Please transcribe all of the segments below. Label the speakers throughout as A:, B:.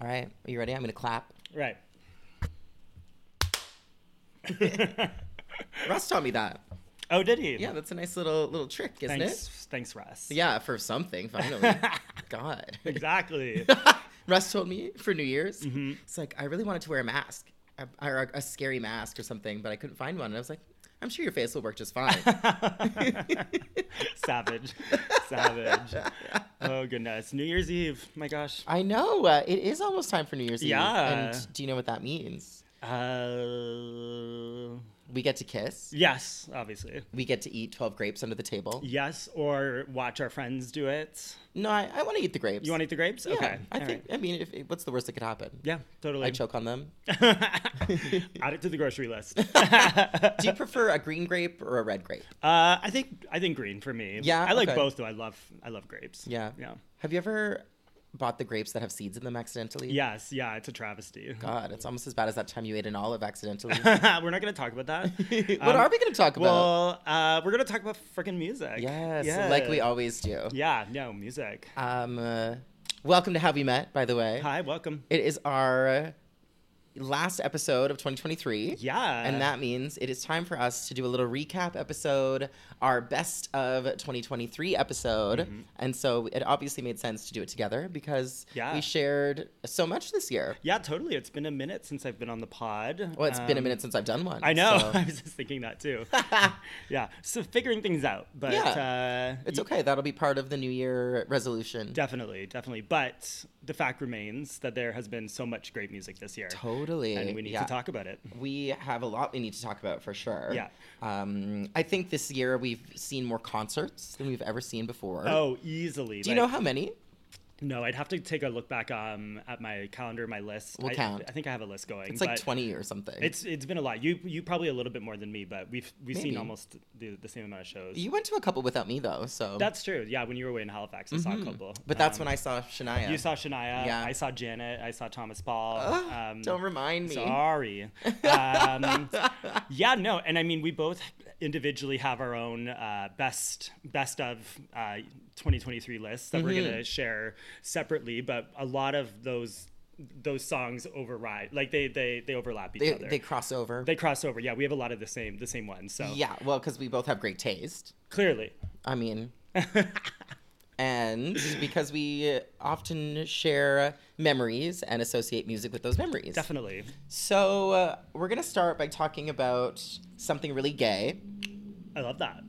A: All right, are you ready? I'm gonna clap.
B: Right.
A: Russ taught me that.
B: Oh, did he?
A: Yeah, that's a nice little little trick, isn't
B: Thanks,
A: it?
B: thanks, Russ.
A: Yeah, for something finally. God.
B: Exactly.
A: Russ told me for New Year's, it's like I really wanted to wear a mask a- or a, a scary mask or something, but I couldn't find one. And I was like, I'm sure your face will work just fine.
B: Savage. Savage. Oh, goodness. New Year's Eve. My gosh.
A: I know uh, it is almost time for New Year's Eve.
B: Yeah.
A: And do you know what that means?
B: Uh,
A: We get to kiss.
B: yes, obviously.
A: We get to eat 12 grapes under the table.
B: Yes, or watch our friends do it.
A: No, I, I want to eat the grapes.
B: You want to eat the grapes?
A: Yeah,
B: okay.
A: I
B: all
A: think.
B: right.
A: I mean, if, what's the worst that could happen?
B: Yeah, totally.
A: I choke on them.
B: Add it to the grocery list.
A: Do you prefer a green grape or a red grape?
B: Uh, I think I think green for me.
A: Yeah,
B: I like
A: okay.
B: both though. I love I love grapes.
A: Yeah.
B: yeah,
A: Have you ever bought the grapes that have seeds in them accidentally?
B: yes, yeah. It's a travesty.
A: God, it's almost as bad as that time you ate an olive accidentally.
B: We're not gonna talk about that.
A: what
B: Um,
A: are we going to talk about?
B: Well, uh, we're gonna talk about freaking music.
A: yes, like we
B: Yeah.
A: always do.
B: Yeah, no music.
A: Um, uh, welcome to Have We Met, by the way.
B: Hi, welcome.
A: It is our last episode of 2023.
B: Yeah,
A: And that means it is time for us to do a little recap episode, our best of 2023 episode.
B: Mm-hmm.
A: And so it obviously made sense to do it together because
B: Yeah.
A: we shared so much this year.
B: Yeah, totally. It's been a minute since I've been on the pod.
A: Well, it's been a
B: Um,
A: minute since I've done one.
B: I know.
A: so-
B: I was just thinking that too. yeah, so figuring things out, but uh,
A: It's
B: y-
A: okay. That'll be part of the New Year resolution.
B: Definitely, definitely. But the fact remains that there has been so much great music this year.
A: Totally.
B: And we need
A: yeah.
B: to talk about it.
A: We have a lot we need to talk about for sure.
B: Yeah.
A: Um, I think this year we've seen more concerts than we've ever seen before.
B: Oh, easily.
A: Do you
B: like-
A: know how many?
B: No, I'd have to take a look back um, at my calendar, my list.
A: We'll
B: I,
A: count.
B: I think I have a list going.
A: It's like
B: but
A: 20 or something.
B: It's it's been a lot. You you probably a little bit more than me, but we've we've
A: Maybe.
B: seen almost the, the same amount of shows.
A: You went to a couple without me though, so
B: That's true. Yeah, when you were away in Halifax, I saw a couple.
A: Mm-hmm.
B: Um,
A: But that's when I saw Shania.
B: you saw Shania.
A: Yeah.
B: I saw Janet. I saw Thomas Paul.
A: Ugh,
B: um,
A: don't remind me.
B: Sorry. Um, yeah, no, and I mean we both individually have our own uh, best best of uh, 2023 lists that we're
A: Mm-hmm.
B: gonna share separately, but a lot of those those songs override, like they they they overlap each
A: They,
B: other.
A: they cross over.
B: They cross over. Yeah, we have a lot of the same the same ones. So
A: yeah, well, because we both have great taste.
B: clearly,
A: I mean, and because we often share memories and associate music with those memories.
B: definitely.
A: So uh, we're gonna start by talking about something really gay.
B: I love that.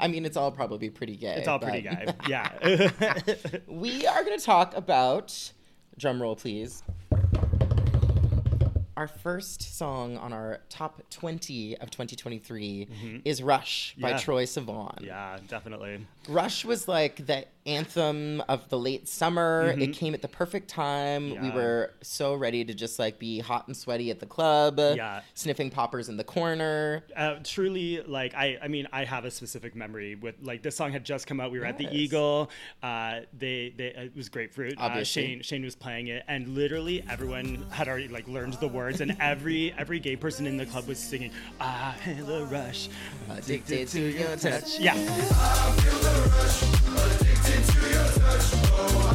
A: I mean, it's all probably pretty gay.
B: It's all pretty
A: but-
B: guy. Yeah.
A: We are going to talk about, drum roll please, our first song on our top 20 of 2023 is Rush by
B: Mm-hmm. Yeah.
A: Troy Sivan.
B: yeah, definitely.
A: Rush was like the anthem of the late summer. It came at the perfect time. We
B: Mm-hmm. Yeah.
A: were so ready to just like be hot and sweaty at the club,
B: Yeah.
A: sniffing poppers in the corner.
B: uh, truly like I I mean I have a specific memory with like this song had just come out we were at
A: Yes.
B: the Eagle uh they they it was grapefruit uh,
A: Obviously.
B: Shane Shane was playing it and literally everyone had already like learned the words and every every gay person in the club was singing I feel the rush
A: Addicted to your touch.
B: yeah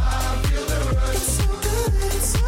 C: It's so good, it's so good.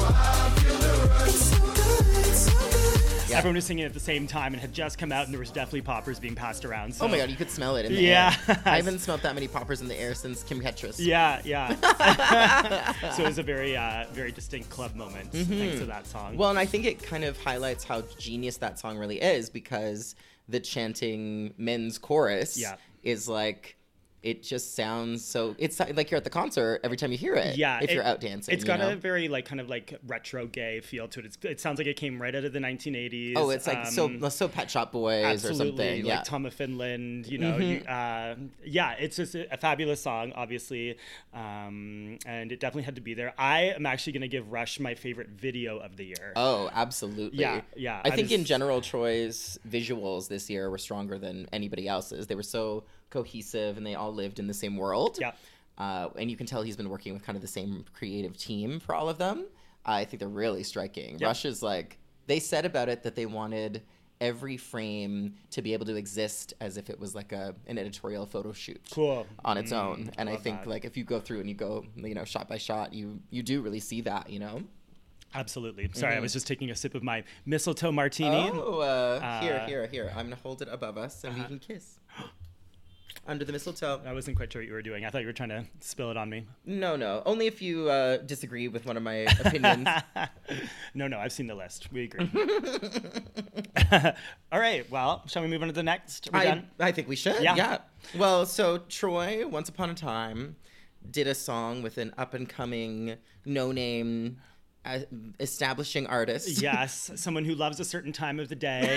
C: I feel the rush, addicted to your touch. Oh, I feel the rush. It's so good, it's so good.
A: Yeah.
B: everyone was singing at the same time and had just come out and there was definitely poppers being passed around so
A: Oh my god, you could smell it in the
B: Yeah.
A: air. I haven't smelled that many poppers in the air since Kim Petras.
B: yeah yeah so it was a very uh very distinct club moment thanks to that song
A: Mm-hmm. Well, and I think it kind of highlights how genius that song really is because the chanting men's chorus
B: Yeah.
A: is like it just sounds so it's like you're at the concert every time you hear it.
B: yeah
A: If
B: it-
A: you're out dancing.
B: it's
A: you
B: got
A: know?
B: a very like kind of like retro gay feel to it it's, it sounds like it came right out of the 1980s
A: Oh, it's like
B: um,
A: so so Pet Shop Boys or
B: absolutely
A: something.
B: like
A: Yeah. Mm-hmm.
B: tom of finland you know you, uh, yeah it's just a, a fabulous song obviously um, and it definitely had to be there i am actually going to give rush my favorite video of the year
A: Oh, absolutely.
B: Yeah, yeah,
A: I
B: I
A: think in
B: just-
A: general, Troy's visuals this year were stronger than anybody else's. They were so cohesive and they all lived in the same world.
B: Yeah.
A: Uh, and you can tell he's been working with kind of the same creative team for Uh, all of them. I think they're really striking. Rush is like, they said about it that they wanted every frame to be able to exist as if it was like a an editorial photo shoot
B: Cool.
A: on its own. And I
B: Mm, love
A: think
B: that.
A: like if you go through and you go, you know, shot by shot, you you do really see that, you know.
B: Absolutely. Sorry, I was just taking a sip of my mistletoe martini.
A: mm-hmm. Oh, uh, here,
B: Uh, uh-huh.
A: here, here. I'm gonna hold it above us and we can kiss. Under the mistletoe.
B: I wasn't quite sure what you were doing. I thought you were trying to spill it on me.
A: No, no. Only if you uh, disagree with one of my opinions.
B: no, no, I've seen the list. We agree. All right. Well, shall we move on to the next? We're
A: I,
B: done.
A: I think we should. Yeah.
B: Yeah.
A: Well, so Troy, once upon a time, did a song with an up and coming, no name, uh, establishing artist.
B: yes, someone who loves a certain time of the day.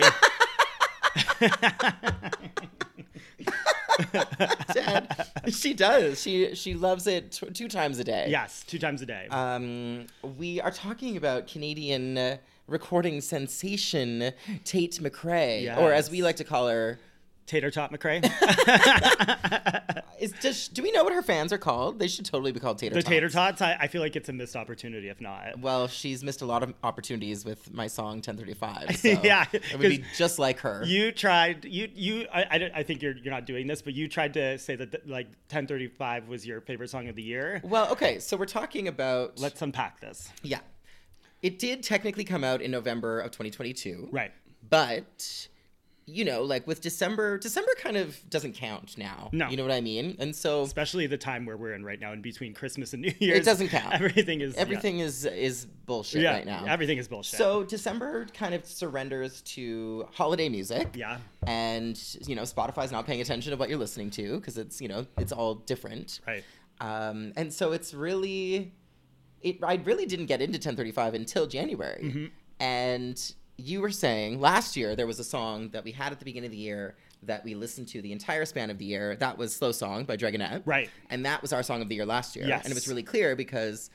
A: Dad. she does. She she loves it tw- two times a day.
B: yes, two times a day.
A: Um, we are talking about Canadian uh, recording sensation Tate McRae, or as we
B: Yes.
A: like to call her.
B: Tater Tot McRae.
A: Is does, do we know what her fans are called? They should totally be called Tater.
B: the
A: Tots.
B: Tater Tots. I, I feel like it's a missed opportunity if not.
A: Well, she's missed a lot of opportunities with my song 1035. So
B: Yeah,
A: It would be
B: 'cause
A: just like her.
B: You tried. You you. I, I, don't- I think you're you're not doing this, but you tried to say that th- like 10:35 was your favorite song of the year.
A: well, okay, so we're talking about.
B: Let's unpack this.
A: yeah. It did technically come out in November of 2022.
B: Right.
A: But, you know, like with December, December kind of doesn't count now.
B: No.
A: You know what I mean? And so
B: Especially the time where we're in right now, in between Christmas and New Year's.
A: doesn't count.
B: Everything is yeah.
A: everything is is bullshit
B: Yeah,
A: right now.
B: everything is bullshit.
A: So December kind of surrenders to holiday music.
B: Yeah.
A: And, you know, Spotify's not paying attention to what you're listening to because it's, you know, it's all different.
B: Right.
A: Um, and so it's really, it. I really didn't get into 1035 until January.
B: Mm-hmm.
A: And you were saying last year there was a song that we had at the beginning of the year that we listened to the entire span of the year. That was "Slow Song" by Dragonette.
B: Right.
A: And that was our song of the year last year.
B: Yes.
A: And it was really clear because.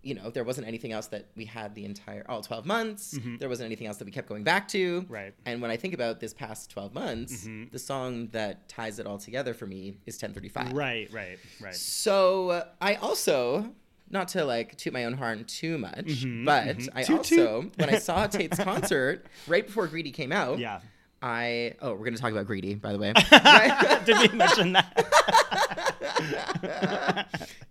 A: You know, there wasn't anything else that we had the entire all 12 months. There wasn't anything else that we kept going back to.
B: Mm-hmm. Right. Mm-hmm.
A: And when I think about this past 12 months, the song that ties it all together for me is 1035.
B: Right, right, right.
A: So uh, I also, not to like toot my own horn too much, but I
B: Mm-hmm, Toot, toot.
A: also, when I saw Tate's concert right before Greedy came out,
B: Yeah.
A: I oh we're gonna talk about Greedy by the way.
B: Did we mention that?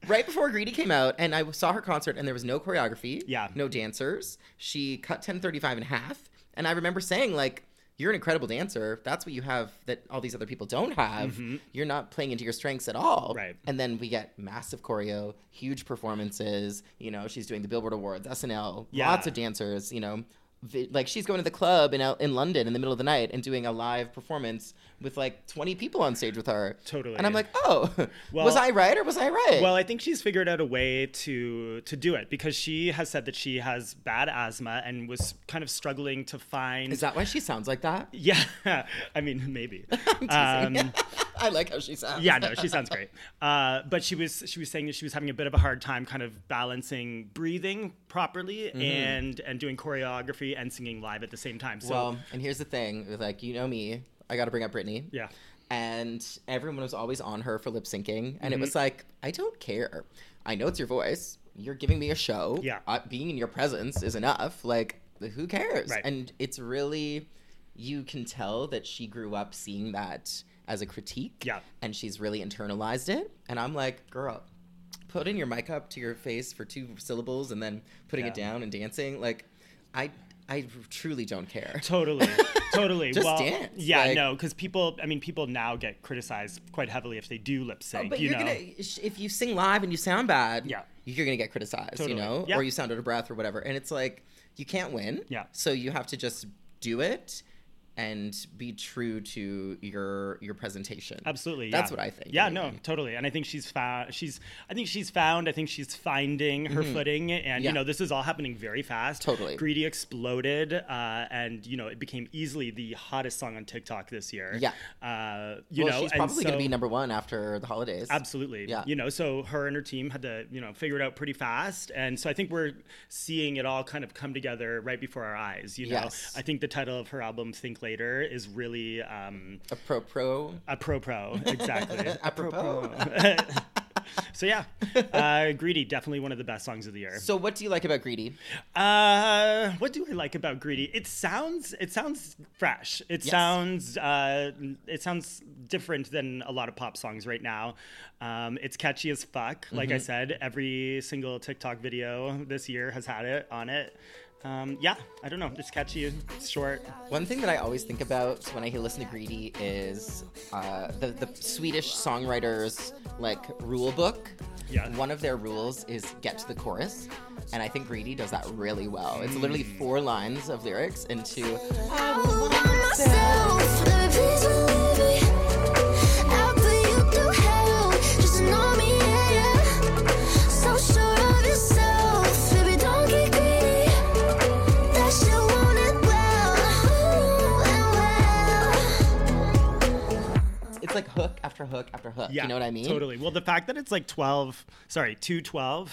A: right before Greedy came out, and I saw her concert, and there was no choreography,
B: Yeah.
A: no dancers. She cut ten thirty five in half, and I remember saying like. You're an incredible dancer. That's what you have that all these other people don't have. You're not playing into your strengths at all.
B: Mm-hmm. Right.
A: And then we get massive choreo, huge performances. You know, she's doing the Billboard Awards, SNL,
B: Yeah.
A: lots of dancers. You know, Vi- like she's going to the club in L- in London in the middle of the night and doing a live performance with like 20 people on stage with her.
B: Totally.
A: And I'm like, oh, was
B: Well-
A: I right or was I right?
B: Well, I think she's figured out a way to to do it because she has said that she has bad asthma and was kind of struggling to find.
A: Is that why she sounds like that?
B: yeah, I mean maybe. Um,
A: I'm teasing. I like how she sounds.
B: yeah, no, she sounds great. Uh, but she was she was saying that she was having a bit of a hard time kind of balancing breathing properly
A: Mm-hmm.
B: and and doing choreography and singing live at the same time. So
A: Well, and here's the thing, like you know me, I got to bring up Britney.
B: yeah,
A: And everyone was always on her for lip syncing, and it was
B: Mm-hmm.
A: like, I don't care. I know it's your voice. You're giving me a show.
B: Yeah.
A: Uh, being in your presence is enough. Like, who cares?
B: Right.
A: And it's really, you can tell that she grew up seeing that as a critique.
B: Yeah.
A: And she's really internalized it. And I'm like, girl, putting your mic up to your face for two syllables and then putting it
B: Yeah.
A: down and dancing like i i truly don't care
B: Totally, totally.
A: Just
B: well,
A: dance,
B: Yeah,
A: like-
B: no, because people. I mean, people now get criticized quite heavily if they do lip sync.
A: Oh, but
B: Uh, you
A: you are
B: know,
A: gonna if you sing live and you sound bad
B: Yeah.
A: you're gonna get criticized
B: Totally.
A: you know
B: Yeah.
A: or you sound out of breath or whatever and it's like you can't win
B: Yeah.
A: so you have to just do it and be true to your your presentation
B: absolutely.
A: that's
B: yeah.
A: what i think
B: Yeah,
A: anyway.
B: no, totally. And I think she's found. She's. I think she's found. I think she's finding her footing. And
A: Mm-hmm. Yeah.
B: you know, this is all happening very fast.
A: Totally.
B: Greedy exploded, uh, and you know, it became easily the hottest song on TikTok this year.
A: Yeah.
B: Uh, you
A: well,
B: know,
A: she's
B: and
A: probably gonna
B: so-
A: be number one after the holidays
B: Absolutely.
A: Yeah.
B: You know, so her and her team had to, you know, figure it out pretty fast. And so I think we're seeing it all kind of come together right before our eyes. You know,
A: Yes.
B: I think the title of her album, Think Later, is really um,
A: a pro pro
B: a pro pro. Exactly.
A: Apropos.
B: Apropos. So yeah, uh, Greedy, definitely one of the best songs of the year.
A: So what do you like about Greedy?
B: Uh, what do I like about Greedy? It sounds it sounds fresh. It
A: Yes.
B: sounds uh, it sounds different than a lot of pop songs right now. Um, it's catchy as fuck. Like
A: Mm-hmm.
B: I said, every single TikTok video this year has had it on it. Um, yeah, I don't know. It's catchy, it's short.
A: One thing that I always think about when I hear listen to Greedy is uh, the, the Swedish songwriters like rule book.
B: Yeah.
A: One of their rules is get to the chorus, and I think Greedy does that really well. It's literally
B: Hmm.
A: four lines of lyrics into it's like hook after hook after hook.
B: Yeah,
A: you know what I mean?
B: Totally. Well, the fact that it's like twelve, sorry, two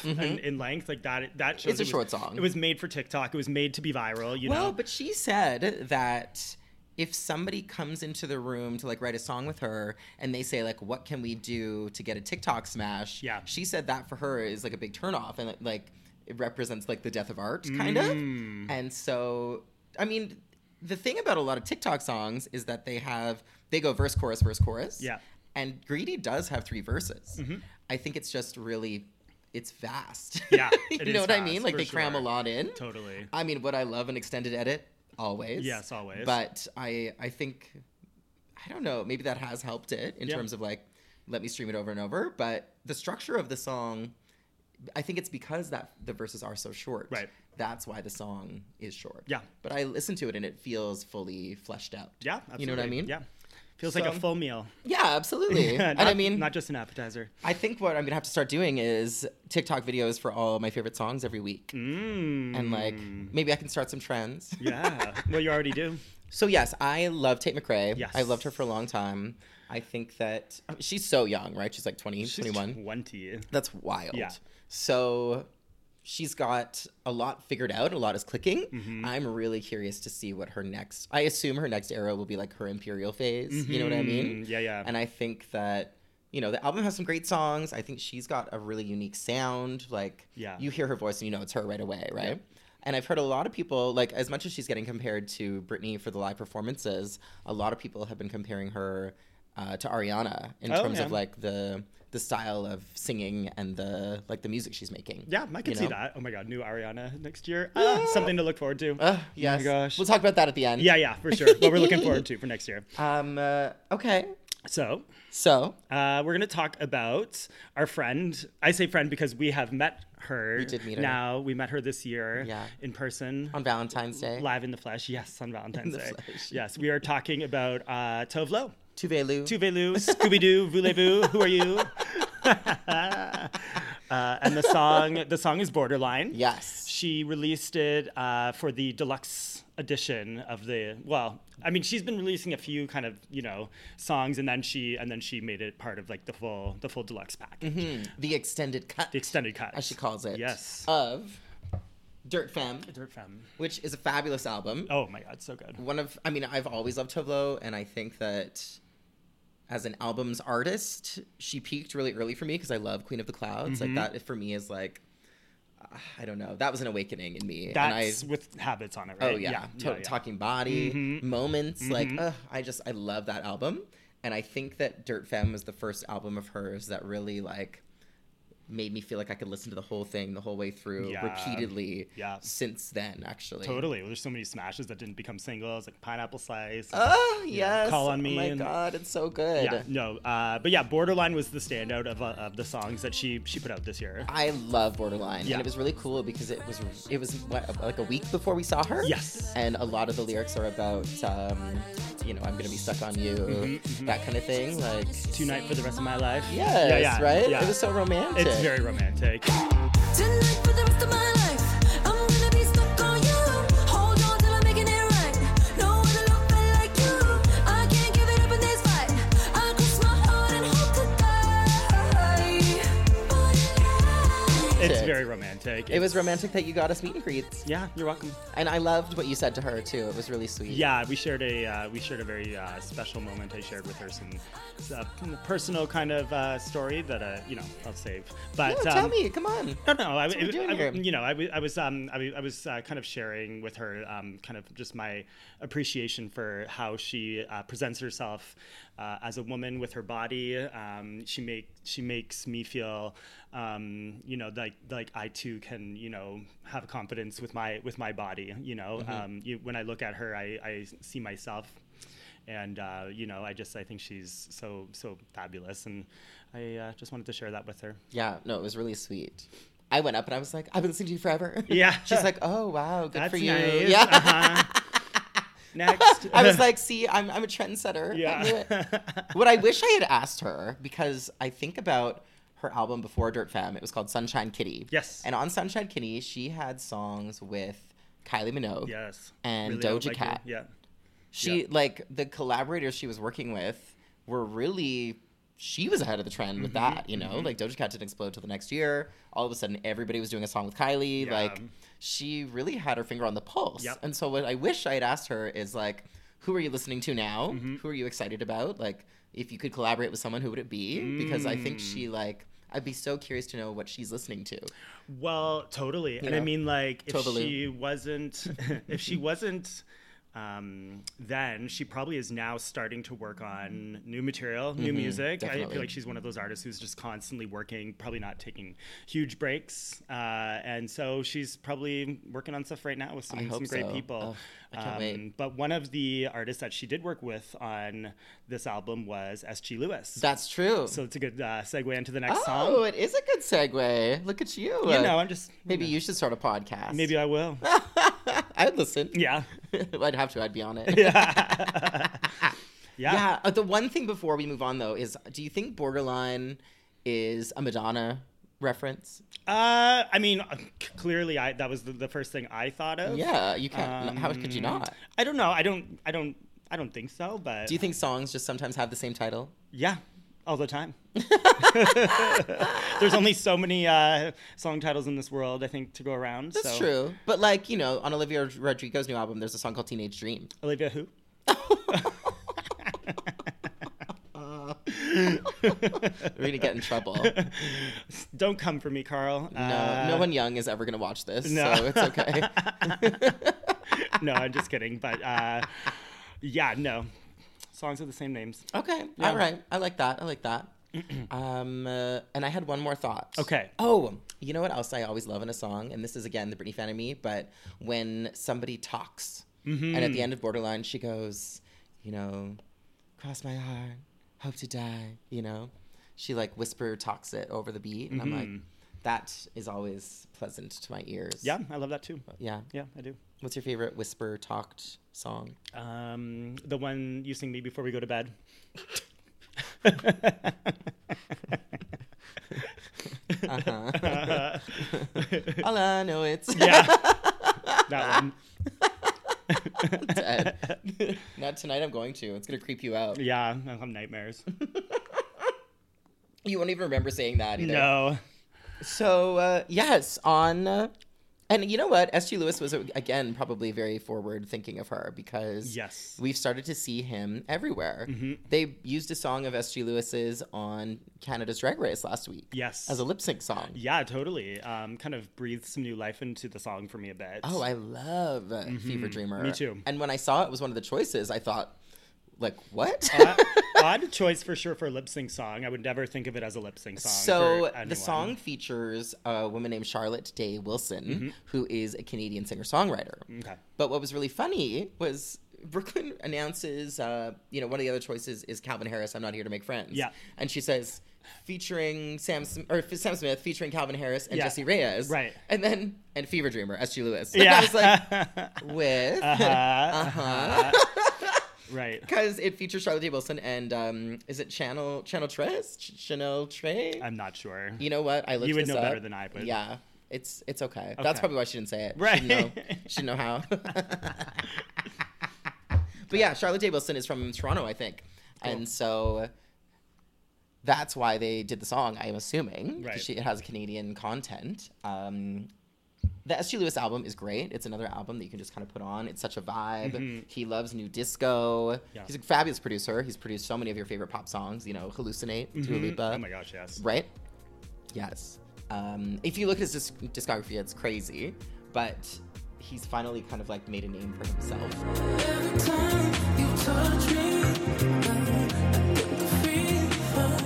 B: in, in length, like that, that shows
A: Mm-hmm. It's a
B: it was-
A: short song.
B: It was made for TikTok. It was made to be viral. You
A: Well,
B: know.
A: but she said that if somebody comes into the room to like write a song with her and they say like what can we do to get a TikTok smash?
B: Yeah.
A: She said that for her is like a big turnoff and like it represents like the death of art kind
B: Mm.
A: of. And so I mean the thing about a lot of TikTok songs is that they have they go verse chorus verse chorus.
B: Yeah. Mm-hmm.
A: And Greedy does have three verses. I think it's just really it's vast.
B: Yeah,
A: you
B: it
A: know
B: is
A: what I mean?
B: vast,
A: Like
B: for
A: they cram a
B: sure.
A: lot in.
B: Totally.
A: I mean, would I love an extended edit? Always.
B: Yes, always.
A: But I I think I don't know, maybe that has helped it in
B: Yeah.
A: terms of like let me stream it over and over, but the structure of the song I think it's because that the verses are so short.
B: Right.
A: That's why the song is short.
B: Yeah.
A: But I listen to it and it feels fully fleshed out.
B: Yeah, absolutely.
A: You know what I mean?
B: Yeah. Feels like
A: So-
B: a full meal.
A: Yeah, absolutely.
B: not,
A: and I mean
B: not just an appetizer.
A: I think what I'm gonna have to start doing is TikTok videos for all my favorite songs every week.
B: Mm,
A: And like maybe I can start some trends.
B: yeah. well, you already do.
A: So yes, I love Tate McRae.
B: Yes.
A: I loved her for a long time. I think that I mean, she's so young, right? She's like 20,
B: She's
A: 21.
B: 20.
A: That's wild.
B: Yeah.
A: So she's got a lot figured out, a lot is clicking.
B: Mm-hmm.
A: I'm really curious to see what her next I assume her next era will be like her imperial phase, you know what I mean?
B: Mm, yeah, yeah.
A: And I think that you know, the album has some great songs. I think she's got a really unique sound. Like
B: Yeah.
A: you hear her voice and you know it's her right away, right? And I've heard a lot of people like as much as she's getting compared to Britney for the live performances, a lot of people have been comparing her uh, to Ariana in
B: Oh,
A: terms of
B: yeah.
A: like the the style of singing and the like the music she's making.
B: yeah, I can
A: you
B: see
A: know?
B: that. Oh my God, new Ariana next year. Ah, something to look forward to.
A: Ugh, yes.
B: Oh gosh.
A: We'll talk about that at the end.
B: yeah, yeah, for sure. What we're looking forward to for next year.
A: Um. Uh, okay.
B: So,
A: So
B: Uh, we're going to talk about our friend. I say friend because we have met her. We
A: did meet her.
B: Now we met her this year.
A: Yeah.
B: In person.
A: on Valentine's Day,
B: live in the flesh. Yes, on Valentine's
A: the
B: Day.
A: flesh.
B: Yes, we are talking about uh, Tovlo.
A: Tuvelu.
B: Tuvelu, Scooby Doo, Voulez-Vous, Who Are You? uh, and the song, the song is Borderline.
A: yes.
B: She released it uh, for the deluxe edition of the. Well, I mean, she's been releasing a few kind of you know songs, and then she and then she made it part of like the full the full deluxe pack,
A: Mm-hmm. Hmm. The extended cut,
B: the extended cut,
A: as she calls it.
B: Yes.
A: Of Dirt Femme,
B: Dirt Femme.
A: which is a fabulous album.
B: Oh my God, so good.
A: One of, I mean, I've always loved Tovlo, and I think that as an albums artist, she peaked really early for me because I love Queen of the Clouds.
B: Mm-hmm.
A: Like that for me is like, uh, I don't know, that was an awakening in me. and I,
B: That's with habits on it,
A: Oh
B: right?
A: yeah, To- talking body
B: Mm-hmm.
A: moments. Like, ugh, I just I love that album, and I think that Dirt Femme was the first album of hers that really like made me feel like I could listen to the whole thing the whole way through
B: Yeah.
A: repeatedly.
B: Yeah.
A: Since then, actually.
B: Totally. There's so many smashes that didn't become singles, like Pineapple Slice. and-
A: Oh
B: Yeah.
A: yes.
B: Call on
A: Oh
B: Me
A: my
B: and-
A: god, it's so good.
B: yeah, no. Uh, but yeah, Borderline was the standout of, uh, of the songs that she she put out this year.
A: I love Borderline,
B: Yeah.
A: and it was really cool because it was it was what, like a week before we saw her.
B: Yes.
A: and a lot of the lyrics are about um, you know I'm gonna be stuck on you,
B: Mm-hmm,
A: that kind of thing. Like
B: Two Night for the Rest of My Life.
A: yes,
B: Yeah, yeah,
A: right?
B: yeah.
A: It was so romantic.
B: It's very romantic.
C: Tonight for the rest of my life, I'm gonna be stuck on you. Hold on till I'm making it right. No one look like you. I can't give it up in this fight. I cross my heart and hope to die.
A: romantic.
B: It's very romantic.
A: It was
B: It's-
A: romantic that you got us meet and greets,
B: Yeah, you're welcome.
A: and I loved what you said to her too. It was really sweet.
B: Yeah, we shared a uh, we shared a very uh, special moment. I shared with her some uh, personal kind of uh, story that uh, you know I'll save. But
A: No,
B: um,
A: Oh, tell me, come on.
B: No, no. I,
A: what we're doing
B: I-
A: here.
B: you know, I, wa- I was, um, I, wa- I was uh, kind of sharing with her, um, kind of just my appreciation for how she uh, presents herself uh, as a woman with her body. Um, she make she makes me feel, um, you know, like like I too can, you know, have confidence with my with my body. You know,
A: Mm-hmm.
B: um, you, when I look at her, I, I see myself. And uh, you know, I just I think she's so so fabulous, and I uh, just wanted to share that with her.
A: Yeah, no, it was really sweet. I went up and I was like, I've been listening to you forever.
B: Yeah.
A: She's like, oh, wow, good
B: That's
A: for you.
B: nice.
A: Yeah.
B: Uh-huh. Next.
A: I was like, see, I'm, I'm a trendsetter. I knew it.
B: yeah.
A: what I wish I had asked her, because I think about her album before Dirt Femme, it was called Sunshine Kitty.
B: Yes.
A: And on Sunshine Kitty, she had songs with Kylie Minogue.
B: yes.
A: And
B: I
A: Doja
B: like you.
A: Cat.
B: Yeah.
A: She,
B: Yeah.
A: like, the collaborators she was working with were really. She was ahead of the trend with
B: Mm-hmm.
A: that, you know. Like Doja Cat didn't explode till the next year. All of a sudden, everybody was doing a song with Kylie.
B: Yeah.
A: Like, she really had her finger on the pulse.
B: Yep.
A: And so what I wish I had asked her is like, who are you listening to now?
B: Mm-hmm.
A: Who are you excited about? Like, if you could collaborate with someone, who would it be? Because I think
B: Mm.
A: she like, I'd be so curious to know what she's listening to.
B: Well, totally. And I
A: Yeah.
B: mean, like, if
A: Totally.
B: she wasn't, if she wasn't, um, then she probably is now starting to work on new material, new music.
A: Mm-hmm.
B: I
A: definitely.
B: feel like she's one of those artists who's just constantly working, probably not taking huge breaks. Uh, and so she's probably working on stuff right now with some,
A: I
B: some
A: hope
B: great
A: so.
B: people. Um,
A: Oh, I can't wait.
B: But one of the artists that she did work with on this album was S.G. Lewis.
A: That's true.
B: so it's a good uh, segue into the next
A: oh,
B: song.
A: it is a good segue. Look at you.
B: you know, I'm just
A: Maybe
B: you know,
A: you should start a podcast.
B: Maybe I will.
A: I'd listen.
B: Yeah.
A: I'd have to. I'd be on it.
B: Yeah.
A: Yeah. uh, The one thing before we move on though is, do you think borderline is a Madonna reference?
B: Uh, I mean, uh, c- clearly, I that was the, the first thing I thought of.
A: Yeah, you can't. how could you
B: Um,
A: not?
B: I don't know. I don't. I don't. I don't think so. But
A: Do you think songs just sometimes have the same title?
B: Yeah, all the time. There's only so many uh, song titles in this world, I think, to go around.
A: That's
B: so.
A: true. But like, you know, on Olivia Rodrigo's new album, there's a song called Teenage Dream.
B: Olivia, who?
A: We're gonna get in trouble.
B: Don't come for me, Carl. Uh,
A: No, no one young is ever gonna watch this,
B: no.
A: so it's okay.
B: no, I'm just kidding. But uh, yeah, no, songs with the same names.
A: okay, all right. I like that. I like that. um, uh, and I had one more thought.
B: Okay.
A: Oh, you know what else I always love in a song, and this is again the Britney fan in me, but when somebody talks, and at
B: Mm-hmm.
A: the end of Borderline, she goes, you know, cross my heart, hope to die, you know, she like whisper talks it over the beat, and I'm like, that is always pleasant to my ears.
B: Mm-hmm. Yeah, I love that too.
A: Yeah.
B: Yeah, I do.
A: What's your favorite whisper talked song?
B: Um, the one you sing me before we go to bed.
A: Uh-huh. All I know it's
B: Yeah, that one.
A: dead. Not tonight. I'm going to. It's gonna creep you out.
B: Yeah, I have nightmares.
A: You won't even remember saying that either.
B: No.
A: So uh, yes, on, uh, and you know what? S.G. Lewis was uh, again probably very forward thinking of her because
B: Yes. Mm-hmm.
A: we've started to see him everywhere. They used a song of S.G. Lewis's on Canada's Drag Race last week.
B: Yes.
A: as a lip sync song.
B: Yeah, totally. Um, kind of breathed some new life into the song for me a bit.
A: Oh, I love uh Fever Dreamer.
B: Mm-hmm. Me too.
A: And when I saw it was one of the choices, I thought, like, what?
B: odd, odd choice for sure for a lip sync song. I would never think of it as a lip sync song.
A: So
B: for anyone.
A: the song features a woman named Charlotte Day Wilson,
B: Mm-hmm.
A: who is a Canadian singer songwriter.
B: Okay.
A: But what was really funny was Brooklyn announces, uh, you know, one of the other choices is Calvin Harris. I'm not here to make friends.
B: Yeah.
A: and she says. Featuring Sam Sm- or Sam Smith, featuring Calvin Harris and
B: Yeah.
A: Jesse Reyes,
B: Right.
A: And then and Fever Dreamer, S.G. Lewis. I
B: Yeah. Uh-huh.
A: was like, with Uh-huh.
B: Right.
A: because it features Charlotte Day Wilson and um, is it Channel Channel Tres Ch- Chanel Trey?
B: I'm not sure.
A: you know what? I looked
B: You would
A: this
B: know
A: up.
B: better than I would.
A: Yeah, it's it's okay.
B: Okay.
A: That's probably why she didn't say it.
B: Right.
A: She didn't know, she didn't know how. but yeah, Charlotte Day Wilson is from Toronto, I think, and so that's why they did the song. I'm assuming 'cause
B: Right.
A: she, it has Canadian content. Um, the S.G. Lewis album is great. It's another album that you can just kind of put on. It's such a vibe. He loves new disco.
B: Mm-hmm. Yeah.
A: He's a fabulous producer. He's produced so many of your favorite pop songs. You know, Hallucinate, Dua Lipa.
B: Oh my gosh, yes.
A: Right? Yes. Um, if you look at his disc- discography, it's crazy, but he's finally kind of like made a name for himself.
D: Every time you touch me, I get the fever.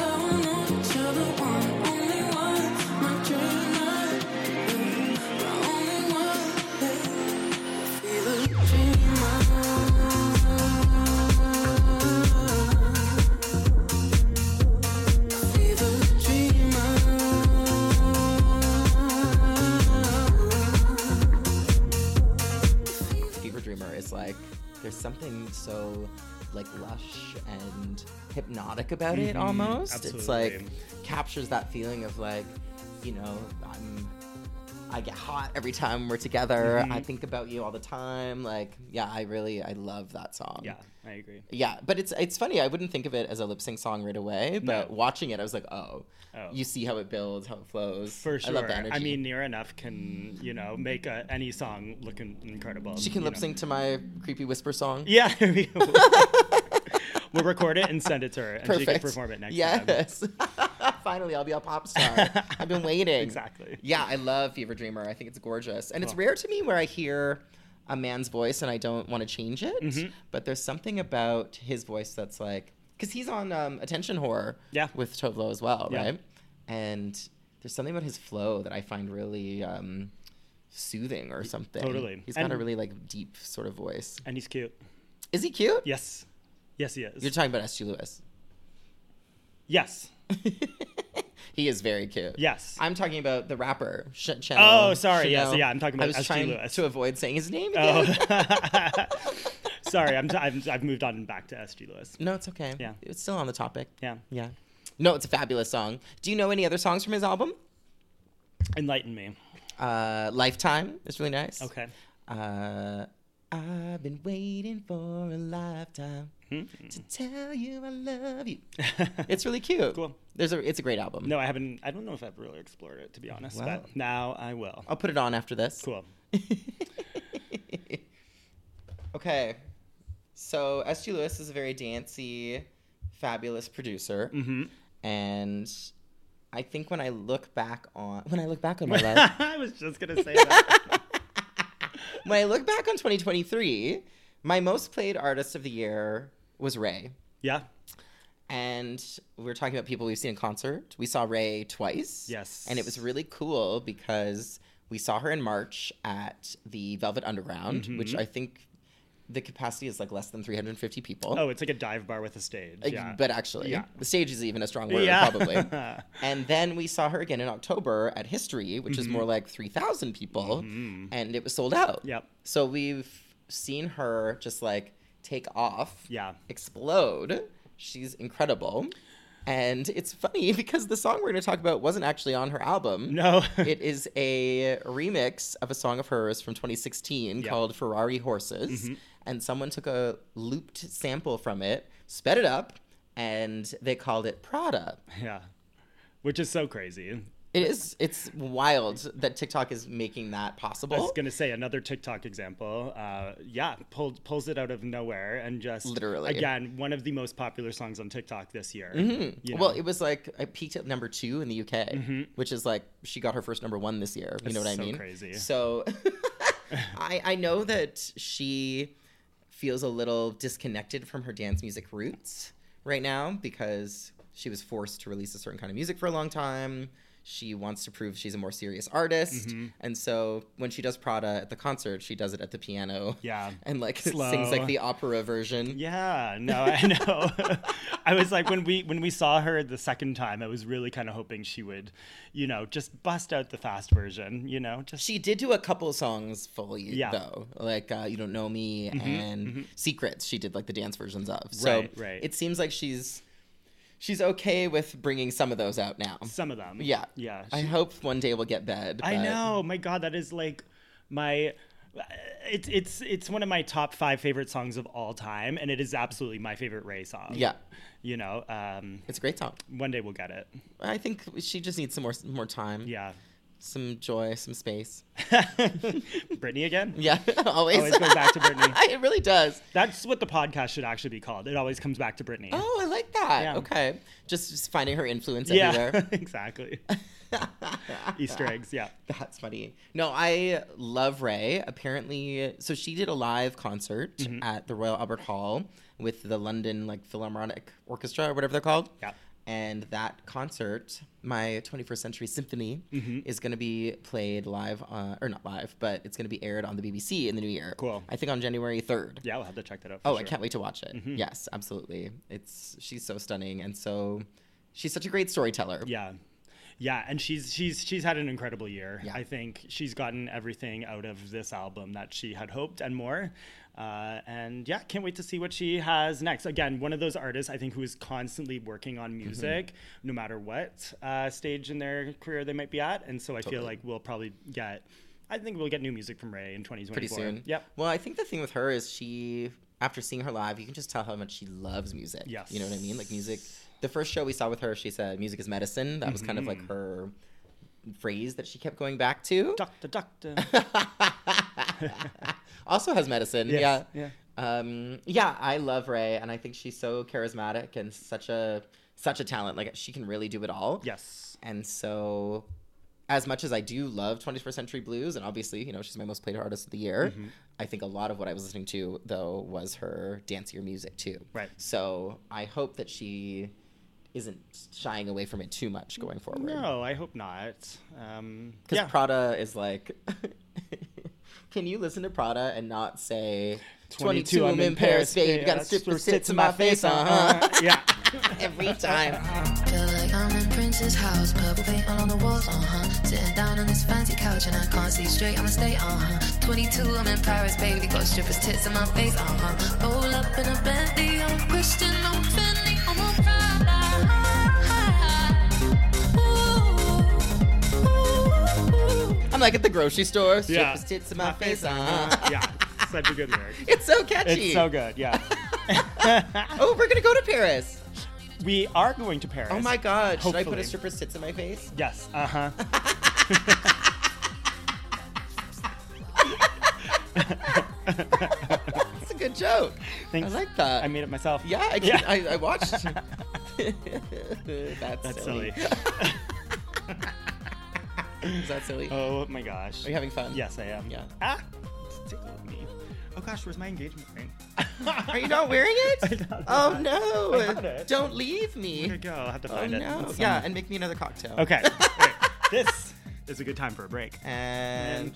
D: I know that you're the one, only one, my kryptonite, my only one. Feel a dreamer, fever
A: Fever Dreamer is like, there's something so like lush and hypnotic about it almost. It's like captures that feeling of like, you know, I'm I get hot every time we're together. I think about you all the time. Like, yeah, I really I love that song.
B: Yeah, I agree.
A: Yeah, but it's it's funny. I wouldn't think of it as a lip sync song right away, but watching it, I was like, oh,
B: Oh.
A: you see how it builds, how it flows.
B: For sure.
A: I love the energy.
B: mean, near enough can you know make uh any song look in- incredible.
A: she can
B: you know.
A: lip sync to my creepy whisper song.
B: Yeah. there we go. we'll record it and send it to her, and she can perform it next time.
A: yes. Finally, I'll be a pop star. I've been waiting.
B: Exactly.
A: Yeah, I love Fever Dreamer. I think it's gorgeous. And it's
B: Cool.
A: rare to me where I hear a man's voice and I don't want to change it.
B: Mm-hmm.
A: But there's something about his voice that's like, because he's on um, Attention Horror
B: Yeah.
A: with Tovlo as well,
B: Yeah.
A: right? And there's something about his flow that I find really um, soothing or something.
B: totally.
A: He's got a
B: And-
A: really like deep sort of voice.
B: And he's cute.
A: Is he cute?
B: Yes. Yes, he is.
A: You're talking about S.G. Lewis.
B: yes.
A: He is very cute.
B: Yes.
A: I'm talking about the rapper. Ch-
B: Oh, sorry, yes, yeah, I'm talking
A: I
B: about
A: was
B: SG
A: trying
B: Lewis.
A: to avoid saying his name again.
B: Oh. Sorry, I'm t- I'm, I've moved on back to SG Lewis.
A: No, it's okay.
B: Yeah.
A: It's still on the topic.
B: Yeah.
A: Yeah. No, it's a fabulous song. Do you know any other songs from his album?
B: Enlighten me.
A: Uh, Lifetime is really nice.
B: Okay.
A: Uh, I've been waiting for a lifetime
B: Hmm?
A: to tell you I love you. It's really cute.
B: Cool.
A: There's a, it's a great album.
B: No, I haven't. I don't know if I've really explored it, to be honest.
A: Wow. Oh.
B: But now I will.
A: I'll put it on after this.
B: Cool.
A: okay. So S.G. Lewis is a very dancey, fabulous producer,
B: Mm. Mm-hmm.
A: and I think when I look back on when I look back on my life,
B: I was just gonna say that.
A: when I look back on 2023, my most played artist of the year was Ray.
B: yeah.
A: And we were talking about people we've seen in concert. We saw Ray twice.
B: Yes.
A: And it was really cool because we saw her in March at the Velvet Underground,
B: Mm-hmm.
A: which I think the capacity is like less than 350 people.
B: Oh, it's like a dive bar with a stage.
A: Like,
B: yeah.
A: But actually,
B: Yeah.
A: the stage is even a strong word,
B: Yeah.
A: probably. and then we saw her again in October at History, which
B: Mm-hmm.
A: is more like 3,000 people, and it was sold out.
B: Yep.
A: So we've seen her just like take off,
B: Yeah.
A: explode. She's incredible. And it's funny because the song we're going to talk about wasn't actually on her album.
B: No.
A: it is a remix of a song of hers from 2016
B: Yeah. Mm-hmm.
A: called Ferrari Horses. And someone took a looped sample from it, sped it up, and they called it Prada.
B: yeah. Which is so crazy.
A: It is, it's wild that TikTok is making that possible.
B: I was gonna say another TikTok example. Uh, yeah, pulled pulls it out of nowhere and just
A: Literally.
B: again one of the most popular songs on TikTok this year. you
A: Mm-hmm. Well,
B: know? Mm-hmm.
A: it was like I peaked at number two in the UK, which is like she got her first number one this year. You know what I
B: so
A: mean?
B: crazy.
A: So I I know that she feels a little disconnected from her dance music roots right now because she was forced to release a certain kind of music for a long time. She wants to prove she's a more serious artist,
B: Mm-hmm.
A: and so when she does Prada at the concert, she does it at the piano.
B: Yeah.
A: and like
B: Slow.
A: sings like the opera version.
B: Yeah, no, I know. I was like when we when we saw her the second time, I was really kind of hoping she would, you know, just bust out the fast version, you know, just
A: She did do a couple songs fully,
B: Yeah. Mm-hmm,
A: though, like uh, "You Don't Know Me" and "Secrets." She did like the dance versions of. So
B: Right, right.
A: it seems like she's she's okay with bringing some of those out now.
B: some of them.
A: yeah,
B: Yeah.
A: I
B: she-
A: hope one day we'll get bed.
B: I
A: but-
B: know. My god, that is like my It's it's it's one of my top five favorite songs of all time, and it is absolutely my favorite Ray song.
A: Yeah.
B: you know, um,
A: It's a great song.
B: one day we'll get it.
A: I think she just needs some more more time.
B: Yeah,
A: Some joy, some space.
B: Brittany again.
A: Yeah, always.
B: Always goes back to Britney.
A: it really does.
B: That's what the podcast should actually be called. It always comes back to Brittany.
A: Oh, I like that.
B: Yeah.
A: Okay. Just, just finding her influence
B: yeah,
A: everywhere.
B: exactly. Easter eggs. Yeah.
A: That's funny. No, I love Ray. Apparently, so she did a live concert
B: Mm-hmm.
A: at the Royal Albert Hall with the London like Philharmonic Orchestra or whatever they're called.
B: Yeah.
A: And that concert, my 21st Century Symphony,
B: Mm-hmm.
A: is going to be played live, uh, or not live, but it's going to be aired on the BBC in the new year.
B: Cool.
A: I think on January 3rd.
B: Yeah, we'll have to check that out. For
A: Oh, I
B: sure. Mm-hmm.
A: can't wait to watch it. Yes, absolutely. It's she's so stunning and so she's such a great storyteller.
B: Yeah. Yeah, and she's she's she's had an incredible year.
A: Yeah.
B: I think she's gotten everything out of this album that she had hoped and more. Uh, and yeah, can't wait to see what she has next. Again, one of those artists I think who is constantly working on
A: Mm-hmm.
B: music, no matter what uh, stage in their career they might be at. And so I feel
A: Totally.
B: like we'll probably get, I think we'll get new music from Ray in 2024.
A: pretty soon.
B: Yep.
A: Well, I think the thing with her is she, after seeing her live, you can just tell how much she loves music.
B: Yes.
A: You know what I mean? Like music. The first show we saw with her, she said, "Music is medicine." That was kind of
B: Mm-hmm.
A: like her phrase that she kept going back to.
B: Doctor, doctor.
A: also has medicine.
B: Yes,
A: Yeah.
B: yeah.
A: Um, yeah, I love Ray, and I think she's so charismatic and such a such a talent. Like she can really do it all.
B: yes.
A: And so, as much as I do love 21st Century Blues, and obviously, you know, she's my most played artist of the year, I think a lot of what I was listening to, though, was her dancier music, too.
B: Right.
A: So, I hope that she isn't shying away from it too much going forward.
B: No, I hope not. Um,
A: Because
B: yeah.
A: Prada is like. Can you listen to Prada and not say 22, I'm in Paris, babe? You gotta strip the tits in my face, uh huh.
B: uh-huh. Yeah.
A: Every time.
E: Feel like I'm in Prince's house, purple paint all on the walls, uh huh. Sitting down on this fancy couch and I can't see straight, I'ma stay, uh huh. 22, I'm in Paris, baby, got strippers' tits in my face, uh huh. Roll up in a Bentley, I'm a Christian, I'm a Fendi, I'm a Prada. Ooh, ooh, ooh.
A: I'm like at the grocery store, strip
B: Yeah.
A: the tits in my, face, uh huh.
B: yeah. Such a good lyric.
A: It's so catchy.
B: It's so good. Yeah.
A: Oh, we're gonna go to Paris.
B: we are going to Paris.
A: Oh my god, should I put
B: Hopefully.
A: a stripper's tits in my face?
B: Yes. Uh huh.
A: That's a good joke. I
B: Thanks.
A: like that.
B: I made it myself.
A: yeah, I,
B: Yeah.
A: can, I, I watched. That's,
B: That's
A: silly.
B: silly.
A: Is that silly?
B: oh my gosh.
A: Are you having fun?
B: Yes, I am.
A: Yeah.
B: Ah. It's tickled me. Oh gosh, where's my engagement ring?
A: Are you not wearing it?
B: I
A: oh
B: don't know.
A: no!
B: I had it.
A: Don't leave
B: Where'd
A: me.
B: it go? I'll have to
A: Oh
B: find it.
A: no!
B: It's
A: Yeah,
B: somewhere.
A: and make me another cocktail.
B: Okay. Great. this is a good time for a break.
A: And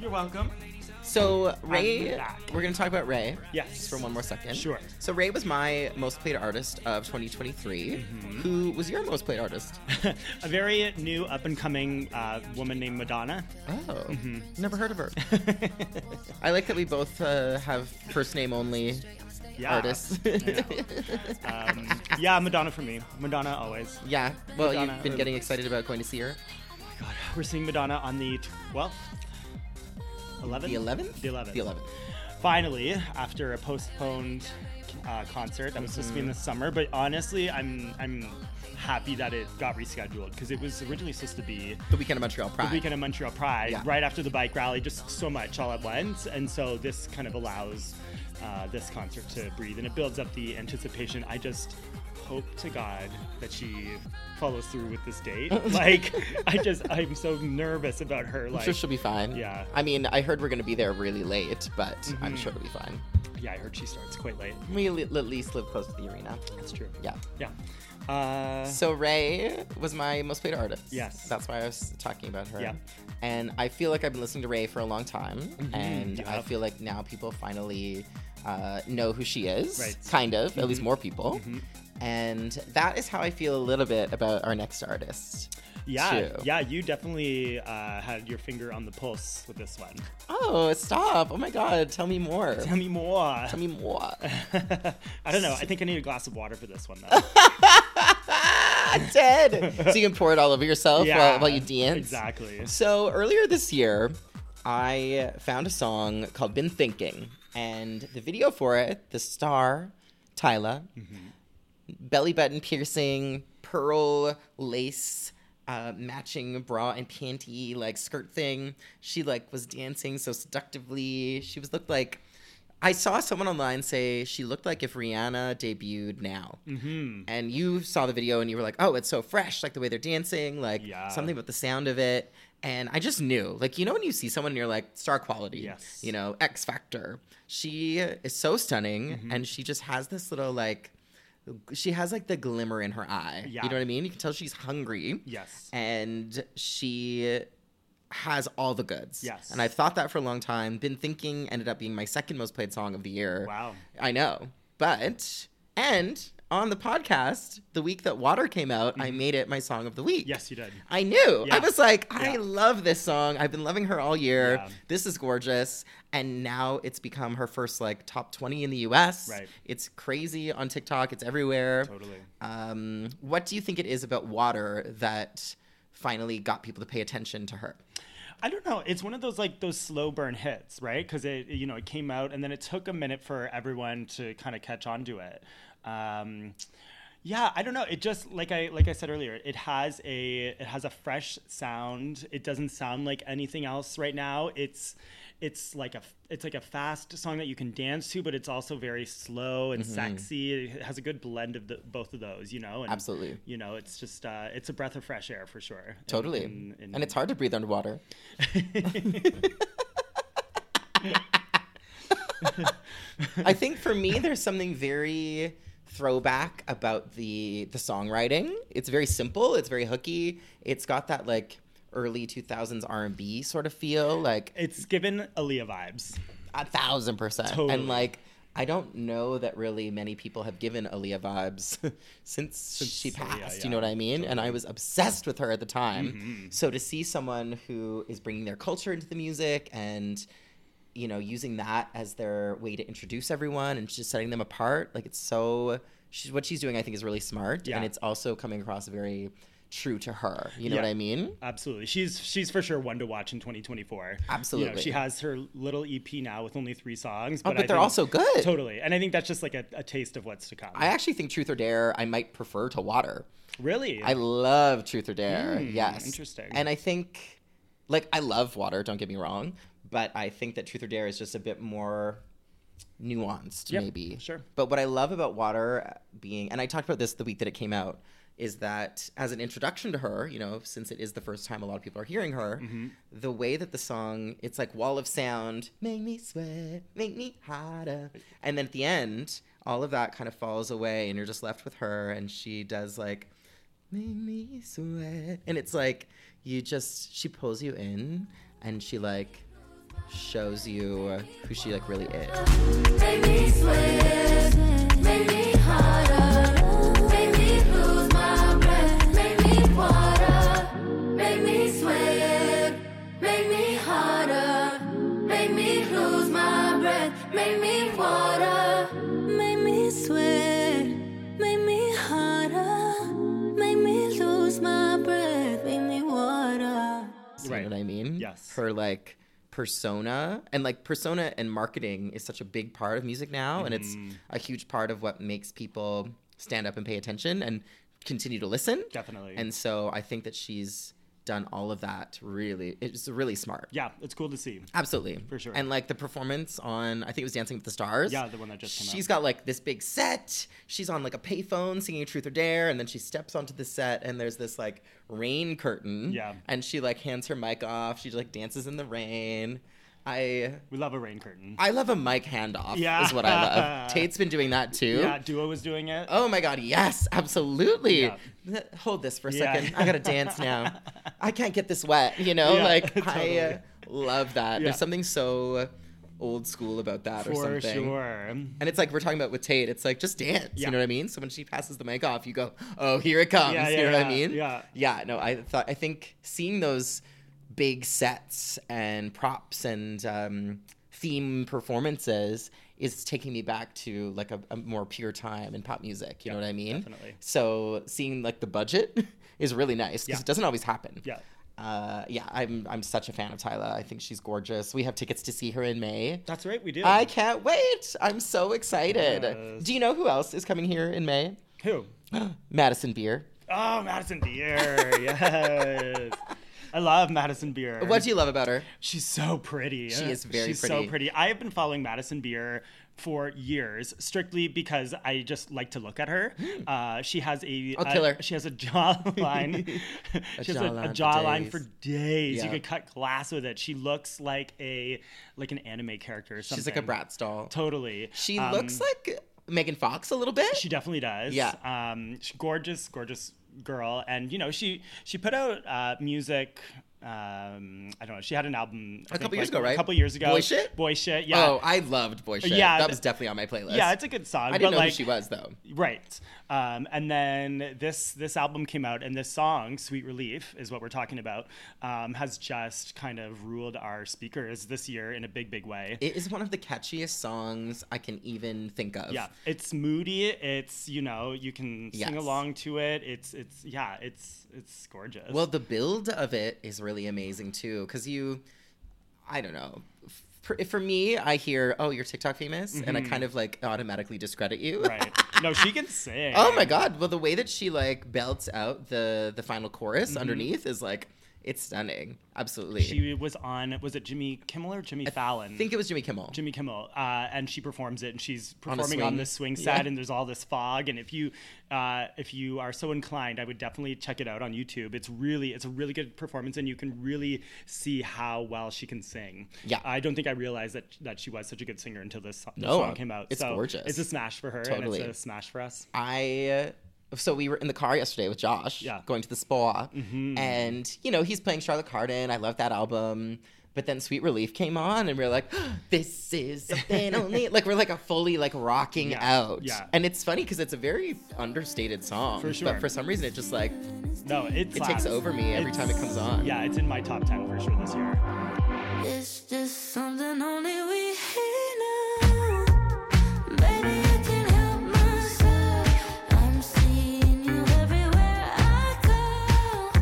B: You're welcome.
A: so Ray,
B: I'm back.
A: we're gonna talk about Ray.
B: Yes.
A: for one more second.
B: Sure.
A: So Ray was my most played artist of 2023.
B: Mm-hmm.
A: Who was your most played artist?
B: a very new up and coming uh, woman named Madonna.
A: Oh,
B: Mm-hmm.
A: never heard of her. I like that we both uh, have first name only
B: Yeah.
A: artists.
B: Um, yeah, Madonna for me. Madonna always.
A: yeah. Well,
B: Madonna.
A: you've been getting excited about going to see her.
B: God, we're seeing Madonna on the 12th. 11th?
A: The 11th?
B: The 11th.
A: The 11th.
B: Finally, after a postponed uh, concert that was supposed to be in the
A: Mm-hmm.
B: summer, but honestly, I'm I'm happy that it got rescheduled because it was originally supposed to be
A: The weekend of Montreal Pride.
B: the weekend of Montreal Pride,
A: Yeah.
B: right after the bike rally, just so much all at once. And so this kind of allows uh, this concert to breathe and it builds up the anticipation. I just hope to God that she follows through with this date. like, I just, I'm so nervous about her.
A: I'm
B: Like,
A: sure she'll be fine.
B: Yeah. Mm-hmm.
A: I mean, I heard we're going to be there really late, but I'm sure it'll be fine.
B: yeah, I heard she starts quite late.
A: We li- at least live close to the arena.
B: That's true.
A: Yeah.
B: Yeah. Uh,
A: So Ray was my most played artist.
B: Yes.
A: that's why I was talking about her.
B: Yeah.
A: and I feel like I've been listening to Ray for a long time,
B: Mm-hmm.
A: and
B: you
A: I
B: have.
A: feel like now people finally uh, know who she is.
B: Right. Mm-hmm.
A: Kind of, at least more people. And that is how I feel a little bit about our next artist.
B: yeah,
A: too.
B: yeah, you definitely uh, had your finger on the pulse with this one.
A: Oh, stop! Oh my God, tell me more.
B: Tell me more.
A: Tell me more.
B: I don't know. I think I need a glass of water for this one, though.
A: I'm dead. so you can pour it all over yourself while, while you dance.
B: Exactly.
A: So earlier this year, I found a song called Been Thinking, and the video for it, the star, Tyla, belly button piercing, pearl lace, uh, matching bra and panty like skirt thing. She like was dancing so seductively. She was looked like. I saw someone online say she looked like if Rihanna debuted now.
B: Hmm.
A: Mm-hmm. And you saw the video and you were like, oh, it's so fresh, like the way they're dancing, like
B: Yeah.
A: something about the sound of it. And I just knew, like, you know, when you see someone and you're like, star quality,
B: Yes.
A: you know, X Factor. She is so stunning
B: Mm-hmm.
A: and she just has this little, like, she has like the glimmer in her eye.
B: Yeah.
A: You know what I mean? You can tell she's hungry.
B: Yes.
A: And she has all the goods.
B: Yes.
A: And I've thought that for a long time. Been thinking ended up being my second most played song of the year.
B: Wow.
A: I know. But and on the podcast, the week that Water came out, I made it my song of the week.
B: Mm-hmm. Yes, you did.
A: I knew.
B: Yeah.
A: I was like, I
B: Yeah.
A: love this song. I've been loving her all year.
B: Yeah.
A: This is gorgeous. And now it's become her first like top 20 in the US.
B: Right.
A: It's crazy on TikTok. It's everywhere.
B: Totally.
A: Um, what do you think it is about water that finally got people to pay attention to her?
B: I don't know. It's one of those like those slow burn hits, right? Because it you know it came out and then it took a minute for everyone to kind of catch on to it. Um, yeah, I don't know. It just like I like I said earlier, it has a it has a fresh sound. It doesn't sound like anything else right now. It's it's like a it's like a fast song that you can dance to, but it's also very slow
A: Mm-hmm.
B: and sexy. It has a good blend of the, both of those, you know. And,
A: Absolutely.
B: You know, it's just uh, it's a breath of fresh air for sure. in-
A: Totally.
B: in- in-
A: and it's hard to breathe underwater. I think for me, there's something very throwback about the the songwriting. It's very simple. It's very hooky. It's got that like early 2000s R&B sort of feel. Like
B: It's given Aaliyah vibes.
A: A thousand percent.
B: Totally.
A: And like, I don't know that really many people have given Aaliyah vibes since, she
B: Aaliyah,
A: passed. You know
B: yeah, Mm-hmm.
A: what I mean? And I was obsessed with her at the time. So to see someone who is bringing their culture into the music and you know using that as their way to introduce everyone and just setting them apart, like it's so. She's what she's doing. I think is really smart,
B: Yeah.
A: and it's also coming across very true to her. You know what
B: Yeah.
A: I mean?
B: Absolutely. She's she's for sure one to watch in 2024. You know,
A: Absolutely.
B: she has her little EP now with only three songs,
A: Oh, but,
B: but, I
A: they're
B: think-
A: also good.
B: totally. And I think that's just like a, a taste of what's to come.
A: I actually think Truth or Dare I might prefer to Water.
B: really?
A: I love Truth or Dare. yes.
B: interesting.
A: And I think, like, I love water, don't get me wrong, but I think that Truth or Dare is just a bit more nuanced,
B: Yep,
A: maybe.
B: sure.
A: But what I love about water being, and I talked about this the week that it came out, is that as an introduction to her, you know, since it is the first time a lot of people are hearing her,
B: Mm-hmm.
A: the way that the song, it's like wall of sound, make me sweat, make me hotter. And then at the end, all of that kind of falls away and you're just left with her and she does like make me sweat. And it's like you just she pulls you in and she like shows you who she like really is.
C: Make me sweat, make me harder, make me lose my breath, make me water, make me sweat, make me harder, make me lose my breath, make me water, make me sweat, make me harder, make me lose my breath, make me water.
A: You
B: Right.
A: know what I mean?
B: Yes.
A: Her like persona and like persona and marketing is such a big part of music now and it's
B: Mm-hmm.
A: a huge part of what makes people stand up and pay attention and continue to listen.
B: Definitely.
A: And so I think that she's done all of that really it's really smart.
B: yeah, it's cool to see.
A: Absolutely.
B: For sure.
A: And like the performance on, I think it was Dancing with the Stars.
B: Yeah, the one that just came out.
A: She's got like this big set. She's on like a payphone singing Truth or Dare. And then she steps onto the set and there's this like rain curtain.
B: Yeah.
A: And she like hands her mic off. She like dances in the rain. I.
B: We love a rain curtain.
A: I love a mic handoff.
B: Yeah.
A: Is what I love. Tate's been doing that too.
B: yeah, Duo was doing it.
A: Oh my God, yes, absolutely.
B: Yeah.
A: Th- Hold this for a
B: Yeah.
A: second. I gotta dance now. I can't get this wet, you know?
B: Yeah,
A: like,
B: totally.
A: I uh, love that.
B: Yeah.
A: There's something so old school about that or
B: for
A: something.
B: sure.
A: And it's like we're talking about with Tate, it's like just dance,
B: Yeah.
A: you know what I mean? So when she passes the mic off, you go, oh, here it comes,
B: Yeah,
A: you
B: yeah,
A: know what I
B: yeah,
A: mean?
B: yeah.
A: Yeah, no, I thought, I think seeing those big sets and props and um, theme performances is taking me back to like a, a more pure time in pop music, you know what I mean?
B: definitely.
A: So seeing like the budget is really nice because
B: Yeah.
A: it doesn't always happen.
B: Yeah.
A: Uh, yeah, I'm I'm such a fan of Tyla. I think she's gorgeous. We have tickets to see her in May.
B: That's right, we do.
A: I can't wait. I'm so excited.
B: Yes.
A: Do you know who else is coming here in May?
B: Who?
A: Madison Beer.
B: Oh, Madison Beer. yes. I love Madison Beer.
A: What do you love about her?
B: She's so pretty.
A: She is very
B: She's so
A: pretty.
B: pretty. I have been following Madison Beer for years, strictly because I just like to look at her. Uh, she has a,
A: Hmm. I'll
B: a-
A: kill her.
B: She has a jawline. she has a- a,
A: jawline for
B: jawline for
A: days.
B: days. You
A: Yeah.
B: could cut glass with it. She looks like a like an anime character. Or something.
A: She's like a Bratz doll.
B: Totally.
A: She
B: Um,
A: looks like Megan Fox a little bit.
B: She definitely does.
A: Yeah.
B: Um, she, gorgeous, gorgeous girl, and you know she she put out uh, music. Um, I don't know. She had an album I
A: A
B: think,
A: couple years
B: like,
A: ago, right?
B: A couple years ago.
A: Boy Shit?
B: Boy shit. Yeah.
A: Oh, I loved Boy Shit.
B: Yeah,
A: that
B: th-
A: was definitely on my playlist.
B: yeah, it's a good song.
A: I didn't
B: but
A: know
B: like,
A: who she was though.
B: Right. Um, and then this this album came out, and this song, "Sweet Relief," is what we're talking about, um, has just kind of ruled our speakers this year in a big, big way.
A: It is one of the catchiest songs I can even think of.
B: yeah, it's moody. It's you know you can
A: Yes.
B: sing along to it. It's it's yeah, it's it's gorgeous.
A: Well, the build of it is really amazing too, because you, I don't know. For, for me, I hear, oh, you're TikTok famous, and I kind of like automatically discredit you.
B: Mm-hmm. right? No, she can sing.
A: oh my god! Well, the way that she like belts out the the final chorus underneath is like, it's stunning. Absolutely.
B: Mm-hmm. She was on. Was it Jimmy Kimmel or Jimmy Fallon?
A: I think it was Jimmy Kimmel.
B: Jimmy Kimmel, uh, and she performs it, and she's
A: On a
B: performing on,
A: swing.
B: this swing set,
A: Yeah.
B: and there's all this fog. And if you, uh, if you are so inclined, I would definitely check it out on YouTube. It's really, it's a really good performance, and you can really see how well she can sing.
A: Yeah.
B: I don't think I realized that that she was such a good singer until this, so- this
A: No,
B: song came out.
A: it's
B: so
A: gorgeous.
B: It's a smash for her,
A: Totally.
B: and it's a smash for us.
A: I so we were in the car yesterday with Josh,
B: Yeah. Mm-hmm.
A: going to the spa, and you know he's playing Charlotte Cardin. I love that album. But then Sweet Relief came on, and we are like, "This is something only." Like we're like a fully like rocking
B: Yeah,
A: out,
B: yeah.
A: and it's funny because it's a very understated song.
B: For
A: But
B: sure.
A: for some reason, it just like
B: No, it
A: it takes
B: slaps.
A: over me every
B: It's-
A: time it comes on.
B: Yeah, it's in my top ten for sure this year.
D: It's just something only we know. Baby, I can't help myself. I'm seeing you everywhere I go.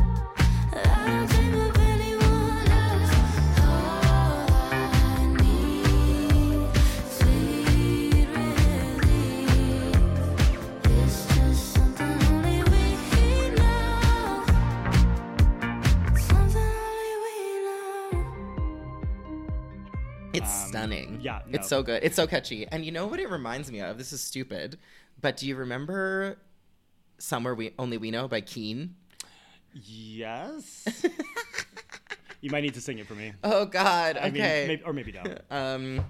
D: I don't dream of anyone else. All I need, sweet relief. It's just something only we know. Something only we know.
A: It's
B: Um,
A: stunning.
B: yeah,
A: It's
B: no.
A: so good. It's so catchy. And you know what it reminds me of? This is stupid, but do you remember Somewhere We Only We Know by Keen?
B: Yes. you might need to sing it for me.
A: Oh god. Okay.
B: I mean, maybe, or maybe don't.
A: Um,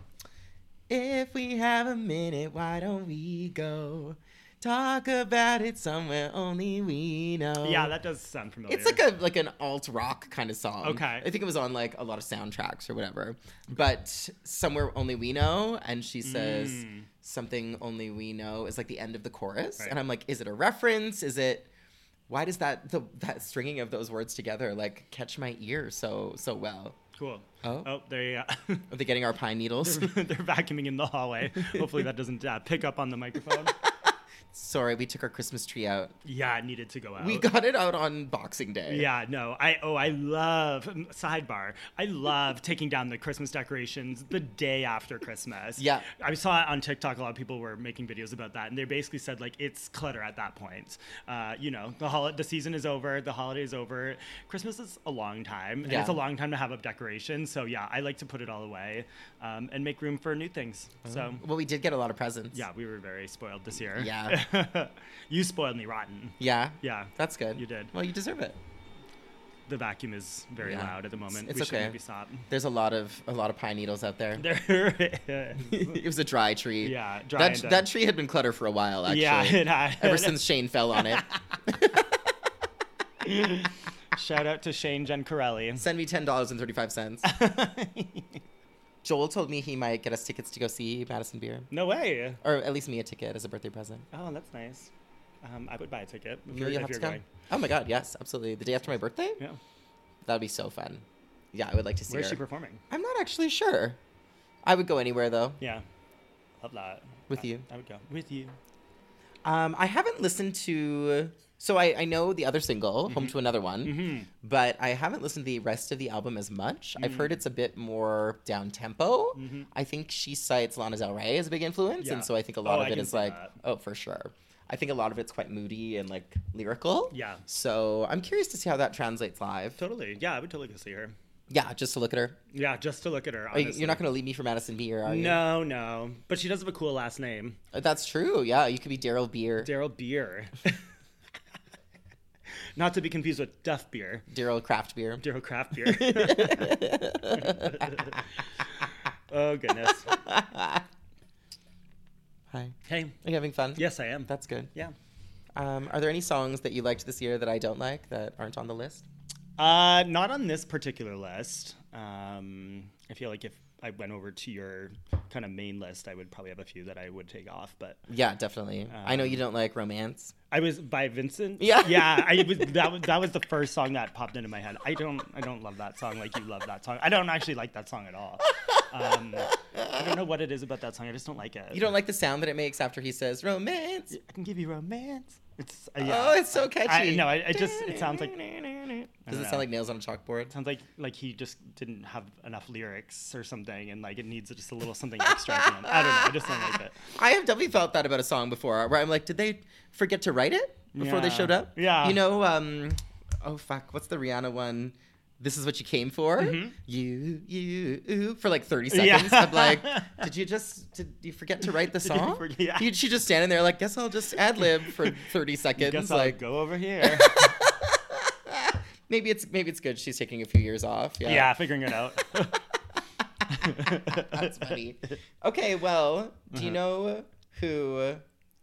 A: if we have a minute, why don't we go talk about it somewhere only we know?
B: Yeah, that does sound familiar.
A: It's like a like an alt rock kind of song.
B: Okay.
A: I think it was on like a lot of soundtracks or whatever. But somewhere only we know, and she says something only we know is like the end of the chorus,
B: Mm. Right.
A: and I'm like, is it a reference? Is it? Why does that the, that stringing of those words together like catch my ear so so well?
B: cool.
A: Oh.
B: oh, there you
A: Are they getting our pine needles?
B: go. They're vacuuming in the hallway. Hopefully that doesn't uh, pick up on the microphone.
A: Sorry, we took our Christmas tree out.
B: yeah, it needed to go out.
A: We got it out on Boxing Day.
B: Oh. Yeah, no. I oh, I love sidebar. I love taking down the Christmas decorations the day after Christmas.
A: Yeah.
B: I saw it on TikTok. A lot of people were making videos about that, and they basically said like it's clutter at that point. Uh, you know, the hol- the season is over, the holiday is over. Christmas is a long time, and
A: Yeah.
B: it's a long time to have up decorations. So yeah, I like to put it all away um, and make room for new things.
A: Oh.
B: So.
A: Well, we did get a lot of presents.
B: Yeah, we were very spoiled this year.
A: Yeah.
B: you spoiled me rotten.
A: Yeah.
B: Yeah.
A: That's good.
B: You did.
A: Well, you deserve it.
B: The vacuum is very
A: Yeah.
B: loud at the moment.
A: It's
B: we should
A: okay.
B: maybe stop.
A: There's a lot of a lot of pine needles out there.
B: There it is.
A: it was a dry tree.
B: Yeah, dry
A: That,
B: and dead.
A: that tree had been cluttered for a while, actually.
B: Yeah, it had.
A: Ever since Shane fell on it.
B: Shout out to Shane Giancarelli.
A: Send me ten dollars and thirty five cents. Joel told me he might get us tickets to go see Madison Beer,
B: No way.
A: or at least me a ticket as a birthday present.
B: Oh, that's nice. Um, I would buy a ticket if
A: You'll
B: you're,
A: have
B: if
A: to
B: you're
A: go.
B: going.
A: Oh my god, yes, absolutely. The day after my birthday,
B: Yeah.
A: that'd be so fun. Yeah, I would like to see
B: Where's
A: her.
B: she performing?
A: I'm not actually sure. I would go anywhere though.
B: Yeah. Love that.
A: With
B: I-
A: you.
B: I would go. With you.
A: Um, I haven't listened to. So I, I know the other single,
B: Mm-hmm.
A: "Home to Another One," but I haven't listened to the rest of the album as much. I've
B: Mm.
A: heard it's a bit more down tempo. I think she cites Lana Del Rey as a big influence,
B: Mm-hmm. Yeah.
A: and so I think a
B: Oh,
A: lot
B: I
A: of it
B: can
A: is
B: see
A: like,
B: that.
A: oh, for sure. I think a lot of it's quite moody and like lyrical.
B: Yeah.
A: So I'm curious to see how that translates live.
B: Totally. Yeah, I would totally go see her.
A: Yeah, just to look at her.
B: Yeah, just to look at her.
A: Are you-
B: Honestly.
A: You're not going to leave me for Madison Beer, are you? Uh,
B: No, no. But she does have a cool last name,
A: That's true. Yeah, you could be Daryl Beer,
B: Daryl Beer. not to be confused with Duff Beer,
A: Daryl Craft Beer.
B: Daryl Craft Beer. oh goodness.
A: Hi.
B: Hey,
A: Are you having fun?
B: yes, I am.
A: That's good.
B: yeah.
A: Um, are there any songs that you liked this year that I don't like that aren't on the list?
B: Uh, not on this particular list. Um, I feel like if I went over to your kind of main list, I would probably have a few that I would take off. But
A: Yeah, definitely. I
B: Um,
A: know you don't like romance.
B: I was by Vincent.
A: Yeah.
B: yeah. I was that was that was the first song that popped into my head. I don't I don't love that song like you love that song. I don't actually like that song at all. Um, I don't know what it is about that song. I just don't like it.
A: You don't like the sound that it makes after he says romance.
B: I can give you romance. It's uh,
A: Oh,
B: yeah.
A: it's so catchy.
B: I, no, I, I just it sounds like
A: Does it
B: know.
A: sound like nails on a chalkboard?
B: sounds like like he just didn't have enough lyrics or something, and like it needs just a little something extra. from him. I don't know. I just don't like it.
A: I have definitely felt that about a song before, where I'm like, did they forget to write it before they
B: Yeah.
A: showed up?
B: Yeah.
A: You know, um, oh fuck, what's the Rihanna one? This is what you came for. You, you, ooh, for like 30
B: Mm-hmm. Yeah.
A: seconds. I'm like, did you just, did you forget to write the
B: you
A: song?
B: forget- yeah.
A: You- she just standing there like, guess I'll just ad lib for 30 seconds.
B: Guess
A: like,
B: I'll go over here.
A: maybe it's, maybe it's good. She's taking a few years off. Yeah.
B: yeah, figuring it out.
A: That's funny. Okay. Well, do
B: Mm-hmm.
A: you know who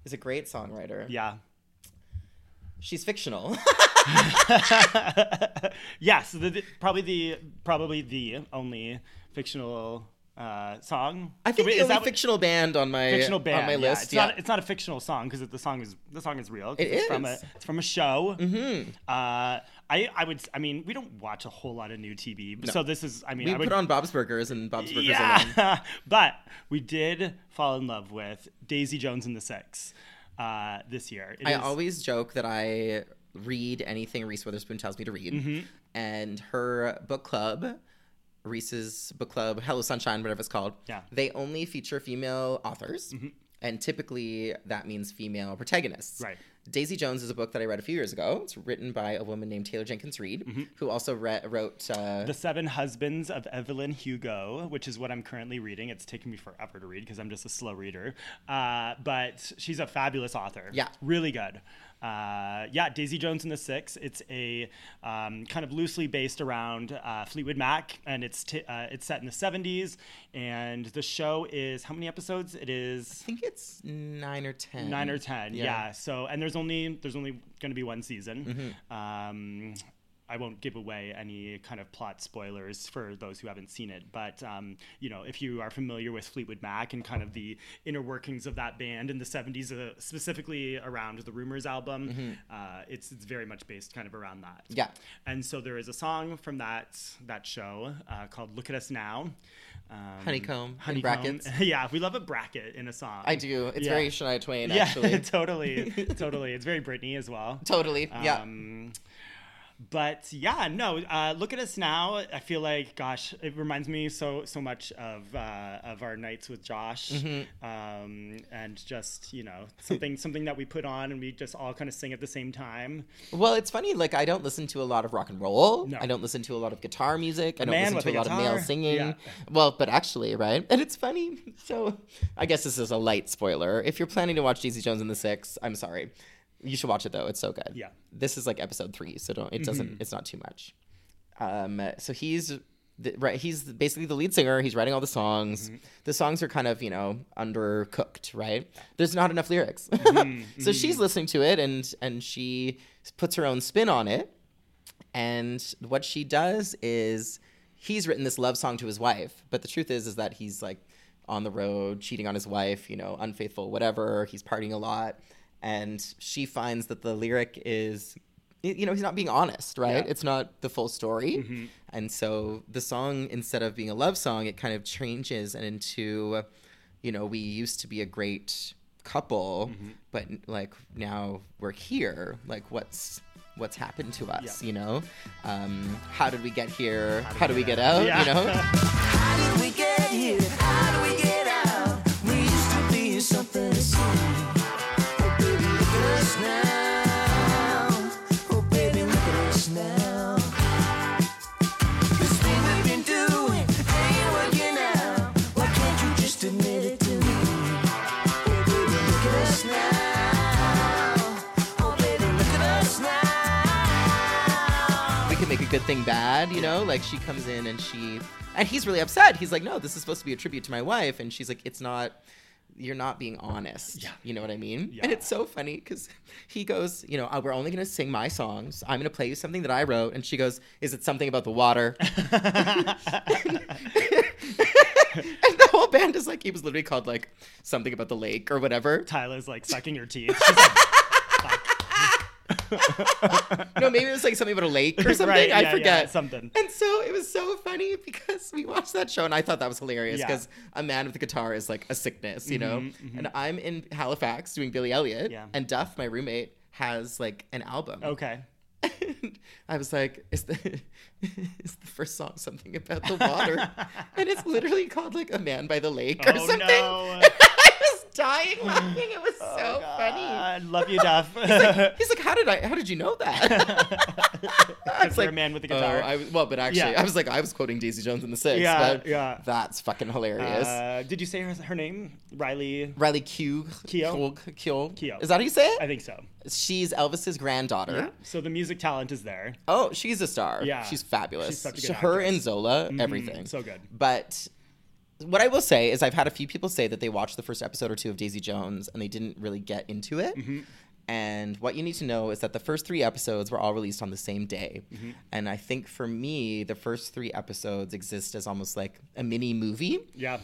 A: is a great songwriter?
B: Yeah.
A: She's fictional.
B: yes, the, the- probably the probably the only fictional uh, song.
A: I think
B: Wait,
A: the
B: is
A: only
B: what-
A: fictional band on my
B: fictional band
A: on my
B: yeah.
A: list.
B: It's
A: yeah.
B: not it's not a fictional song because the song is the song is real. 'cause
A: It
B: it's from a
A: is.
B: it's from a show. Mm-hmm. Uh, I I would s- I mean we don't watch a whole lot of new TV, so this is I mean
A: we
B: I would
A: put on Bob's Burgers and Bob's Burgers alone.
B: yeah, but we did fall in love with Daisy Jones and the Six uh, this year. It
A: I
B: is-
A: always joke that I read anything Reese Witherspoon tells me to read,
B: Mm-hmm.
A: and her book club. Reese's book club, Hello Sunshine, whatever it's called.
B: Yeah. Mm-hmm.
A: They only feature female authors, and typically that means female protagonists.
B: Right.
A: Daisy Jones is a book that I read a few years ago. It's written by a woman named Taylor Jenkins Reid, who also re- wrote uh,
B: Mm-hmm. The Seven Husbands of Evelyn Hugo, which is what I'm currently reading. It's taking me forever to read because I'm just a slow reader. Uh, but she's a fabulous author.
A: Yeah.
B: Really good. Uh, yeah, Daisy Jones and the Six. It's a um, kind of loosely based around uh, Fleetwood Mac, and it's t- uh, it's set in the 70s. And the show is how many episodes? It is
A: I think it's nine or ten.
B: nine or ten yeah. so and there's only there's only going to be one season
A: Mm-hmm.
B: um I won't give away any kind of plot spoilers for those who haven't seen it, but um, you know, if you are familiar with Fleetwood Mac and kind of the inner workings of that band in the '70s, uh, specifically around the Rumors album, uh, it's it's very much based kind of around that.
A: Mm-hmm. Yeah.
B: And so there is a song from that that show uh, called "Look at Us Now," um,
A: Honeycomb in brackets.
B: yeah, we love a bracket in a song.
A: I do. It's
B: Yeah.
A: very Shania Twain,
B: Yeah,
A: actually.
B: totally, totally. It's very Britney as well.
A: totally. yeah.
B: Um, but yeah, no. Uh, look at us now. I feel like, gosh, it reminds me so so much of uh, of our nights with Josh,
A: Mm-hmm.
B: um, and just you know something something that we put on and we just all kind of sing at the same time.
A: Well, it's funny. Like I don't listen to a lot of rock and roll.
B: No.
A: I don't listen to a lot of guitar music. I don't
B: man
A: listen
B: with
A: to a
B: a
A: lot of male
B: guitar.
A: singing.
B: Yeah.
A: Well, but actually, right? And it's funny. So, I guess this is a light spoiler. If you're planning to watch Daisy Jones and the Six, I'm sorry. You should watch it though. It's so good.
B: Yeah.
A: This is like episode three, so don't. It doesn't. It's not too much. Um. So he's. The, right, he's basically the lead singer. He's writing all the songs. The songs are kind of, you know, undercooked, right? There's not enough lyrics. so she's listening to it and and she puts her own spin on it. And what she does is he's written this love song to his wife, but the truth is is that he's like on the road, cheating on his wife, you know, unfaithful, whatever. He's partying a lot, and she finds that the lyric is y- you know, he's not being honest, right?
B: Yeah.
A: It's not the full story. And so the song instead of being a love song, it kind of changes and into you know, we used to be a great couple, but like now we're here. Like what's what's happened to us?
B: Yeah.
A: You know, um, how did we get here? How, do we get out?
B: Yeah.
A: You know.
F: we get here? How do we get out? We used to be something to see. Oh, baby, look at us now. Oh, baby, look at us now. This thing we've been doing ain't working out. Why can't you just admit it to me? Oh, baby, look at us now. Oh, baby, look at us now.
A: we can make a good thing bad, you know? Like she comes in and she and he's really upset. He's like, "No, this is supposed to be a tribute to my wife." And she's like, "It's not you're not being honest."
B: Yeah.
A: You know what I mean?
B: Yeah.
A: And it's so funny cuz he goes, you know, "Uh, "We're only going to sing my songs. I'm going to play you something that I wrote." And she goes, "Is it something about the water?" and the whole band is like he was literally called like something about the lake or whatever.
B: Tyla's like sucking her teeth. She's like,
A: No, maybe it was like something about a lake or something.
B: right,
A: I
B: yeah, yeah,
A: forget.
B: something.
A: And so it was so funny because we watched that show and I thought that was hilarious
B: Yeah. Mm-hmm,
A: because a man with a guitar is like a sickness, you know? And I'm in Halifax doing Billy Elliot
B: Yeah.
A: and Duff, my roommate, has like an album.
B: Okay.
A: And I was like, is the, is the first song something about the water? and it's literally called like A Man by the Lake or
B: Oh,
A: something.
B: no. Oh,
A: I was dying laughing. It was so funny.
B: I love you, Duff.
A: He's like, how did I? How did you know that? I was
B: for a man with a guitar.
A: Oh, I was, well, but actually,
B: Yeah.
A: I was like, I was quoting Daisy Jones and the Six.
B: Yeah,
A: but
B: yeah.
A: That's fucking hilarious.
B: Uh, did you say her, her name? Riley?
A: Riley Q.
B: Keough?
A: Kyo.
B: Keough.
A: Is that how you say it?
B: I think so.
A: she's Elvis's granddaughter.
B: So the music talent is there.
A: Oh, she's a star.
B: Yeah.
A: She's fabulous.
B: She's such a good
A: She- Her
B: actress. Mm-hmm.
A: and Zola, everything.
B: Mm, so good.
A: But what I will say is I've had a few people say that they watched the first episode or two of Daisy Jones and they didn't really get into it.
B: Mm-hmm.
A: And what you need to know is that the first three episodes were all released on the same day.
B: Mm-hmm.
A: And I think for me, the first three episodes exist as almost like a mini movie.
B: Yeah.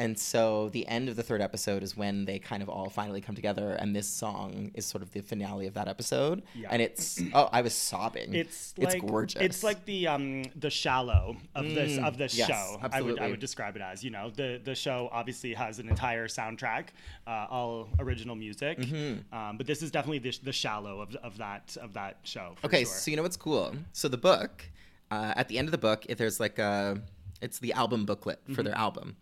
A: And so the end of the third episode is when they kind of all finally come together, and this song is sort of the finale of that episode.
B: Yeah.
A: And it's oh, I was sobbing.
B: It's
A: it's
B: like
A: gorgeous. Mm,
B: It's like the um the shallow of this of this
A: yes,
B: show. I would I
A: absolutely.
B: would describe it as you know the the show obviously has an entire soundtrack, uh, all original music.
A: Mm-hmm.
B: Um, but this is definitely the, the shallow of, of that of that show. for
A: okay.
B: sure.
A: So you know what's cool? So the book, uh, at the end of the book, if there's like a, it's the album booklet for
B: Mm-hmm.
A: their album,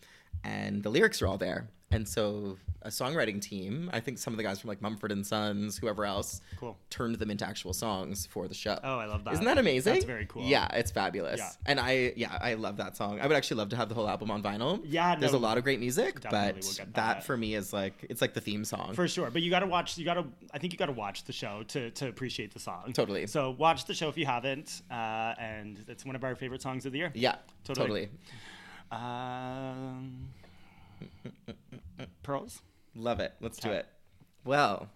A: and the lyrics are all there. And so a songwriting team, I think some of the guys from like Mumford and Sons, whoever else,
B: Cool.
A: turned them into actual songs for the show.
B: Oh, I love that.
A: Isn't that amazing?
B: That's very cool.
A: Yeah, it's fabulous.
B: Yeah.
A: And I yeah, I love that song. I would actually love to have the whole album on vinyl.
B: Yeah,
A: There's
B: no,
A: a lot of great music, but
B: definitely
A: that,
B: we'll get that.
A: for me is like it's like the theme song.
B: For sure, but you gotta watch. You gotta. I think you gotta watch the show to to appreciate the song.
A: Totally.
B: So watch the show if you haven't, uh, and it's one of our favorite songs of the year.
A: yeah,
B: Totally.
A: totally.
B: Um, pearls.
A: Love it. Let's do
B: Okay.
A: it. Well,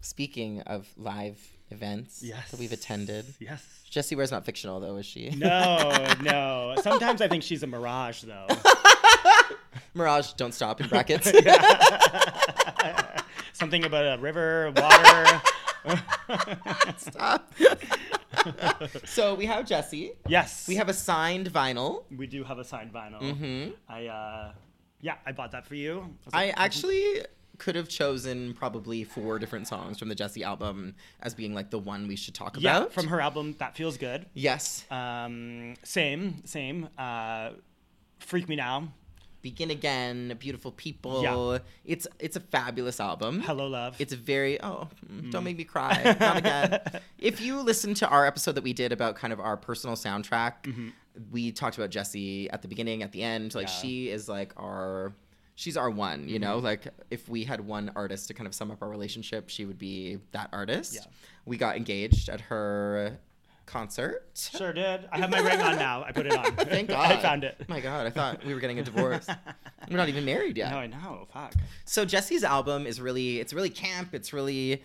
A: speaking of live events
B: Yes.
A: that we've attended.
B: Yes.
A: Jessie Ware's not fictional though, is she?
B: No, no. Sometimes I think she's a mirage, though.
A: Mirage, don't stop in brackets.
B: Something about a river, water.
A: Stop. so we have Jessie.
B: yes.
A: We have a signed vinyl.
B: We do have a signed vinyl. I. Uh, yeah, I bought that for you. I was
A: I
B: like,
A: actually could have chosen probably four different songs from the Jessie album as being like the one we should talk
B: yeah,
A: about.
B: from her album. That feels good.
A: Yes.
B: Um, same, same. Uh, Freak Me Now,
A: Begin Again, Beautiful People.
B: Yeah.
A: It's it's a fabulous album.
B: Hello Love.
A: It's a very oh, mm,
B: Hmm.
A: don't make me cry. Not again. If you listen to our episode that we did about kind of our personal soundtrack, we talked about Jessie at the beginning, at the end. Like
B: Mm-hmm. Yeah. Mm-hmm.
A: she is like our she's our one, you know? Like if we had one artist to kind of sum up our relationship, she would be that artist.
B: Yeah.
A: We got engaged at her concert.
B: sure did. I have my ring on now. I put it on.
A: Thank God.
B: I found it.
A: My God, I thought we were getting a divorce. we're not even married yet.
B: No, I know. Fuck.
A: So Jesse's album is really it's really camp, it's really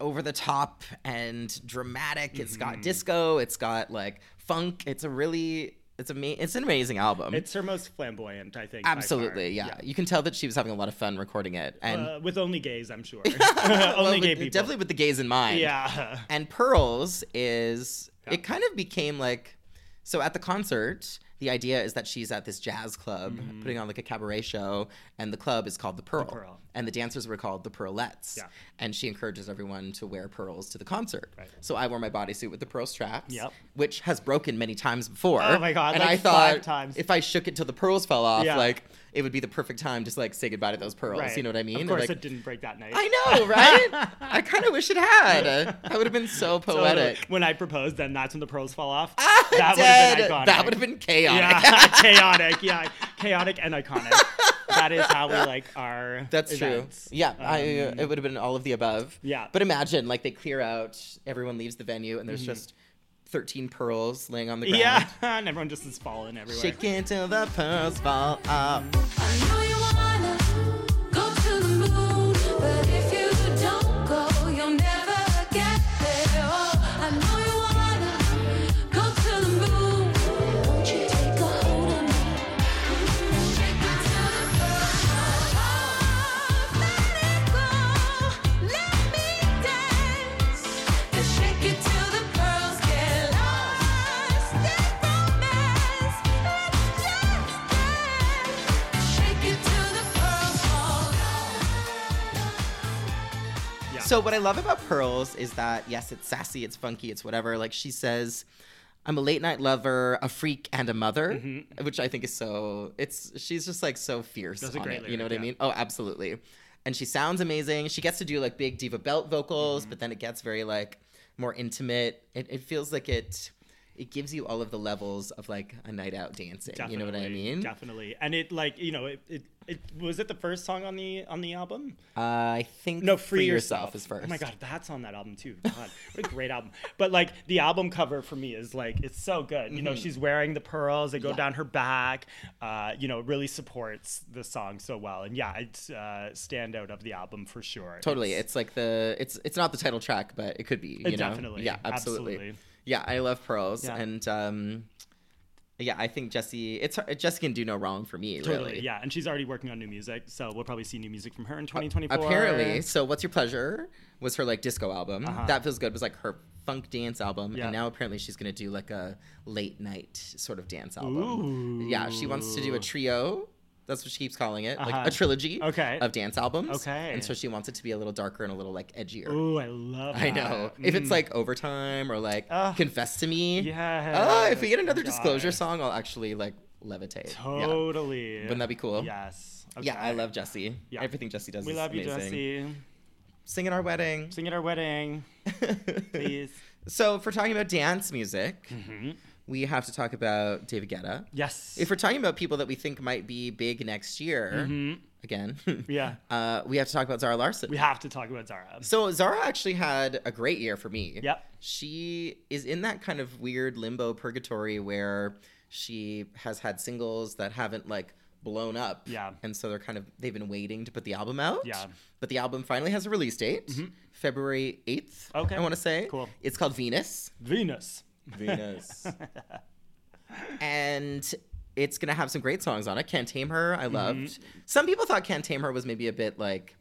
A: over the top and dramatic. It's
B: Mm-hmm.
A: got disco, it's got like funk. It's a really it's ama- it's an amazing album.
B: It's her most flamboyant, I think. by far.
A: absolutely, yeah. You can tell that she was having a lot of fun recording it and
B: Uh, with only gays, I'm sure. uh, only
A: well,
B: gay
A: with-
B: people.
A: definitely with the gays in mind.
B: Yeah.
A: And Pearls is it kind of became like so at the concert the idea is that she's at this jazz club putting on like a cabaret show, and the club is called the Pearl,
B: Mm-hmm. Pearl.
A: and the dancers were called the Pearlettes.
B: Yeah.
A: And she encourages everyone to wear pearls to the concert. So I wore my bodysuit with the pearl straps,
B: Yep.
A: which has broken many times before.
B: Oh my God,
A: And
B: like
A: I thought
B: five times.
A: if I shook it till the pearls fell off,
B: Yeah.
A: like it would be the perfect time just like say goodbye to those pearls. You know what I mean?
B: Of
A: And,
B: course,
A: like,
B: it didn't break that night.
A: I know, right? I kind of wish it had. That would have been so
B: Totally.
A: poetic.
B: When I proposed, then that's when the pearls fall off.
A: Ah,
B: that would have been
A: dead.
B: iconic.
A: That would have been chaotic.
B: Yeah, chaotic. Yeah, chaotic and iconic. that is how we like our.
A: That's
B: events.
A: true. Yeah, I, uh, it would have been all of the above.
B: Um, Yeah.
A: But imagine, like, they clear out, everyone leaves the venue, and there's just 13 pearls laying on the ground.
B: Mm-hmm. Yeah, and everyone just is falling everywhere.
A: Shake it till the pearls fall off.
C: I know you wanna go to the moon, but if you don't go, you'll never get there. Oh, I know you wanna go to the moon. Won't you take a hold of me? Shake it till the pearls fall off. Let it go. Let me dance. And shake it till the pearls get lost. That romance, it's just dance. Shake it till the pearls fall
A: So what I love about Pearls is that yes, it's sassy, it's funky, it's whatever. Like she says, I'm a late night lover, a freak, and a mother, which I think is so. It's she's just like so fierce
B: Mm-hmm. That's a
A: on
B: great
A: it. you know
B: lyric,
A: what I
B: yeah.
A: mean? Oh, absolutely. And she sounds amazing. She gets to do like big diva belt vocals,
B: Mm-hmm.
A: but then it gets very like more intimate. It, it feels like it. It gives you all of the levels of like a night out dancing. You know what I
B: Definitely,
A: mean?
B: Definitely. And it like you know it, it it was it the first song on the on the album?
A: Uh, I think
B: No, free, yourself.
A: is first.
B: Oh my god, that's on that album too. God, what a great album. But like the album cover for me is like it's so good. You know,
A: Mm-hmm.
B: she's wearing the pearls. They go down her back. Uh, you know, it really supports the song so well. And yeah, it's uh, standout of the album for sure.
A: Totally. It's, like the it's it's not the title track, but it could be. You know?
B: definitely.
A: Yeah, absolutely.
B: Absolutely.
A: Yeah, I love pearls,
B: Yeah.
A: and um, yeah, I think Jesse. It's her- Jesse can do no wrong for me.
B: Totally,
A: really.
B: yeah, and she's already working on new music, so we'll probably see new music from her in 2024.
A: Apparently, so what's your pleasure was her like disco album. That feels good was like her funk dance album,
B: Uh-huh. Yeah.
A: and now apparently she's gonna do like a late night sort of dance album. Yeah, she wants to do a trio. That's what she keeps calling it, like
B: Uh-huh.
A: a trilogy
B: Okay.
A: of dance albums.
B: Okay.
A: and so she wants it to be a little darker and a little like edgier.
B: Ooh, I love.
A: I know.
B: that. Mm.
A: If it's like overtime or like
B: Ah.
A: confess to me.
B: Yeah.
A: Oh, if we get another
B: God.
A: disclosure song, I'll actually like levitate. Yeah.
B: Totally.
A: Wouldn't that be cool?
B: Yes.
A: Yeah, I
B: Okay.
A: love Jesse.
B: Yeah.
A: Everything Jesse does
B: We
A: is
B: love you,
A: amazing.
B: Jesse.
A: Sing at our wedding.
B: Sing at our wedding, please. Hmm.
A: so, if we're talking about dance music, we have to talk about David Guetta.
B: yes.
A: Mm-hmm. If we're talking about people that we think might be big next year, again,
B: Mm-hmm. yeah,
A: uh, we have to talk about Zara Larson.
B: we have to talk about Zara.
A: So Zara actually had a great year for me.
B: Yep.
A: She is in that kind of weird limbo purgatory where she has had singles that haven't like blown up.
B: Yeah.
A: And so they're kind of they've been waiting to put the album out.
B: Yeah. Mm-hmm.
A: But the album finally has a release date. February 8th.
B: Okay.
A: I want to say.
B: Cool.
A: It's called Venus.
B: Venus.
A: Venus. and it's gonna have some great songs on it. Can't Tame Her,
B: Mm-hmm.
A: I loved. Some people thought Can't Tame Her was maybe a bit like,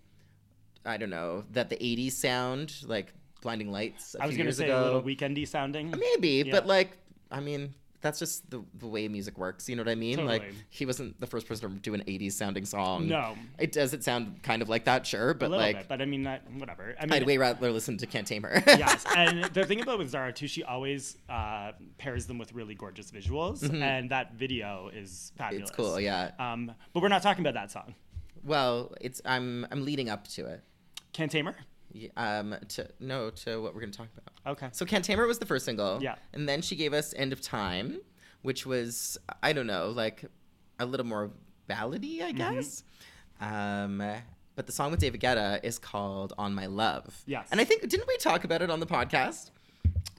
A: I don't know, that the '80s sound, like Blinding Lights. a
B: I was
A: few
B: gonna
A: years
B: say
A: ago.
B: a little weekendy sounding.
A: Maybe,
B: Yeah.
A: but like, I mean, that's just the, the way music works. You know what I mean? Like,
B: Totally.
A: he wasn't the first person to do an '80s sounding song.
B: No.
A: it does. It sound kind of like that, sure,
B: a
A: but
B: little
A: like,
B: bit, but I mean, that, whatever. I mean,
A: I'd way rather listen to Can't Tame Her.
B: yes. And the thing about with Zara too, she always uh, pairs them with really gorgeous visuals, and that video is fabulous.
A: Mm-hmm. it's cool. Yeah.
B: Um, but we're not talking about that song.
A: Well, it's I'm I'm leading up to it.
B: Can't tame her.
A: Y- um to no to what we're going to talk about.
B: Okay.
A: So Cantamer was the first single.
B: Yeah.
A: And then she gave us End of Time, which was I don't know, like a little more ballady, I
B: Mm-hmm.
A: guess. Um but the song with David Guetta is called On My Love.
B: Yes.
A: And I think didn't we talk about it on the podcast?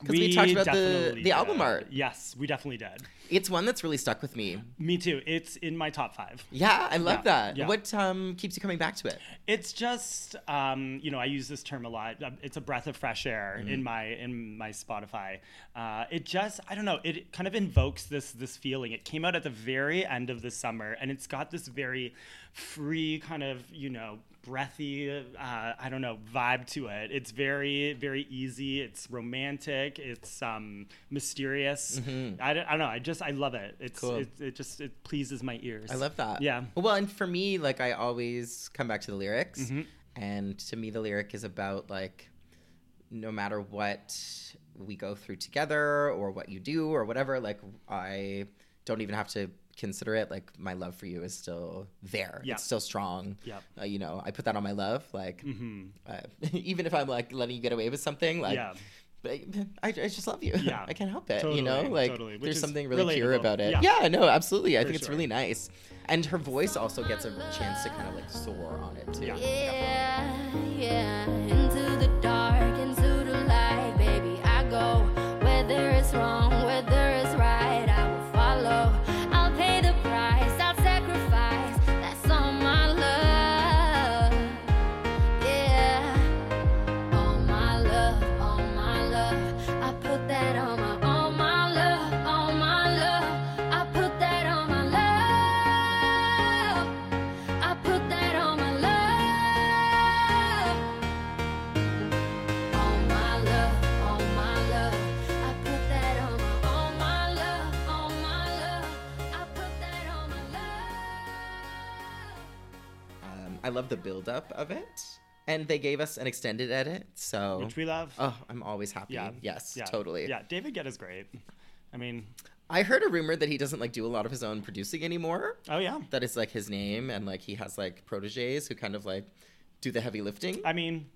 A: Because we,
B: We
A: talked about the,
B: definitely
A: the album
B: did.
A: art.
B: Yes, we definitely did.
A: It's one that's really stuck with me.
B: Me too. It's in my top five.
A: Yeah, I love
B: Yeah,
A: that.
B: yeah.
A: What um, keeps you coming back to it?
B: It's just, um, you know, I use this term a lot. Um, It's a breath of fresh air
A: Mm-hmm.
B: in my in my Spotify. Uh, it just, I don't know, it kind of invokes this this feeling. It came out at the very end of the summer, and it's got this very free kind of, you know, breathy, uh, I don't know, vibe to it. It's very, very easy. It's romantic. It's um, mysterious. I, don't, I don't know. I just, I love it. It's,
A: Mm-hmm. Cool.
B: it, it just, it pleases my ears.
A: I love that.
B: Yeah.
A: Well, and for me, like I always come back to the lyrics,
B: Mm-hmm.
A: and to me, the lyric is about like, no matter what we go through together or what you do or whatever, like I don't even have to consider it. Like my love for you is still there.
B: Yeah.
A: It's still strong.
B: Yep. Mm.
A: Uh, you know, I put that on my love. Like, uh, even if I'm like letting you get away with something, like.
B: Mm-hmm. Yeah.
A: I, I just love you.
B: Yeah.
A: I can't help it.
B: Totally,
A: you know, like
B: totally. Which
A: there's
B: is
A: something really pure
B: relatable.
A: about it.
B: Yeah.
A: Yeah, no, absolutely. I
B: For
A: think it's
B: sure.
A: really nice. And her voice also gets a chance to kind of like soar on it too.
B: Yeah.
C: Yeah, yeah. Into the dark, into the light, baby, I go. Whether it's wrong, whether it's right, I will follow. I'll pay the price, I'll sacrifice. That's all my love. Yeah. All my love, all my love. I put that on my, all my love, all my love. I put that on my love. I put that on my love. On my love, on my love. I put that on my, on my love, on my love. I put that on my love.
A: Um, I love the buildup of it. And they gave us an extended edit. So,
B: Which we love.
A: oh, I'm always happy.
B: yeah.
A: Yes,
B: Yeah.
A: totally.
B: Yeah. David Guetta's great. I mean,
A: I heard a rumor that he doesn't like do a lot of his own producing anymore.
B: oh yeah.
A: That is like his name. And like he has like proteges who kind of like do the heavy lifting. I,
B: I mean,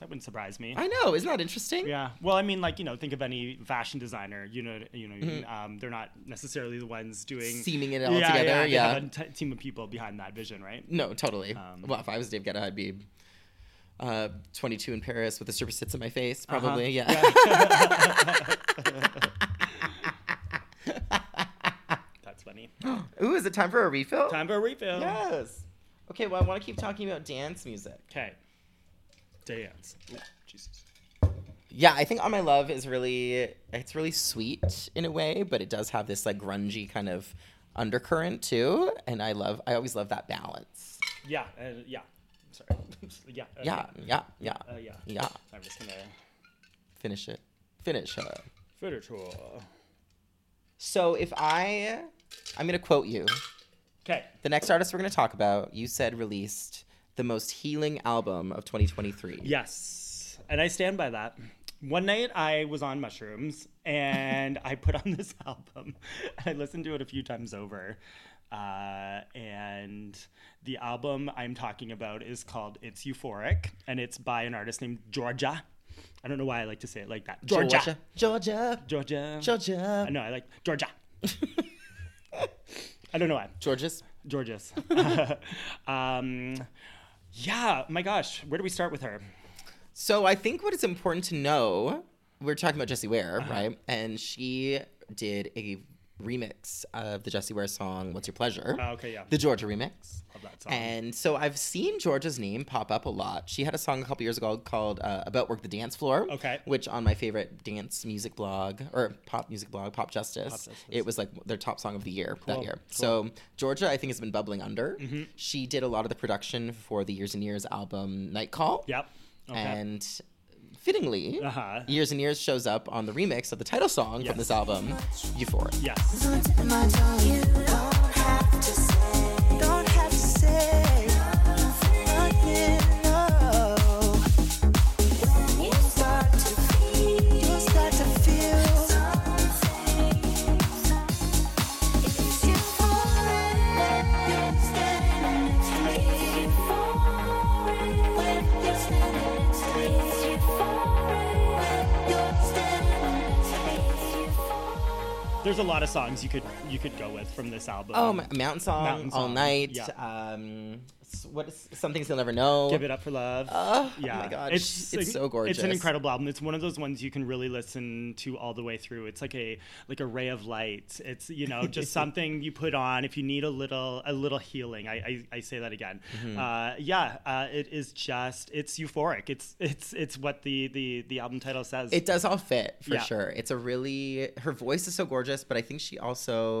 B: that wouldn't surprise me.
A: know. Isn't that interesting?
B: Yeah. Well, I mean, like you know, think of any fashion designer. You know, you know, um, they're not necessarily the ones doing
A: Mm-hmm. Seaming it all
B: yeah,
A: together,
B: Yeah, they
A: yeah.
B: have a t- team of people behind that vision, right?
A: No, totally.
B: Um,
A: well, if I was Dave Guetta, I'd be uh, 22 in Paris with the stripper sits in my face, probably. Yeah.
B: That's funny.
A: Ooh, is it time for a refill?
B: Time for a refill.
A: Yes. Okay, well, I want to keep talking about dance music.
B: Okay. Dance. Ooh, Jesus.
A: Yeah, I think "On My Love" is really it's really sweet in a way, but it does have this like grungy kind of undercurrent too, and I love I always love that balance.
B: Yeah. Uh, yeah. Sorry. yeah. uh,
A: Yeah, yeah, yeah,
B: Uh, yeah.
A: yeah.
B: I'm just gonna
A: Finish it, finish her.
B: footer tour.
A: So if I, I'm gonna quote you.
B: Okay.
A: The next artist we're going to talk about, you said released the most healing album of 2023.
B: Yes. And I stand by that. One night I was on mushrooms and I put on this album. I listened to it a few times over. Uh, and the album I'm talking about is called It's Euphoric and it's by an artist named Georgia. I don't know why I like to say it like that. Georgia.
A: Georgia.
B: Georgia.
A: Georgia.
B: No, I like Georgia. I don't know why.
A: Georges.
B: Georges. um, yeah, my gosh. Where do we start with her?
A: So I think what is important to know, we're talking about Jessie Ware,
B: Uh-huh.
A: right? And she did a remix of the Jessie Ware song "What's Your Pleasure."
B: Oh, okay, yeah.
A: The Georgia remix.
B: Love that song.
A: And so I've seen Georgia's name pop up a lot. She had a song a couple years ago called uh, "About Work the Dance Floor,"
B: Okay.
A: which on my favorite dance music blog or pop music blog, Pop Justice,
B: Justice.
A: it was like their top song of the year that
B: Cool,
A: year.
B: cool. Mm-hmm.
A: So Georgia, I think, has been bubbling under. She did a lot of the production for the Years and Years album "Night Call."
B: Yep. Okay.
A: And fittingly,
B: Uh-huh.
A: Years and Years shows up on the remix of the title song
B: Yes.
A: from this album, Euphoric.
B: yes.
F: Don't have to say nothing, no. When you start to feel, you start to feel
C: It's euphoric when you're standing next to me. It's euphoric when you're standing next to me. It's euphoric when you're standing next to me. It's euphoric.
B: There's a lot of songs you could you could go with from this album.
A: Oh, my, Mountain Song,
B: Mountain
A: All
B: Song,
A: Night.
B: yeah.
A: Um, s- what is some things you'll never know?
B: Give it up for love.
A: Oh, oh my God, it's,
B: like-
A: so gorgeous.
B: It's an incredible album. It's one of those ones you can really listen to all the way through. It's like a like a ray of light. It's you know just something you put on if you need a little a little healing. I I, I say that again.
A: Mm-hmm.
B: Uh, yeah, uh, it is just it's euphoric. It's it's it's what the the the album title says.
A: It does all fit for
B: Yeah.
A: sure. It's a really her voice is so gorgeous, but I think she also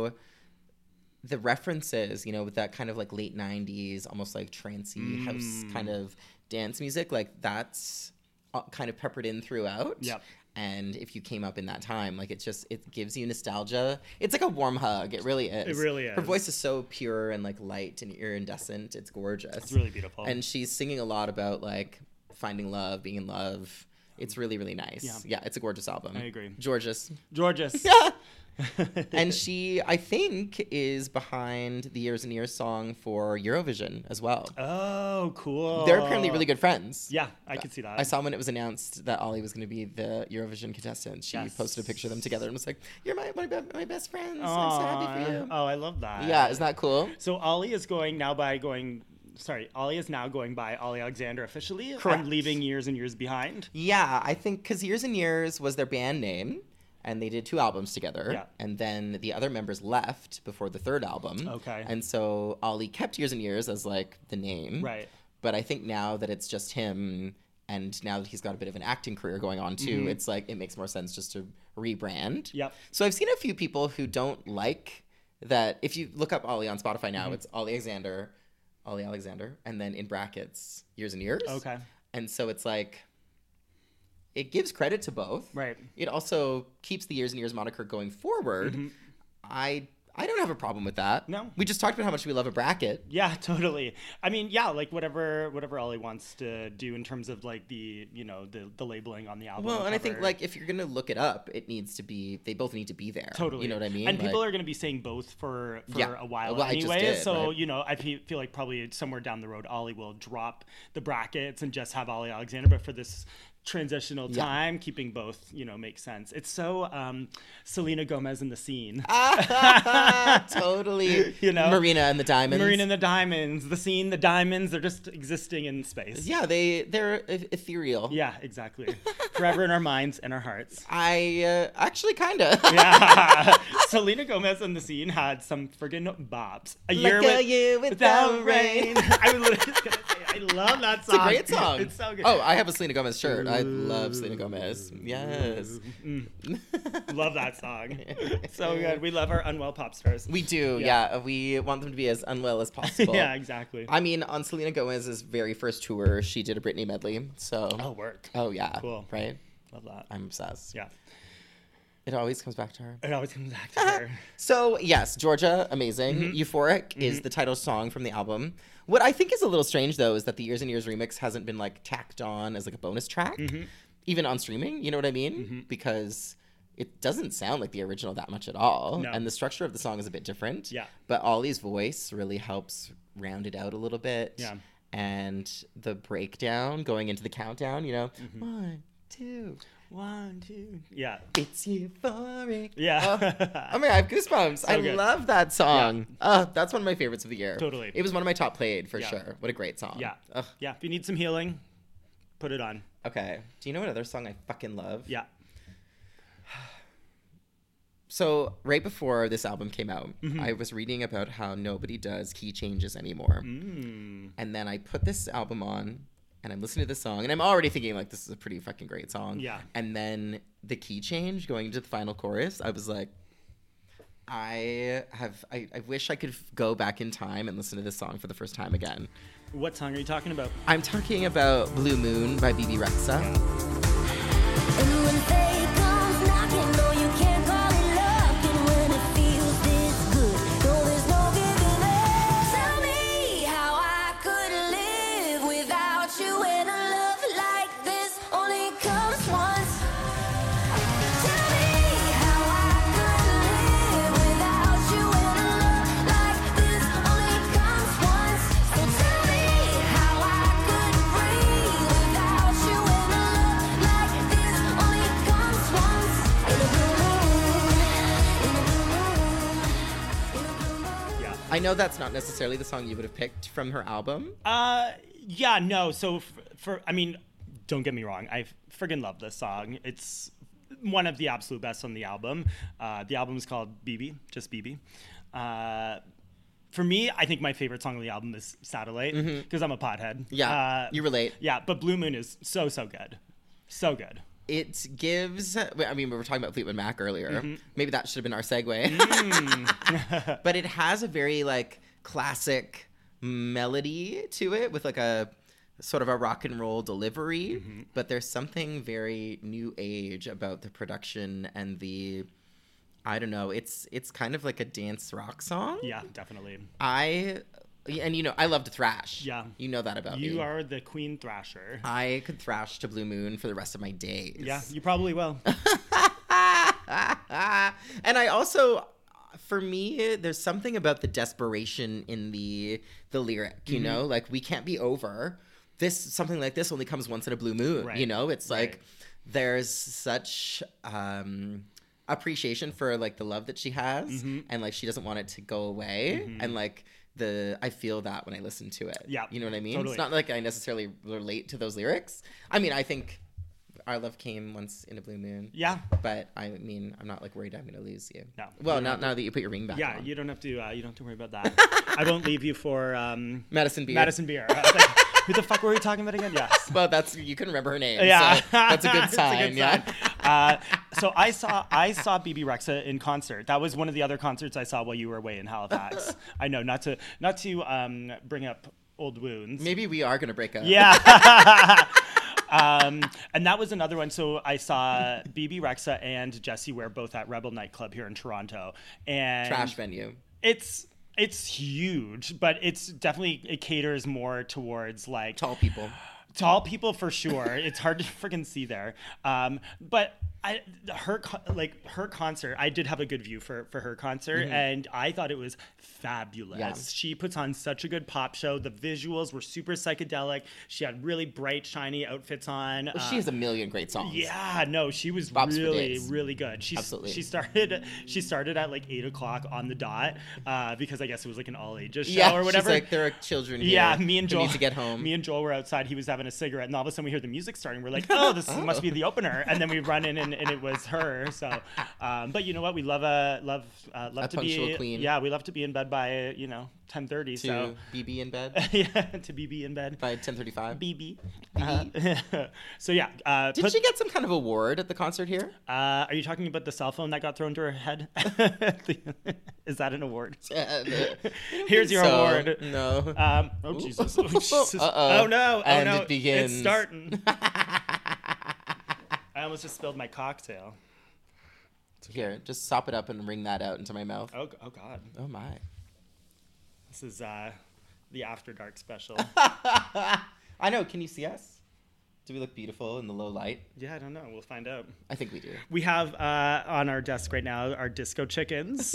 A: the references, you know, with that kind of like late '90s, almost like trancey house
B: Mm.
A: kind of dance music, like that's uh, kind of peppered in throughout.
B: Yep.
A: And if you came up in that time, like it just it gives you nostalgia. It's like a warm hug. It really is.
B: really
A: Her
B: is.
A: voice is so pure and like light and iridescent. It's gorgeous.
B: It's really beautiful.
A: And she's singing a lot about like finding love, being in love. It's really really nice.
B: Yeah.
A: yeah it's a gorgeous album.
B: I agree.
A: Gorgeous.
B: Gorgeous.
A: and she, I think, is behind the Years and Years song for Eurovision as well.
B: Oh, cool.
A: They're apparently really good friends.
B: Yeah, I could see that.
A: I saw when it was announced that Ollie was going to be the Eurovision contestant. She
B: Yes.
A: posted a picture of them together and was like, "You're my my, be- my best friends. I'm so happy for
B: Aw.
A: you."
B: Oh, I love that.
A: Yeah, isn't that cool?
B: So Ollie is going now by going. Sorry, Ollie is now going by Ollie Alexander officially.
A: Correct.
B: And leaving years and years behind.
A: Yeah, I think because Years and Years was their band name, and they did two albums together.
B: Yeah.
A: And then the other members left before the third album.
B: Okay.
A: And so Ollie kept Years and Years as like the name.
B: Right.
A: But I think now that it's just him, and now that he's got a bit of an acting career going on too,
B: Mm-hmm.
A: it's like it makes more sense just to rebrand.
B: Yep.
A: So I've seen a few people who don't like that. If you look up Ollie on Spotify
B: Mm-hmm.
A: now, it's Ollie Alexander, Ollie Alexander, and then in brackets years and years.
B: Okay.
A: And so it's like it gives credit to both.
B: Right.
A: It also keeps the years and years moniker going forward. I I don't have a problem with that.
B: No.
A: We just talked about how much we love a bracket.
B: Yeah, totally. I mean, yeah, like whatever whatever Ollie wants to do in terms of like the you know the the labeling on the album.
A: Well, and I think
B: cover.
A: like if you're gonna look it up, it needs to be they both need to be there.
B: Totally.
A: You know what I mean?
B: And people
A: Like,
B: are going to be saying both for, for
A: Yeah.
B: a while
A: Well, I just
B: anyway.
A: did,
B: so,
A: right?
B: you know, I fe- feel like probably somewhere down the road, Ollie will drop the brackets and just have Ollie Alexander. But for this transitional
A: Yeah.
B: time, keeping both, you know, makes sense. It's so um, Selena Gomez in the scene.
A: Ah, totally.
B: You know?
A: Marina and the Diamonds.
B: Marine and the Diamonds, the scene, the diamonds, they're just existing in space.
A: yeah, they they're eth- ethereal.
B: Yeah, exactly. Forever in our minds and our hearts.
A: I uh, actually kind of. Ah.
B: Yeah. Selena Gomez in the scene had some friggin' bops. A year,
A: Like a year uh, without rain.
B: I was literally just gonna say, I love that
A: It's a
B: song.
A: great song.
B: It's so good.
A: Oh, I have a Selena Gomez shirt. I love Selena Gomez. Yes.
B: love that song. so good. We love our unwell pop stars.
A: We do, yeah.
B: Yeah.
A: We want them to be as unwell as possible.
B: yeah, exactly.
A: I mean, on Selena Gomez's very first tour, she did a Britney medley. So.
B: oh, work.
A: Oh, yeah.
B: Cool.
A: Right?
B: Love that.
A: I'm obsessed.
B: yeah.
A: It always comes back to her.
B: It always comes back to
A: Uh-huh.
B: her.
A: So, yes, Georgia, amazing.
B: Mm-hmm.
A: Euphoric is the title song from the album. What I think is a little strange, though, is that the Years and Years remix hasn't been like tacked on as like a bonus track,
B: Mm-hmm.
A: even on streaming. You know what I mean? Because it doesn't sound like the original that much at all.
B: No.
A: And the structure of the song is a bit different.
B: Yeah.
A: But Ollie's voice really helps round it out a little bit.
B: Yeah.
A: And the breakdown going into the countdown, you know,
B: Mm-hmm.
A: one, two,
B: One, two. Yeah.
A: it's euphoric.
B: Yeah.
A: Oh. Oh my god, I have goosebumps. I
B: good.
A: love that song. Oh, that's one of my favorites of the year.
B: Totally.
A: It was one of my top played for
B: Yeah.
A: sure. What a great song.
B: yeah.
A: Ugh.
B: Yeah. If you need some healing, put it on.
A: Okay. Do you know what other song I fucking love?
B: Yeah.
A: So right before this album came out,
B: Mm-hmm.
A: I was reading about how nobody does key changes anymore.
B: Mm.
A: And then I put this album on and I'm listening to this song and I'm already thinking like this is a pretty fucking great song.
B: Yeah.
A: And then the key change going into the final chorus, I was like, I have I, I wish I could f- go back in time and listen to this song for the first time again.
B: What song are you talking about?
A: I'm talking about Blue Moon by BB Rexa.
C: And when faith comes knocking, no, you can't call it luck. And when it feels this good, no, there's no giving up. Tell me how I could live without you and a love like this only comes once. Tell me how I could live without you and a love like this only comes once. So tell me how I could breathe without you and a love like this only comes once. In a blue moon, in a blue moon, in a blue moon.
B: Yeah.
A: I know that's not necessarily the song you would have picked from her album.
B: Uh, yeah, no. So f- for, I mean, don't get me wrong. I friggin' love this song. It's one of the absolute best on the album. Uh, the album is called BB, just BB. Uh, for me, I think my favorite song on the album is Satellite because I'm a pothead.
A: Yeah,
B: Uh,
A: you relate.
B: Yeah, but Blue Moon is so so good, so good.
A: it gives. I mean, we were talking about Fleetwood Mac earlier.
B: Mm-hmm.
A: Maybe that should have been our segue.
B: Mm.
A: but it has a very like classic melody to it with like a sort of a rock and roll delivery
B: Mm-hmm.
A: but there's something very new age about the production and the i don't know it's it's kind of like a dance rock song
B: Yeah, definitely.
A: i and you know i love to thrash
B: Yeah.
A: you know that about me
B: You are the queen thrasher.
A: i could thrash to blue moon for the rest of my days
B: Yeah, you probably will.
A: and I also, for me, there's something about the desperation in the the lyric. You
B: Mm-hmm.
A: know, like we can't be over this. Something like this only comes once in a blue moon.
B: Right.
A: You know, it's like
B: Right.
A: there's such um, appreciation for like the love that she has,
B: Mm-hmm.
A: and like she doesn't want it to go away, and like. The I feel that when I listen to it.
B: Yeah,
A: you know what I mean.
B: totally.
A: It's not like I necessarily relate to those lyrics. I mean, I think our love came once in a blue moon.
B: Yeah.
A: But I mean, I'm not like worried I'm gonna lose you.
B: No.
A: Well, not now that you put your ring back.
B: Yeah,
A: on.
B: you don't have to. Uh, you don't have to worry about that. I won't leave you for um,
A: Madison Beer.
B: Madison Beer. I was like, Who the fuck were we talking about again? Yes.
A: Well, that's you can remember her name.
B: Yeah,
A: so that's a good
B: It's
A: sign. yeah.
B: sign. Uh, so I saw I saw BB Rexa in concert. That was one of the other concerts I saw while you were away in Halifax. I know not to not to um, bring up old wounds.
A: Maybe we are gonna break up.
B: Yeah. um, and that was another one. So I saw BB Rexa and Jesse Ware both at Rebel Nightclub here in Toronto. And
A: Trash venue.
B: It's it's huge, but it's definitely it caters more towards like
A: Tall people.
B: tall people for sure. it's hard to freaking see there. Um, but I, her co- like her concert, I did have a good view for for her concert, and I thought it was fabulous.
A: Mm-hmm. Yeah.
B: She puts on such a good pop show. The visuals were super psychedelic. She had really bright, shiny outfits on. Um,
A: Well, she has a million great songs.
B: Uh, Yeah, no, she was
A: Bob's for
B: really,
A: days.
B: really good. She
A: Absolutely.
B: she started she started at like eight o'clock on the dot uh, because I guess it was like an all ages show
A: Yeah.
B: or whatever.
A: She's like there are children here.
B: yeah, me and
A: who
B: Joel
A: need to get home.
B: Me and Joel were outside. He was having a cigarette, and all of a sudden we hear the music starting. We're like, "Oh, this must be the opener!" And then we run in, and, and it was her. So, um, but you know what? We love a love uh, love
A: A
B: to be
A: punctual queen.
B: Yeah, we love to be in bed by you know ten thirty.
A: to
B: So
A: BB in bed
B: yeah, to BB in bed.
A: by 10:35.
B: BB. Uh, so yeah, uh,
A: Did
B: put-
A: she get some kind of award at the concert here?
B: uh, are you talking about the cell phone that got thrown to her head? Is that an award?
A: Uh,
B: Here's your
A: So,
B: award.
A: No.
B: Um, oh Jesus! Oh, Jesus.
A: Uh-oh.
B: oh no! Oh
A: And
B: no!
A: it begins.
B: It's starting. I almost just spilled my cocktail.
A: here, just sop it up and wring that out into my mouth.
B: Oh, g- oh God!
A: Oh my.
B: This is uh, the After Dark special.
A: I know. Can you see us? Do we look beautiful in the low light?
B: yeah, I don't know. We'll find out.
A: I think we do.
B: We have uh, on our desk right now our disco chickens.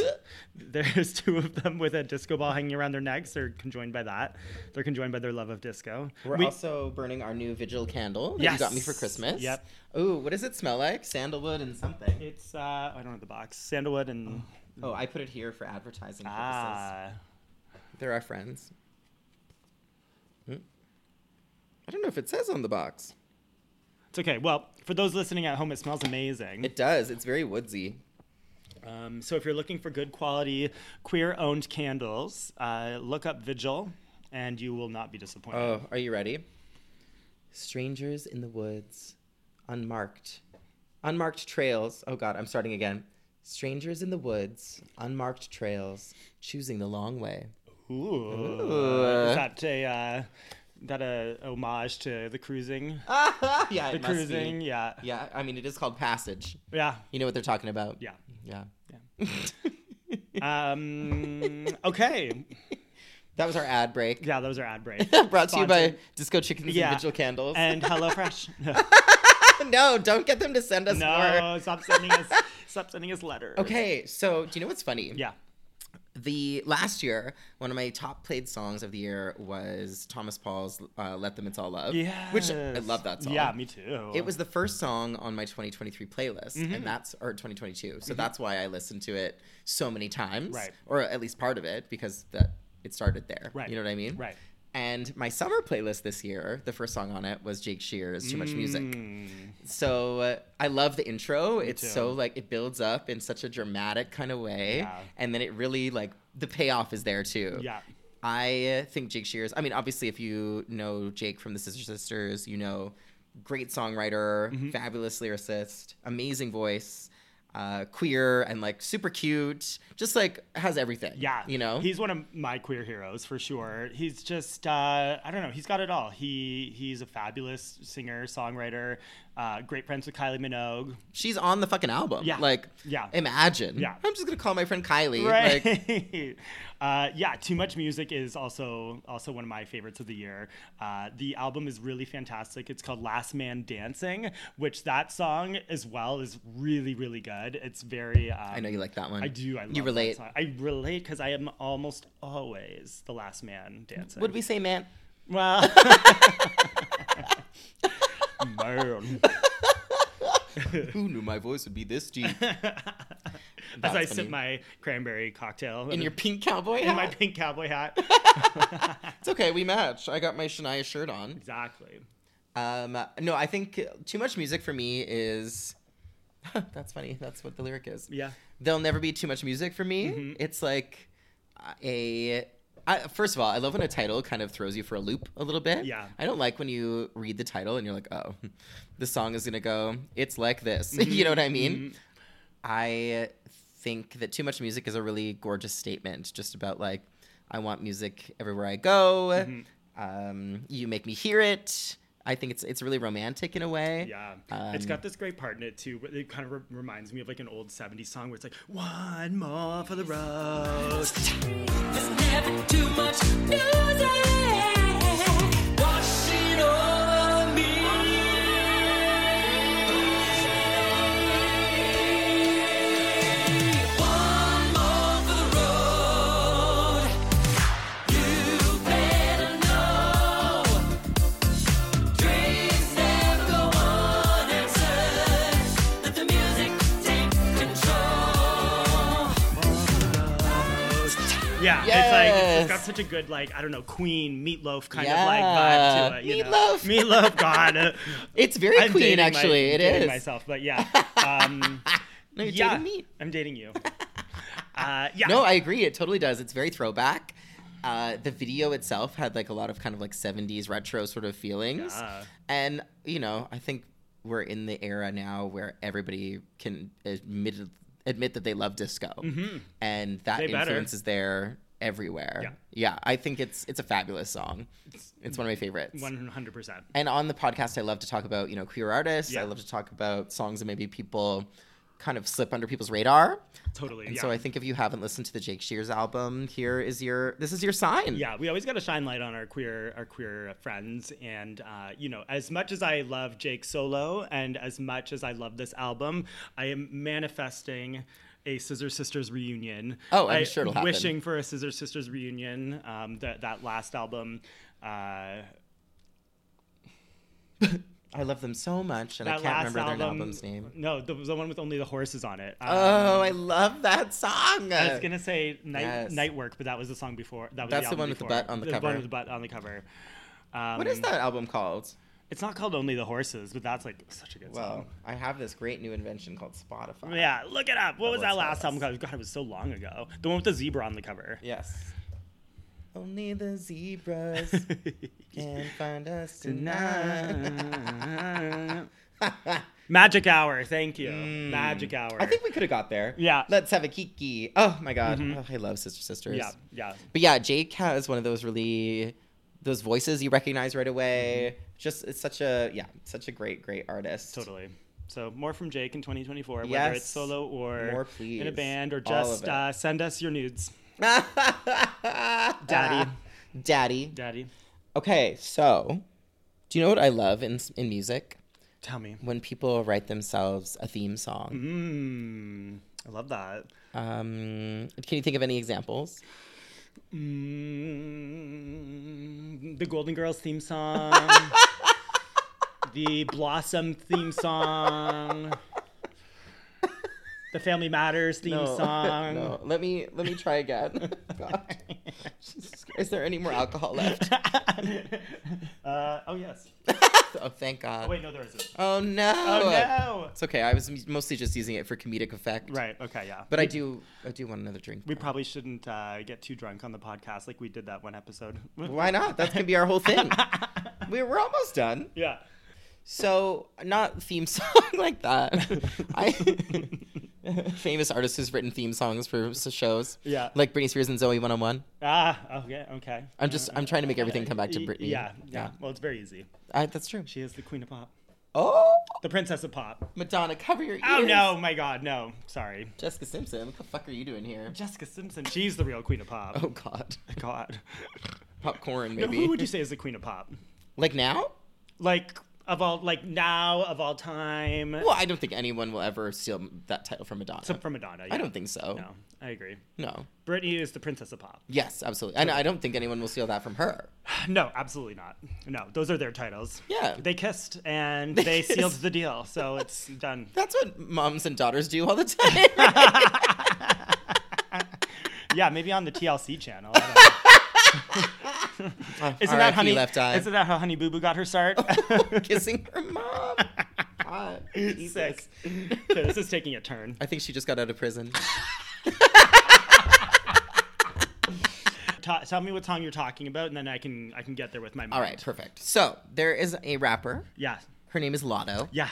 B: There's two of them with a disco ball hanging around their necks. They're conjoined by that. They're conjoined by their love of disco.
A: We're
B: We-
A: also burning our new vigil candle that you got me for
B: Yes.
A: Christmas.
B: Yep.
A: Ooh, what does it smell like? Sandalwood and something.
B: It's uh, I don't know the box. Sandalwood and
A: Oh, I put it here for advertising purposes.
B: Mm. ah,
A: They're our friends. Hmm. I don't know if it says on the box.
B: it's okay. Well, for those listening at home, it smells amazing.
A: It does. It's very woodsy.
B: Um, so if you're looking for good quality queer-owned candles, uh, look up Vigil, and you will not be disappointed.
A: Oh, are you ready? Strangers in the woods, unmarked. Unmarked trails. Oh god, I'm starting again. Strangers in the woods, unmarked trails, choosing the long way.
B: Ooh. Is that a uh, that a homage to the cruising?
A: yeah,
B: the
A: Uh, it must be.
B: cruising, yeah, yeah,
A: Yeah, I mean it is called passage.
B: yeah.
A: You know what they're talking about. Yeah.
B: Um, okay.
A: That was our ad break.
B: Yeah, those are ad breaks.
A: Brought to you by
B: Sponsored.
A: Disco Chickens
B: Yeah.
A: and Vigil Candles.
B: and HelloFresh.
A: no, don't get them to send us more.
B: no, stop sending us stop sending us letters.
A: Okay, so do you know what's funny?
B: Yeah.
A: The last year, one of my top played songs of the year was Thomas Paul's uh, "Let Them It's All Love," which I
B: Yes.
A: love that song.
B: Yeah, me too. Mm-hmm.
A: It was the first song on my 2023 playlist, and that's or 2022. So that's why I listened to it so many times,
B: Right.
A: Or at least part of it because that it started there.
B: Right.
A: You know what I mean?
B: Right.
A: And my summer playlist this year, the first song on it was Jake Shear's "Too Much Music."
B: Mm,
A: So uh, I love the intro. it's
B: too.
A: so like it builds up in such a dramatic kind of way,
B: Yeah.
A: and then it really like the payoff is there too.
B: Yeah.
A: I think Jake Shears. I mean, obviously, if you know Jake from the Sister Sisters, you know great songwriter,
B: Mm-hmm.
A: fabulous lyricist, amazing voice, uh, queer and like super cute. Just like has everything.
B: Yeah.
A: you know.
B: He's one of my queer heroes for sure. He's just uh, I don't know, he's got it all. He he's a fabulous singer, songwriter, uh, great friends with Kylie Minogue.
A: She's on the fucking album.
B: Yeah.
A: Like,
B: Yeah.
A: imagine.
B: Yeah.
A: I'm just gonna call my friend Kylie.
B: Right.
A: Like,
B: uh, yeah, Too Much Music is also also one of my favorites of the year. Uh, the album is really fantastic. It's called Last Man Dancing, which that song as well is really really good. It's very um,
A: I know you like that one.
B: I do. I love
A: you relate.
B: That song. I relate because I am almost always the last man dancing.
A: Would we say man?
B: Well, man.
A: Who knew my voice would be this deep?
B: As I
A: That's
B: sip
A: funny.
B: my cranberry cocktail
A: In your pink cowboy
B: in
A: hat.
B: my pink cowboy hat.
A: It's okay. We match. I got my Shania shirt on.
B: exactly.
A: Um, no, I think too much music for me is. that's funny. That's what the lyric is.
B: Yeah.
A: There'll never be too much music for me.
B: Mm-hmm.
A: It's like uh, a. I, first of all, I love when a title kind of throws you for a loop a little bit.
B: Yeah.
A: I don't like when you read the title and you're like, oh, the song is going to go, it's like this.
B: Mm-hmm.
A: you know what I mean? I think that too much music is a really gorgeous statement, just about like I want music everywhere I go.
B: Mm-hmm.
A: Um, you make me hear it. I think it's it's really romantic in a way.
B: Yeah,
A: Um,
B: it's got this great part in it too. but It kind of re- reminds me of like an old '70s song where it's like "One more for the road."
D: There's never too much music washing over me. One more for the road. You better know dreams never go unanswered. Let the music take control.
B: Yeah, it's like it's
A: Yes.
B: got such a good like I don't know Queen Meatloaf kind of like vibe to
A: Yeah.
B: it. You
A: Meatloaf.
B: know? Meatloaf, God, uh,
A: It's very
B: I'm
A: Queen,
B: dating my-
A: actually. it
B: dating
A: is.
B: myself, but yeah, um,
A: No, you're
B: yeah,
A: dating me.
B: I'm dating you. Uh, yeah,
A: No, I agree. It totally does. It's very throwback. Uh, the video itself had like a lot of kind of like 70s retro sort of
B: Uh,
A: feelings.
B: Yeah.
A: And, you know, I think we're in the era now where everybody can admit admit that they love disco. And that
B: Mm-hmm. They better.
A: influence is there everywhere. Yeah. I think it's it's a fabulous song. It's one of my favorites.
B: one hundred percent.
A: And on the podcast, I love to talk about, you know, queer artists.
B: Yeah.
A: I love to talk about songs that maybe people kind of slip under people's radar.
B: Totally.
A: And
B: yeah.
A: so I think if you haven't listened to the Jake Shears album, here is your this is your sign.
B: Yeah, we always got to shine light on our queer our queer friends, and uh, you know, as much as I love Jake Solo, and as much as I love this album, I am manifesting a Scissor Sisters reunion.
A: Oh, I'm
B: I-
A: sure it'll happen.
B: Wishing for a Scissor Sisters reunion. Um, that that last album. Uh,
A: I love them so much, and
B: that
A: I can't
B: last
A: remember
B: album,
A: their album's name.
B: No, the, the one with only the horses on it. Um,
A: Oh, I love that song.
B: I was gonna say night
A: Oh, Yes.
B: night work, but that was the song before. That was
A: That's
B: the,
A: the
B: album
A: one with the
B: before.
A: butt on the cover.
B: one with the butt on the cover. Um,
A: What is that album called?
B: It's not called Only the Horses, but that's like such a good
A: Well,
B: song.
A: I have this great new invention called Spotify.
B: Yeah, look it up. What was
A: let's
B: that
A: not
B: last
A: us.
B: album called? God, it was so long ago. The one with the zebra on the cover.
A: Yes. Only the zebras can find us tonight.
B: Nah. Magic Hour, thank you. Magic Hour.
A: Mm. I think we could have got there.
B: Yeah. Mm-hmm.
A: Let's have a kiki. Oh my god, Oh, I love Sister Sisters.
B: yeah, yeah.
A: But yeah, Jake has one of those really those voices you recognize right away. Just it's such a yeah, such a great great artist.
B: Totally. So more from Jake in 2024, whether
A: Yes.
B: it's solo or
A: More,
B: in
A: please.
B: a band, or
A: All of
B: just
A: it.
B: uh, send us your nudes,
A: Daddy. Daddy.
B: Daddy.
A: Okay, so do you know what I love in in music?
B: Tell me.
A: When people write themselves a theme song.
B: Mm, I love that.
A: Um, can you think of any examples?
B: Mm, the Golden Girls theme song. the Blossom theme song. The Family Matters theme song.
A: no. Let me let me try again. God. Jesus Christ, Is there any more alcohol left?
B: uh, oh, yes.
A: Oh, thank God.
B: Wait, no, there isn't.
A: Oh no.
B: Oh, no.
A: It's okay. I was m- mostly just using it for comedic effect.
B: Right, okay, yeah.
A: But I do I do want another drink.
B: We probably shouldn't uh, get too drunk on the podcast like we did that one episode.
A: Why not? That's gonna be our whole thing. we we're almost done.
B: yeah.
A: So not theme song like that. I famous artist who's written theme songs for s- shows.
B: Yeah.
A: like Britney Spears and Zoe One on One.
B: Ah, okay, okay. Uh,
A: I'm just I'm trying to make everything come back to
B: Y-
A: Britney.
B: Yeah, yeah, Well, it's very easy.
A: I, that's true.
B: She is the queen of pop,
A: Oh,
B: the princess of pop.
A: Madonna, cover your ears.
B: Oh no, my God, no. Sorry,
A: Jessica Simpson, what the fuck are you doing here?
B: Jessica Simpson. She's the real queen of pop.
A: Oh God,
B: God.
A: popcorn
B: No,
A: maybe.
B: who would you say is the queen of pop?
A: like now?
B: Like of all, like now of all time.
A: Well, I don't think anyone will ever steal that title from Madonna.
B: Except for Madonna.
A: I
B: yeah.
A: don't think so.
B: No, I agree.
A: No.
B: Britney is the princess of pop.
A: Yes, absolutely. And I don't think anyone will steal that from her.
B: No, absolutely not. No, those are their titles.
A: Yeah.
B: They kissed and they
A: kissed.
B: sealed the deal, so it's done.
A: That's what moms and daughters do all the time.
B: Yeah, maybe on the TLC channel. I don't know. Isn't that
A: RIP
B: honey?
A: Left eye.
B: Isn't that how Honey Boo Boo got her start?
A: kissing her mom? God, Jesus.
B: Sick. Okay, this is taking a turn.
A: I think she just got out of prison.
B: Ta- tell me what song you're talking about, and then I can I can get there with my mind.
A: All right, perfect. So there is a rapper.
B: Yeah.
A: Her name is Lotto.
B: Yeah.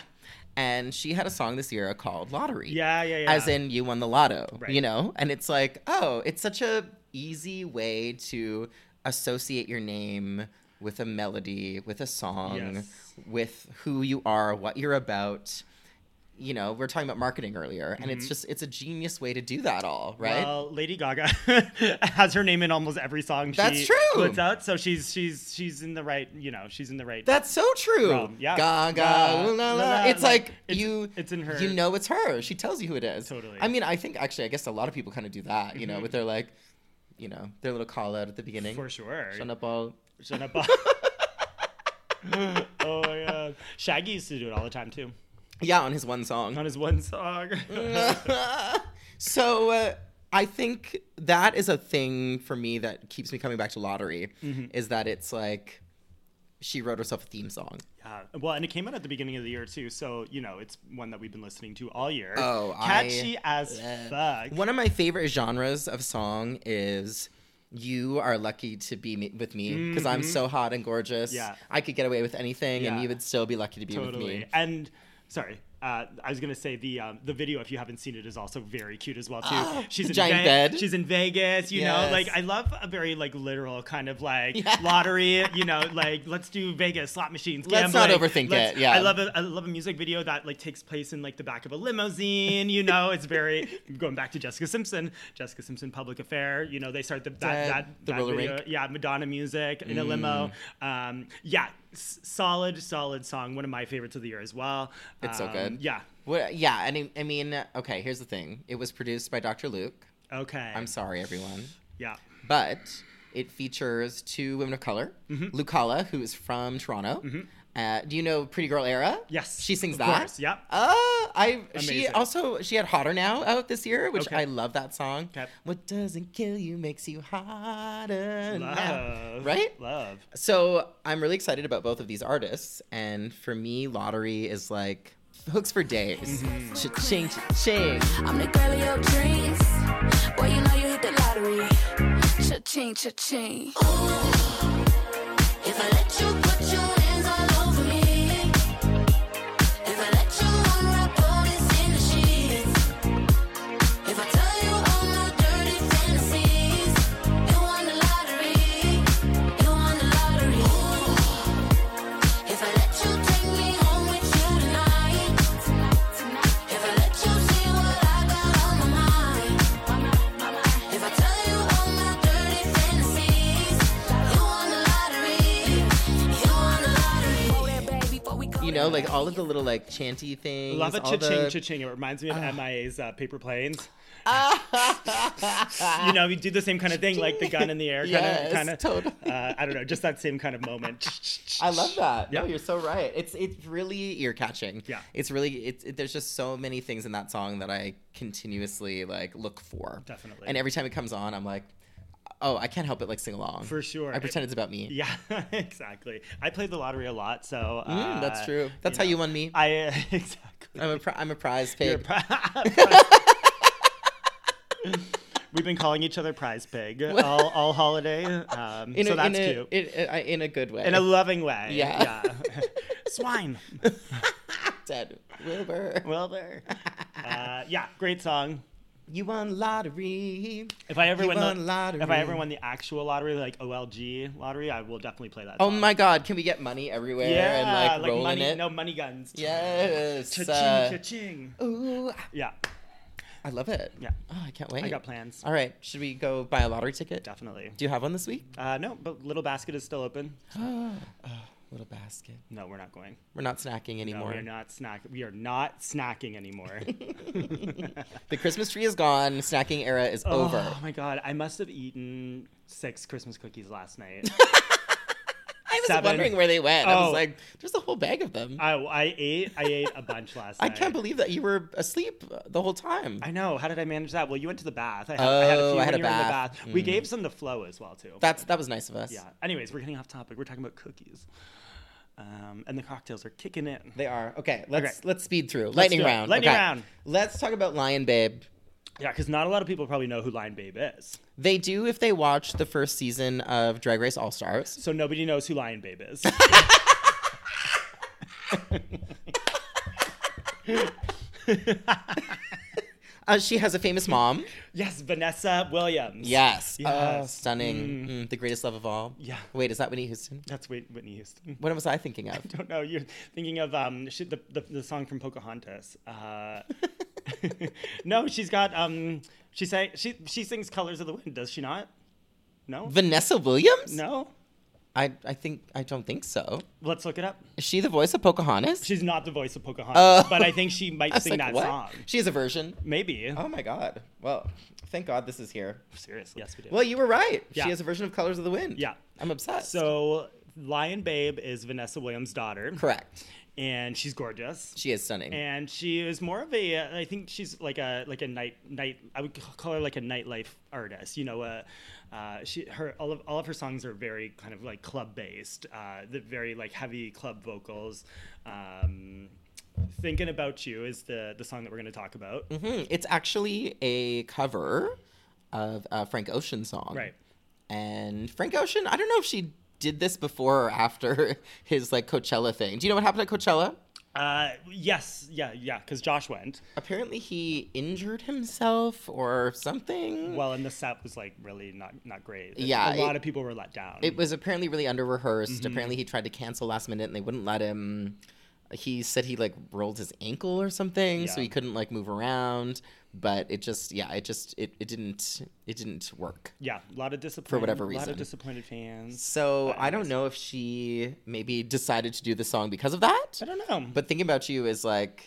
A: And she had a song this year called Lottery.
B: Yeah. Yeah. Yeah.
A: As in, you won the lotto,
B: Right.
A: you know? And it's like, oh, it's such a easy way to associate your name with a melody, with a song,
B: Yes.
A: with who you are, what you're about. You know, we we're talking about marketing earlier, and it's just, it's a genius way to do that all, right?
B: Mm-hmm. Well, Lady Gaga has her name in almost every song.
A: That's
B: she
A: true.
B: Puts out, so she's she's she's in the right. You know, she's in the right.
A: That's so true.
B: Well, yeah.
A: Gaga,
B: La,
A: la, la,
B: la, la,
A: It's
B: like,
A: like,
B: it's-
A: you.
B: it's in her-
A: You know it's her. She tells you who it is.
B: Totally. Mm-hmm.
A: I mean, I think actually, I guess a lot of people kind of do that. You know, with their like, you know, their little call out at the beginning.
B: for sure.
A: Shut up all.
B: Shut up. oh my god. Shaggy used to do it all the time too.
A: Yeah, on his one song.
B: On his one song.
A: so uh, I think that is a thing for me that keeps me coming back to lottery.
B: Mm-hmm.
A: Is that it's like she wrote herself a theme song.
B: Yeah. Well, and it came out at the beginning of the year too, so you know it's one that we've been listening to all year.
A: Oh, I-
B: catchy as fuck.
A: One of my favorite genres of song is you are lucky to be me- with me because I'm so hot and gorgeous.
B: Mm-hmm. Yeah.
A: I could get away with anything and
B: Yeah.
A: you would still be lucky to be with
B: Totally.
A: me.
B: And sorry. Uh, I was gonna say the um, the video, if you haven't seen it, is also very cute as well too. she's
A: the
B: in
A: giant
B: Ve-
A: bed.
B: She's in Vegas, you know.
A: Yes.
B: Like I love a very like literal kind of like
A: Yeah.
B: lottery, you know. Like let's do Vegas slot machines.
A: Let's not
B: gambling.
A: overthink
B: Let's-
A: it, yeah.
B: I love a I love a music video that like takes place in like the back of a limousine. You know, it's very going back to Jessica Simpson. Jessica Simpson, Public Affair. You know, they start the that
A: Dead,
B: that,
A: the
B: that
A: roller
B: video.
A: rink.
B: Yeah, Madonna music in a limo.
A: Mm.
B: Um, yeah, s- solid, solid song. One of my favorites of the year as well.
A: It's so
B: Um,
A: good.
B: Yeah.
A: What, yeah, and I- I mean, okay, here's the thing. It was produced by Dr. Luke.
B: Okay.
A: I'm sorry, everyone.
B: Yeah.
A: But it features two women of color.
B: Mm-hmm.
A: Lucala, who is from Toronto. Uh, do you know Pretty Girl Era?
B: Yes,
A: She sings
B: of
A: that.
B: course, yep.
A: Uh, I she
B: Amazing.
A: also she had Hotter Now out this year, which
B: Okay.
A: I love that song.
B: Yep.
A: What doesn't kill you makes you hotter now.
B: Love.
A: Right?
B: Love.
A: So I'm really excited about both of these artists, and for me, lottery is like hooks for days.
B: Mm-hmm.
A: Cha-ching, cha-ching.
E: I'm the girl of your dreams. Boy, you know you hit the lottery. Cha-ching, cha-ching.
C: If I let you put your hands all over me, if I let you unwrap this in the sheets, if I tell you all my dirty fantasies, you won the lottery, you won the lottery. If I let you take me home with you tonight, if I let you see what I got on my mind, if I tell you all my dirty fantasies, you won the lottery, you won the lottery.
A: You know, like all of the little like chanty things.
B: Love a
A: all
B: cha-ching,
A: the- Ah.
B: cha-ching. It reminds me of MIA's uh, Paper Planes. you know, we do the same kind of thing, like the gun in the air kind
A: Yes,
B: of, kind of.
A: totally.
B: Uh, I don't know, just that same kind of moment.
A: I love that. No,
B: Yeah.
A: you're so right. It's it's really ear catching.
B: Yeah.
A: It's really it's it, there's just so many things in that song that I continuously like look for.
B: Definitely.
A: And every time it comes on, I'm like, oh, I can't help but like sing along.
B: For sure.
A: I pretend it's about me.
B: Yeah, exactly. I played the lottery a lot, so uh,
A: Mm, that's true. That's how
B: know,
A: you won me. I,
B: I exactly.
A: am a pri- I'm a prize pig.
B: You're a pri- We've been calling each other prize pig all, all holiday. Um,
A: in
B: so
A: a,
B: that's
A: in a,
B: cute.
A: In, in, in a good way.
B: in a loving way.
A: Yeah.
B: Swine.
A: Dead. Wilbur.
B: Well, there. Uh, yeah, great song.
A: You won lottery.
B: If I ever
A: You
B: win the,
A: won lottery.
B: if I ever won the actual lottery, like OLG lottery, I will definitely play that.
A: Oh
B: song.
A: my god, can we get money everywhere
B: Yeah,
A: and like, rolling
B: money,
A: it?
B: no money guns.
A: Yes.
B: Cha-ching,
A: Uh,
B: cha-ching.
A: ooh,
B: Yeah,
A: I love it.
B: Yeah.
A: Oh, I can't wait.
B: I got plans.
A: All right, should we go buy a lottery ticket?
B: Definitely.
A: Do you have one this week? Oh,
B: Uh, no, but Little Basket is still open.
A: Little basket.
B: No, we're not going.
A: We're not snacking
B: No,
A: anymore.
B: Oh, we are not snack. We are not snacking anymore.
A: The Christmas tree is gone. Snacking era is over.
B: Oh my god, I must have eaten six Christmas cookies last night.
A: I was
B: Seven.
A: wondering where they went. I
B: Oh.
A: was like, there's a whole bag of them. I,
B: I, I ate I ate a bunch last night.
A: can't believe that you were asleep the whole time.
B: I know. How did I manage that? Well, you went to the bath. I had, I had a
A: Oh,
B: few
A: I had
B: when
A: a
B: you were in the
A: bath. Mm.
B: bath. We gave some to Flo as well too.
A: That's that was nice of us.
B: yeah. Anyways, we're getting off topic. We're talking about cookies, um, and the cocktails are kicking in.
A: They are. Okay, let's
B: Okay.
A: let's speed through. Lightning
B: do it.
A: round.
B: Lightning
A: okay.
B: round.
A: Let's talk about Lion Babe.
B: Yeah, because not a lot of people probably know who Lion Babe is.
A: They do if they watch the first season of Drag Race All Stars.
B: So nobody knows who Lion Babe is.
A: Uh, she has a famous mom.
B: yes, Vanessa Williams.
A: Yes. Oh,
B: Yes.
A: stunning. Mm, the greatest love of all.
B: Yeah.
A: Wait, is that Whitney Houston?
B: That's Whit- Whitney Houston.
A: What was I thinking of?
B: don't know. You're thinking of um she, the, the the song from Pocahontas. Uh, no, she's got um she say she she sings Colors of the Wind, does she not? No,
A: Vanessa Williams?
B: no.
A: I, I think I don't think so.
B: Let's look it up.
A: Is she the voice of Pocahontas?
B: She's not the voice of Pocahontas,
A: Oh.
B: but I think she might
A: I was
B: sing
A: like,
B: that
A: what?
B: song.
A: She has a version.
B: Maybe.
A: Oh my god. Well, thank God this is here.
B: Seriously, yes we do.
A: Well, you were right.
B: Yeah.
A: She has a version of Colors of the Wind.
B: Yeah.
A: I'm obsessed.
B: so Lion Babe is Vanessa Williams' daughter,
A: correct.
B: and she's gorgeous.
A: She is stunning.
B: and she is more of a uh, i think she's like a like a night night i would c- call her like a nightlife artist you know uh, uh, she her all of all of her songs are very kind of like club based uh, the very like heavy club vocals um, thinking about you is the the song that we're going to talk about
A: Hmm, It's actually a cover of a Frank Ocean song.
B: right
A: And Frank Ocean, I don't know if she did this before or after his like Coachella thing. Do you know what happened at Coachella?
B: uh, yes yeah yeah because josh went
A: Apparently he injured himself or something.
B: well and the set was like really not not great
A: Yeah,
B: a
A: it-
B: lot of people were let down
A: It was apparently really under rehearsed. Apparently, he tried to cancel last minute and they wouldn't let him. He said he like rolled his ankle or something, so
B: Yeah.
A: he couldn't like move around. But it just, yeah, it just it, it didn't it didn't work.
B: yeah a lot of disappointed
A: whatever
B: a lot
A: reason.
B: of disappointed fans
A: So I don't
B: anyways.
A: know if she maybe decided to do the song because of that.
B: i don't know
A: But thinking about you is like,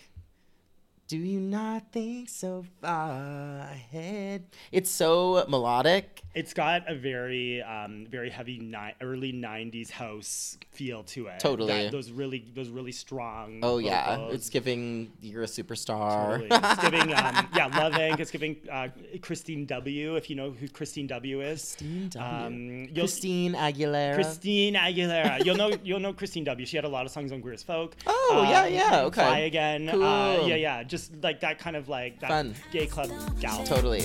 A: do you not think so far ahead? It's so melodic.
B: It's got a very, um, very heavy ni- early '90s house feel to it.
A: Totally.
B: That- those really, those really strong.
A: Oh yeah,
B: vocals.
A: it's giving you're a superstar.
B: Totally. It's giving, um, yeah, Love Inc. It's giving uh, Christine W. If you know who Christine W. is.
A: Christine W.
B: Um, you'll-
A: Christine Aguilera.
B: Christine Aguilera. You'll know you'll know Christine W. She had a lot of songs on Queer as Folk. Um,
A: Oh, yeah, yeah, okay.
B: Fly Again. Uh,
A: Cool.
B: yeah, yeah. Just like that kind of like that
A: Fun.
B: gay club gal.
A: Totally.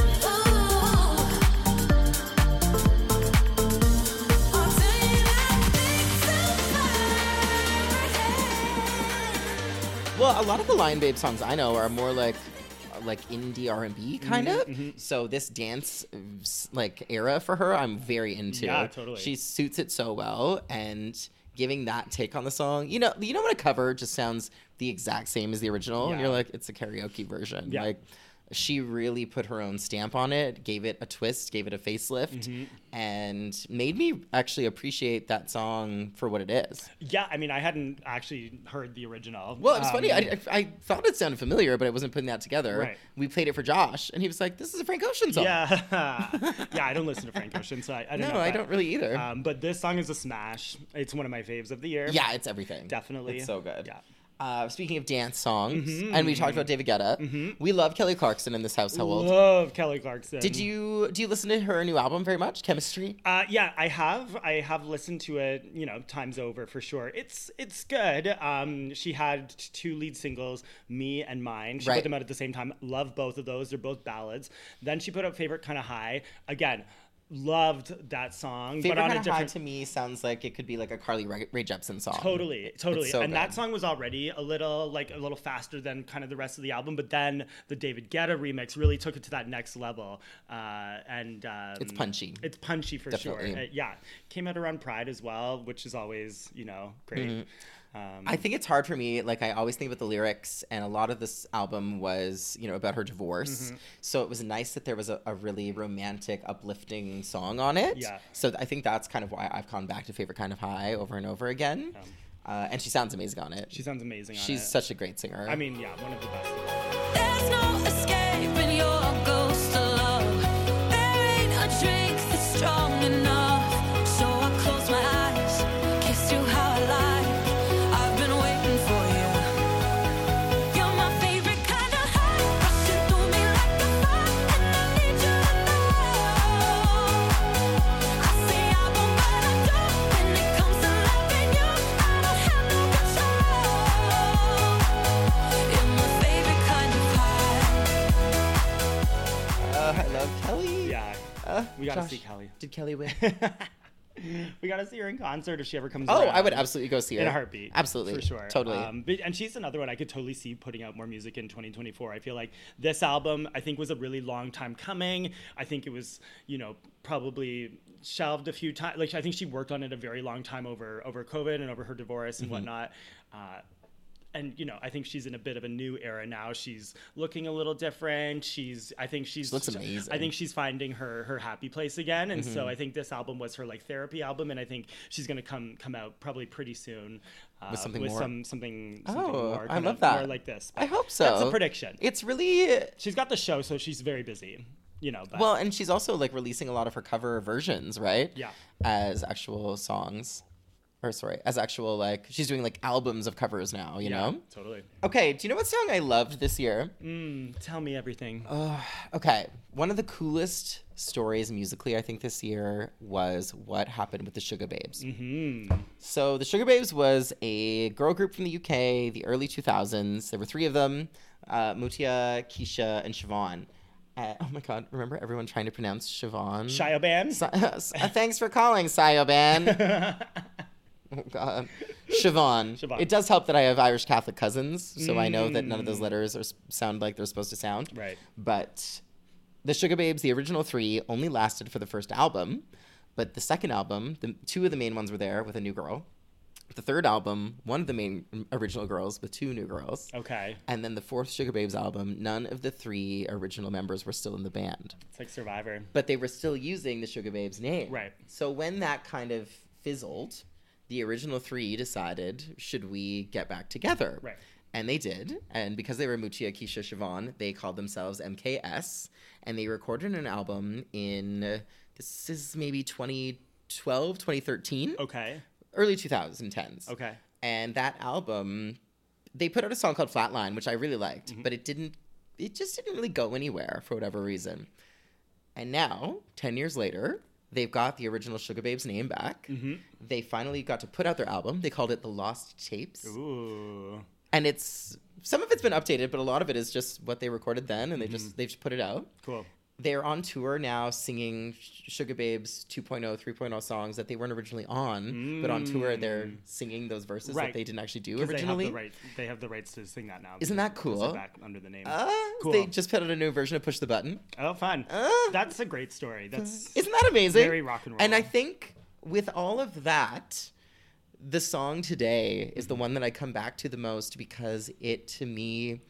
C: Ooh. I'll tell you that things so far
A: Well, a lot of the Lion Babe songs I know are more like like indie R and B
B: Mm-hmm,
A: kind of. So this dance like era for her, I'm very into.
B: Yeah, totally.
A: She suits it so well, and giving that take on the song, you know, you know when a cover just sounds the exact same as the original, and
B: Yeah.
A: you're like, it's a karaoke version.
B: Yeah.
A: Like she really put her own stamp on it, gave it a twist, gave it a facelift,
B: Mm-hmm.
A: and made me actually appreciate that song for what it is.
B: Yeah, I mean, I hadn't actually heard the original.
A: Well, it was
B: Um,
A: funny. I, I, I thought it sounded familiar, but I wasn't putting that together.
B: Right.
A: We played it for Josh, and he was like, "This is a Frank Ocean song."
B: Yeah, yeah. I don't listen to Frank Ocean, so I, I don't
A: No,
B: know. Um,
A: I
B: but-
A: don't really either.
B: Um, but this song is a smash. It's one of my faves of the year.
A: yeah, it's everything.
B: definitely.
A: It's so good.
B: Yeah. Mm-hmm.
A: uh, speaking of dance songs, and we talked about David Guetta, we love Kelly Clarkson in this household.
B: Love Kelly Clarkson.
A: Did you do you listen to her new album very much? Chemistry.
B: Uh, yeah, I have. I have listened to it. You know, times over for sure. It's it's good. Um, she had t- two lead singles, "Me" and "Mine." She
A: Right.
B: put them out at the same time. Love both of those. They're both ballads. Then she put out "Favorite Kind of High." Again, loved that song,
A: Favorite
B: but on
A: kind
B: a
A: of high
B: different.
A: to me sounds like it could be like a Carly Rae, Rae Jepsen song.
B: Totally, totally.
A: so
B: and that
A: good.
B: song was already a little like a little faster than kind of the rest of the album, but then the David Guetta remix really took it to that next level. Uh, and um,
A: It's punchy.
B: It's punchy for sure.
A: Definitely.
B: Uh, yeah, came out around Pride as well, which is always you know great. Um,
A: Mm-hmm. I think it's hard for me. Like I always think about the lyrics, and a lot of this album was, you know, about her divorce.
B: Mm-hmm.
A: So it was nice that there was a, a really romantic, uplifting song on it.
B: Yeah.
A: So I think that's kind of why I've gone back to favorite kind of high over and over again. Uh, and she sounds amazing on it.
B: she sounds amazing. On
A: She's
B: it.
A: such a great singer.
B: I mean, yeah, one of the best.
G: There's no escaping your ghost alone. There ain't a drink that's strong enough. So I close my eyes, kiss you how I like. I've been waiting for you. You're my favorite kind of high. Rushing through me like a fire, and I need you to know. I say I won't, but I don't. When it comes to loving you, I don't have no control. You're my favorite kind of high.
A: Uh, I love Kelly.
B: Yeah,
A: Uh,
B: we gotta
A: Josh,
B: see Kelly.
A: Did Kelly win?
B: we gotta see her in concert if she ever comes.
A: oh,
B: around.
A: I would absolutely go see her
B: in a heartbeat.
A: Absolutely,
B: for sure,
A: totally.
B: Um, but, and she's another one I could totally see putting out more music in 2024. I feel like this album, I think, was a really long time coming. I think it was, you know, probably shelved a few times. Like I think she worked on it a very long time over over COVID and over her divorce and
A: Mm-hmm.
B: whatnot. Uh, and you know, I think she's in a bit of a new era now. She's looking a little different. She's, I think she's,
A: looks
B: I
A: amazing.
B: think she's finding her her happy place again and
A: Mm-hmm.
B: so i think this album was her like therapy album and i think she's going to come come out probably pretty soon uh,
A: With something more.
B: some something, something
A: oh,
B: more
A: I
B: kind
A: love
B: of
A: that.
B: more like this
A: I
B: But
A: hope so.
B: that's a prediction
A: It's really
B: she's got the show so she's very busy you know but
A: Well, and she's also like releasing a lot of her cover versions, right?
B: Yeah.
A: As actual songs. Or sorry, as actual like she's doing like albums of covers now, you
B: yeah, Mm.
A: know?
B: totally
A: Okay, do you know what song I loved this year?
B: tell me everything
A: Oh. Okay. One of the coolest stories musically I think this year was what happened with the Sugar Babes.
B: Mm.
A: Mm-hmm. So the Sugar Babes was a girl group from the UK, the early 2000s. There were three of them: uh, Mutia, Keisha, and Siobhan. Uh, oh my God! Remember everyone trying to pronounce Siobhan?
B: Shia Ban?
A: Si- uh, thanks for calling, Sayoban. oh God, Siobhan.
B: Siobhan.
A: It does help that I have Irish Catholic cousins, so I know that none of those letters are s- sound like they're supposed to sound.
B: Mm. Right.
A: But the Sugar Babes, the original three, only lasted for the first album, but the second album, the two of the main ones were there with a new girl. The third album, one of the main original girls with two new girls.
B: okay
A: And then the fourth Sugar Babes album, none of the three original members were still in the band
B: it's like survivor
A: but they were still using the Sugar Babes name.
B: Right.
A: So when that kind of fizzled, the original three decided, should we get back together?
B: Right.
A: And they did. And because they were Muchia, Keisha, Siobhan, they called themselves MKS. And they recorded an album in, uh, this is maybe 2012, 2013,
B: okay
A: early 2010s.
B: okay
A: And that album, they put out a song called Flatline, which I really liked, but it didn't, it just didn't really go anywhere for whatever reason. And now, 10 years later, they've got the original Sugar Babes name back. They finally got to put out their album. They called it The Lost Tapes.
B: ooh
A: And it's, some of it's been updated, but a lot of it is just what they recorded then and they just, they've just put it out.
B: cool
A: They're on tour now singing Sh- Sugar Babes oh, 2.0, 3.0 songs that they weren't originally on, but on tour they're singing those verses
B: Mm. Right.
A: that they didn't actually do
B: 'Cause they have
A: originally.
B: the right they have the rights to sing that now
A: Isn't
B: because-
A: that
B: because they're
A: cool?
B: back under the name
A: Uh,
B: Cool.
A: They just put out a new version of Push the Button.
B: oh fun
A: Uh.
B: that's a great story that's
A: Isn't that amazing?
B: Very rock and roll.
A: And I think with all of that, the song today is the
B: Mm-hmm.
A: one that I come back to the most because it to me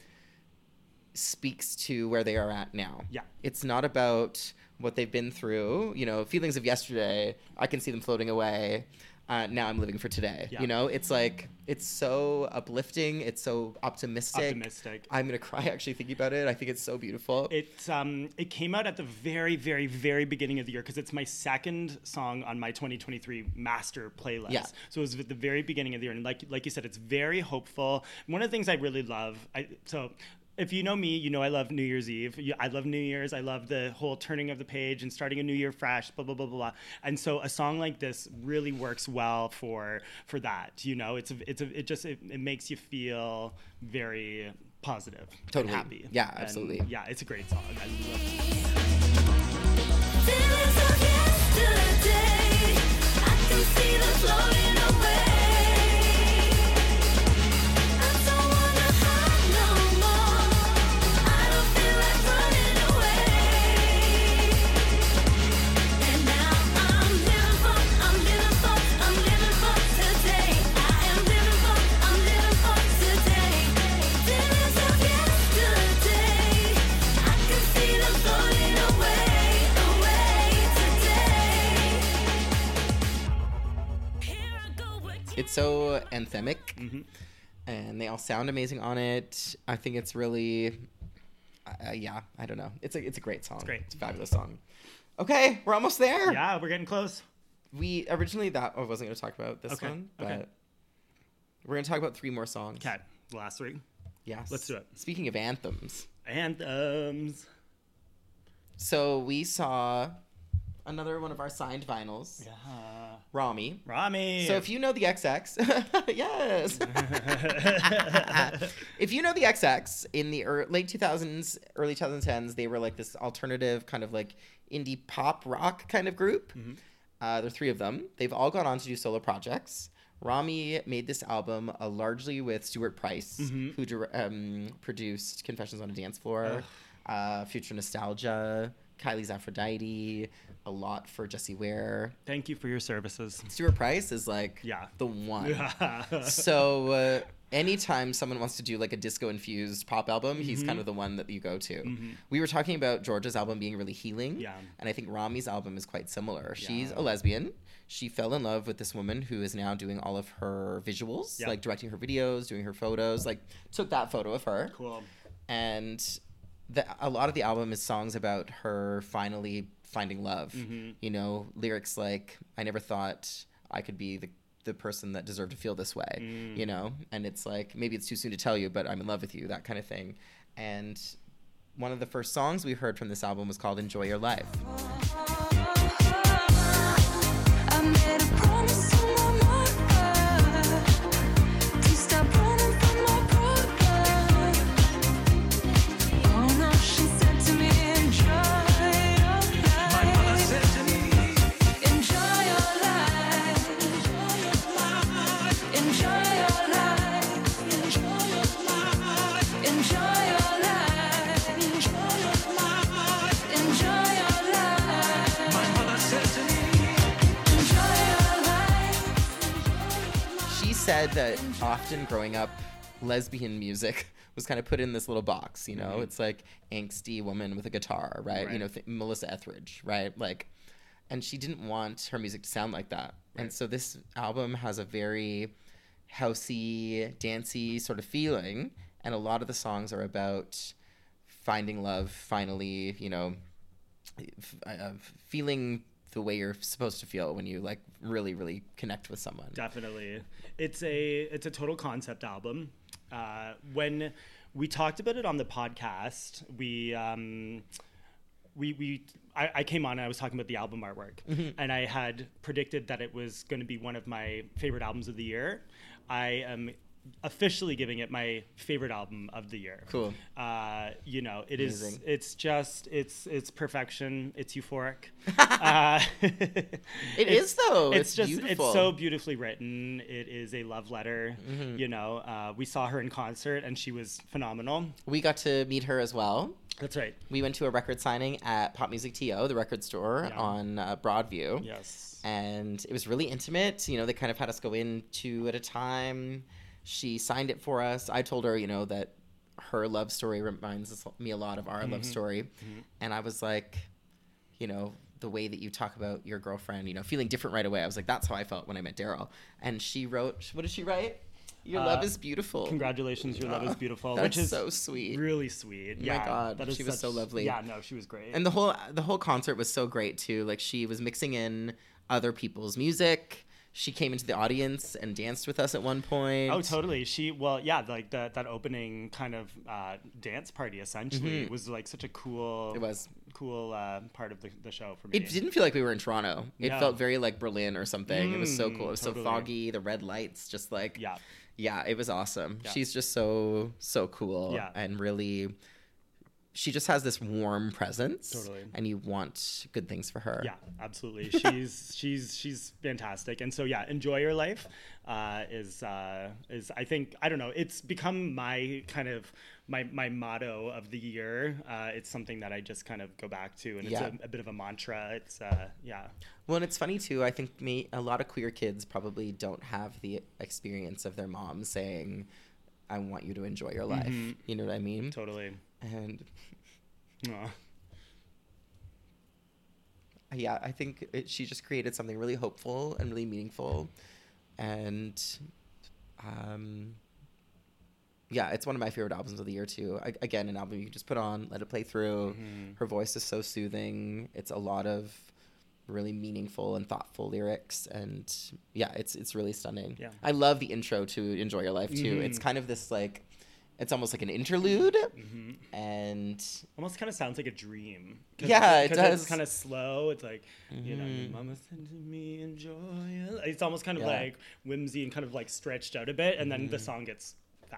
A: speaks to where they are at now.
B: Yeah.
A: It's not about what they've been through. You know, feelings of yesterday. I can see them floating away. Uh, now I'm living for today.
B: Yeah.
A: You know, it's like it's so uplifting. It's so optimistic.
B: Optimistic.
A: I'm gonna cry actually thinking about it. I think it's so beautiful.
B: It's um, it came out at the very, very, very beginning of the year because it's my second song on my 2023 master playlist.
A: Yeah.
B: So it was at the very beginning of the year, and like like you said, it's very hopeful. One of the things I really love, I so. If you know me, you know I love New Year's Eve. You- I love New Year's. I love the whole turning of the page and starting a new year fresh. Blah blah blah blah. blah. And so a song like this really works well for for that. You know, it's a, it's a, it just it, it makes you feel very positive, and
A: Totally.
B: happy.
A: Yeah,
B: And
A: absolutely.
B: yeah, it's a great song. I love it.
C: Feelings of yesterday, I can see them floating away. I don't wanna hide no more. I don't feel like running away. And now I'm living for, I'm living for, I'm living for today. I am living for, I'm living for today. Feelings of yesterday, I can see them floating away, away today. Here I go again.
A: it's so anthemic
B: Mm-hmm.
A: and they all sound amazing on it i think it's really uh, yeah i don't know it's a, it's a great song it's
B: great.
A: it's a fabulous song okay we're almost there
B: Yeah, we're getting close.
A: we originally that i wasn't going to talk about this
B: Okay,
A: one but
B: okay.
A: we're going to talk about three more songs
B: Okay, the last three
A: yes
B: let's do it.
A: speaking of anthems
B: anthems.
A: so we saw another one of our signed vinyls
B: Yeah,
A: rami
B: Rami.
A: So if you know the XX, yes. if you know the XX in the ear late 2000s, early 2010s, they were like this alternative kind of like indie pop rock kind of group.
B: Mm-hmm.
A: Uh, there are three of them. They've all gone on to do solo projects. Rami made this album uh, largely with Stuart Price,
B: Mm-hmm.
A: who dir- um, produced Confessions on a Dance Floor, uh, Future Nostalgia, Kylie's Aphrodite, a lot for Jesse Ware.
B: thank you for your services.
A: Stuart Price is like
B: Yeah.
A: the one. so uh, anytime someone wants to do like a disco infused pop album,
B: Mm-hmm.
A: he's kind of the one that you go to. We were talking about Georgia's album being really healing,
B: Yeah.
A: and I think Rami's album is quite similar. She's a lesbian. She fell in love with this woman who is now doing all of her visuals,
B: Yeah.
A: like directing her videos, doing her photos, like took that photo of her
B: cool.
A: and the, a lot of the album is songs about her finally finding love. You know, lyrics like "I never thought I could be the the person that deserved to feel this way." You know, and it's like maybe it's too soon to tell you, but I'm in love with you, that kind of thing. And one of the first songs we heard from this album was called "Enjoy Your Life."
C: I made a promise on my marker to stop running from my problem. Oh no, she said to me, enjoy your life. Enjoy your life. Enjoy your life. Enjoy your life. Enjoy your life. Enjoy your life. Enjoy your life. Enjoy your life.
A: She said that often growing up, lesbian music was kind of put in this little box. You know, it's like angsty woman with a guitar, right? You know, th- Melissa Etheridge, right? Like, and she didn't want her music to sound like that. And so this album has a very housey, dancey sort of feeling, and a lot of the songs are about finding love finally. You know, f- uh, feeling the way you're supposed to feel when you like really, really connect with someone.
B: Definitely, it's a it's a total concept album. Uh, when we talked about it on the podcast, we. Um, we we I, I came on and I was talking about the album artwork,
A: Mm-hmm.
B: and I had predicted that it was going to be one of my favorite albums of the year. I am officially giving it my favorite album of the year.
A: Cool.
B: Uh, you know, it is.
A: Amazing.
B: It's just. It's. It's perfection. It's euphoric. uh,
A: It is, though. It's
B: just.
A: beautiful.
B: It's so beautifully written. It is a love letter.
A: Mm-hmm.
B: You know, uh, we saw her in concert and she was phenomenal.
A: We got to meet her as well.
B: That's right.
A: We went to a record signing at Pop Music TO, the record store
B: Yeah.
A: on uh, Broadview.
B: Yes.
A: And it was really intimate. You know, they kind of had us go in two at a time. She signed it for us. I told her, you know, that
B: Mm-hmm.
A: her love story reminds us- me a lot of our love story. And I was like, you know, the way that you talk about your girlfriend, you know, feeling different right away. I was like, that's how I felt when I met Daryl. And she wrote, what did she write?
B: Uh,
A: Your love is beautiful.
B: Congratulations, your love is beautiful,
A: That's
B: which is
A: so sweet.
B: really sweet. yeah,
A: God,
B: that is
A: she was so lovely.
B: Yeah, no, she was great.
A: and the whole the whole concert was so great too like she was mixing in other people's music she came into the audience and danced with us at one point
B: Oh, totally. She well, yeah, like that that opening kind of uh, dance party essentially was like such a cool.
A: Mm-hmm. It was.
B: cool uh, part of the, the show for me.
A: it didn't feel like we were in toronto it
B: No.
A: felt very like berlin or something it was so cool it was
B: Mm, totally.
A: so foggy the red lights just like
B: Yeah.
A: yeah it was awesome
B: Yeah.
A: she's just so so cool
B: Yeah.
A: and really she just has this warm presence
B: Totally.
A: and you want good things for her
B: Yeah, absolutely. She's she's she's fantastic. And so yeah, enjoy your life uh, is uh, is I think I don't know. It's become my kind of my my motto of the year. Uh, it's something that I just kind of go back to, and
A: Yeah.
B: it's a, a bit of a mantra. It's uh, yeah,
A: Well, and it's funny too. I think me a lot of queer kids probably don't have the experience of their mom saying, "I want you to enjoy your life." You know what I mean?
B: totally.
A: And
B: Aw.
A: yeah, I think it, she just created something really hopeful and really meaningful, and um, yeah, it's one of my favorite albums of the year too. I, again, an album you can just put on, let it play through. Her voice is so soothing. It's a lot of really meaningful and thoughtful lyrics, and yeah, it's it's really stunning.
B: Yeah.
A: I love the intro to "Enjoy Your Life" too. It's kind of this like, it's almost like an interlude, and
B: Almost kind of sounds like a dream. 'Cause-
A: Yeah, it
B: 'cause
A: does. Mm-hmm.
B: It's kind of slow. It's like, you know, your mama said to me, enjoy. your li-" It's almost kind of
A: Yeah. Mm-hmm.
B: like whimsy and kind of like stretched out a bit, and then the song gets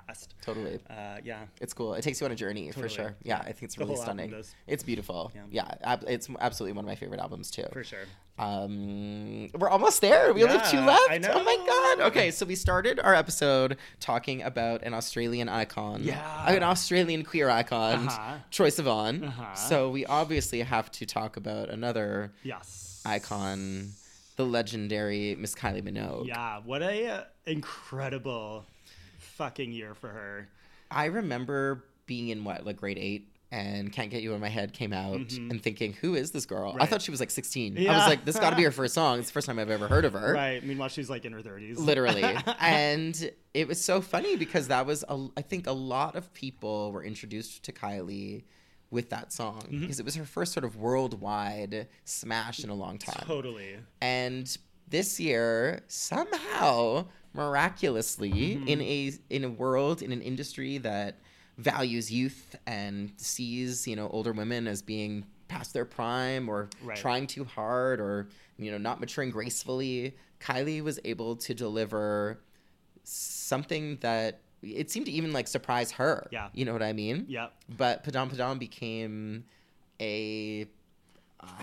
B: fast.
A: totally.
B: Uh, yeah.
A: it's cool. It takes you on a journey for
B: Totally.
A: sure. Yeah, I think it's
B: The
A: really
B: whole album
A: stunning.
B: does.
A: It's beautiful.
B: Yeah.
A: Yeah, ab- it's absolutely one of my favorite albums too.
B: For sure.
A: Um, we're almost there. We only have two
B: Yeah,
A: left.
B: I
A: Oh my
B: know.
A: god. Okay, so we started our episode talking about an Australian icon.
B: Yeah.
A: an Australian queer icon,
B: Uh-huh.
A: Troy Sivan.
B: Uh-huh.
A: So we obviously have to talk about another
B: Yes.
A: icon, the legendary Miss Kylie Minogue.
B: Yeah. What a uh, incredible fucking year for her.
A: I remember being in what, like grade eight, and "Can't Get You in My Head" came out, and thinking, "Who is this girl?" I
B: Mm-hmm. Right.
A: thought she was like 16. I
B: Yeah.
A: was like, "This got to be her first song." It's the first time I've ever heard of her,
B: Right. Meanwhile, she's like in her 30s.
A: literally. and it was so funny because that was, a, I think, a lot of people were introduced to Kylie with that song
B: Mm-hmm.
A: because it was her first sort of worldwide smash in a long time.
B: Totally.
A: And this year, somehow, miraculously,
B: Mm-hmm.
A: in a in a world in an industry that values youth and sees you know older women as being past their prime or
B: Right.
A: trying too hard or you know not maturing gracefully, Kylie was able to deliver something that it seemed to even like surprise her.
B: Yeah.
A: you know what I mean.
B: Yeah.
A: But Padam Padam became a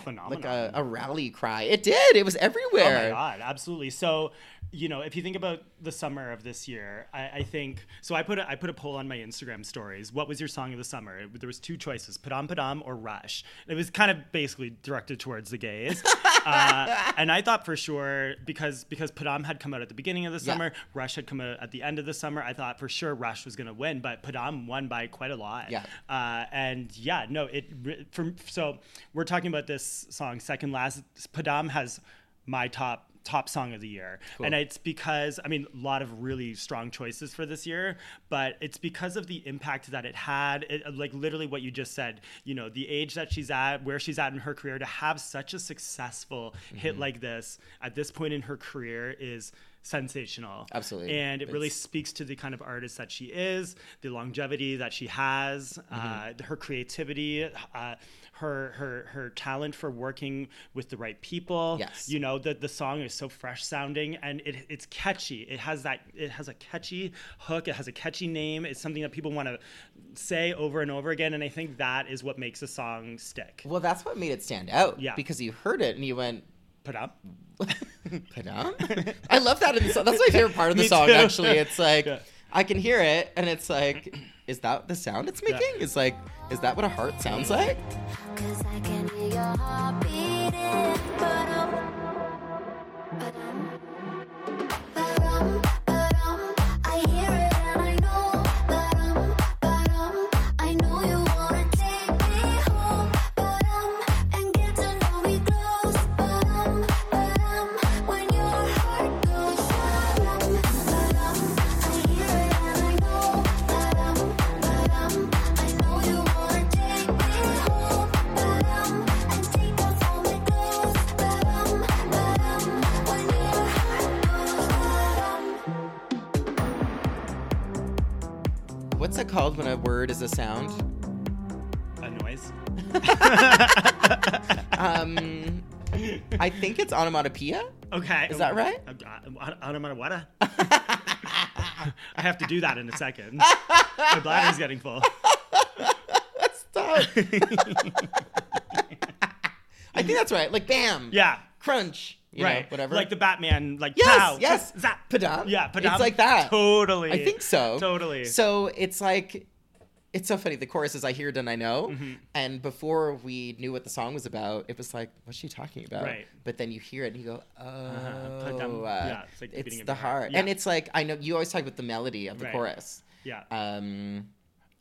B: Phenomenal.
A: like uh, a, a rally cry. It did. It was everywhere.
B: Oh my god, absolutely. So, you know, if you think about the summer of this year, I, I think so. I put a, I put a poll on my Instagram stories. What was your song of the summer? It- there was two choices: Padam Padam or Rush. It was kind of basically directed towards the gays, uh, and I thought for sure because because Padam had come out at the beginning of the
A: Yeah.
B: summer, Rush had come out at the end of the summer. I thought for sure Rush was going to win, but Padam won by quite a lot.
A: Yeah.
B: Uh, and yeah, no, it re- from so we're talking about this song second last. Padam has my top top song of the year, and it's because I mean a lot of really strong choices for this year, but it's because of the impact that it had. It, uh, like literally what you just said, you know, the age that she's at, where she's at in her career, to have such a successful hit
A: Mm-hmm.
B: like this at this point in her career is sensational
A: Absolutely.
B: and it really
A: It's-
B: speaks to the kind of artist that she is, the longevity that she has,
A: Mm-hmm.
B: uh, her creativity, uh, her her her talent for working with the right people.
A: Yes.
B: you know the the song is so fresh sounding and it it's catchy. It has that it has a catchy hook. It has a catchy name. It's something that people want to say over and over again, and I think that is what makes a song stick.
A: Well, that's what made it stand out.
B: Yeah.
A: Because you heard it and you went,
B: Put up.
A: Padam? I love that in the song. That's my favorite part of the
B: Me
A: song,
B: too.
A: actually. It's like,
B: Yeah.
A: I can hear it and it's like, is that the sound it's making? It's like, is that what a heart sounds like?
C: Cause I can hear your heart beating. Ba-dum, ba-dum, ba-dum, ba-dum. I hear it and I know. Ba-dum, ba-dum. I know you wanna take me home. Ba-dum, and get to know
A: that called when a word is a sound?
B: A noise.
A: Uh, Um, I think it's onomatopoeia.
B: Okay.
A: Is that right?
B: Uh, uh, Onomatopoeia. I have to do that in a second. My bladder's getting full.
A: Stop. I think that's right. Like bam.
B: Yeah.
A: Crunch. You know,
B: right.
A: whatever.
B: Like the Batman, like
A: Yes,
B: pow,
A: yes.
B: zap,
A: Padam.
B: Yeah,
A: It's
B: padam.
A: like that.
B: Totally.
A: I think so.
B: Totally.
A: So it's like, it's so funny. The chorus is "I hear it and I know,"
B: Mm-hmm.
A: and before we knew what the song was about, it was like, "What's she talking about?"
B: Right. Uh-huh.
A: But then you hear it and you go, "Oh,
B: Padam.
A: uh,
B: Yeah, it's like the beating of
A: the
B: your heart.
A: heart."
B: Yeah.
A: And it's like I know you always talk about the melody of the
B: Right.
A: chorus.
B: yeah.
A: Um,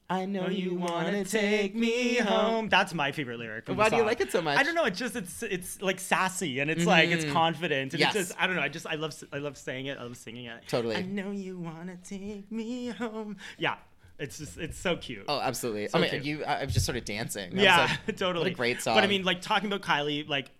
A: I know
B: Oh,
A: you wanna take me home.
B: That's my favorite lyric. From the
A: Why do you
B: song.
A: like it so much? Mm-hmm.
B: I don't know. It's just it's it's like sassy and it's like it's confident and
A: Yes.
B: it's just I don't know. I just I love s- I love saying it. I love singing it.
A: Totally.
B: I know you wanna take me home. Yeah, it's just it's so cute.
A: Oh, absolutely.
B: So
A: I mean,
B: cute.
A: you. I, I'm just sort of dancing. I was
B: yeah,
A: like,
B: totally.
A: What a great song.
B: But I mean, like talking about Kylie, like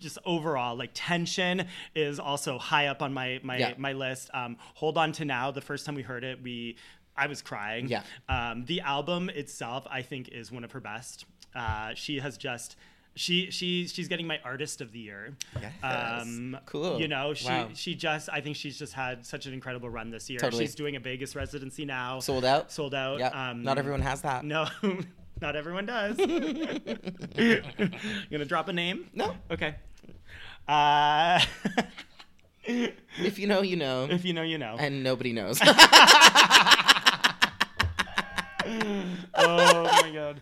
B: just overall, like tension is also high up on my my
A: Yeah.
B: my list. Um, Hold on to now. The first time we heard it, we I was crying.
A: Yeah.
B: Um, the album itself, I think, is one of her best. Uh, she has just. She she she's getting my artist of the year. Um,
A: Yes. Cool.
B: You know she
A: Wow.
B: she just I think she's just had such an incredible run this year.
A: Totally.
B: She's doing a Vegas residency now.
A: sold out.
B: Sold out.
A: Yeah. Not everyone has that.
B: Um, No, not everyone does. you gonna drop a name?
A: No.
B: Okay. Uh,
A: If you know, you know,
B: if you know, you know.
A: and nobody knows.
B: oh my god.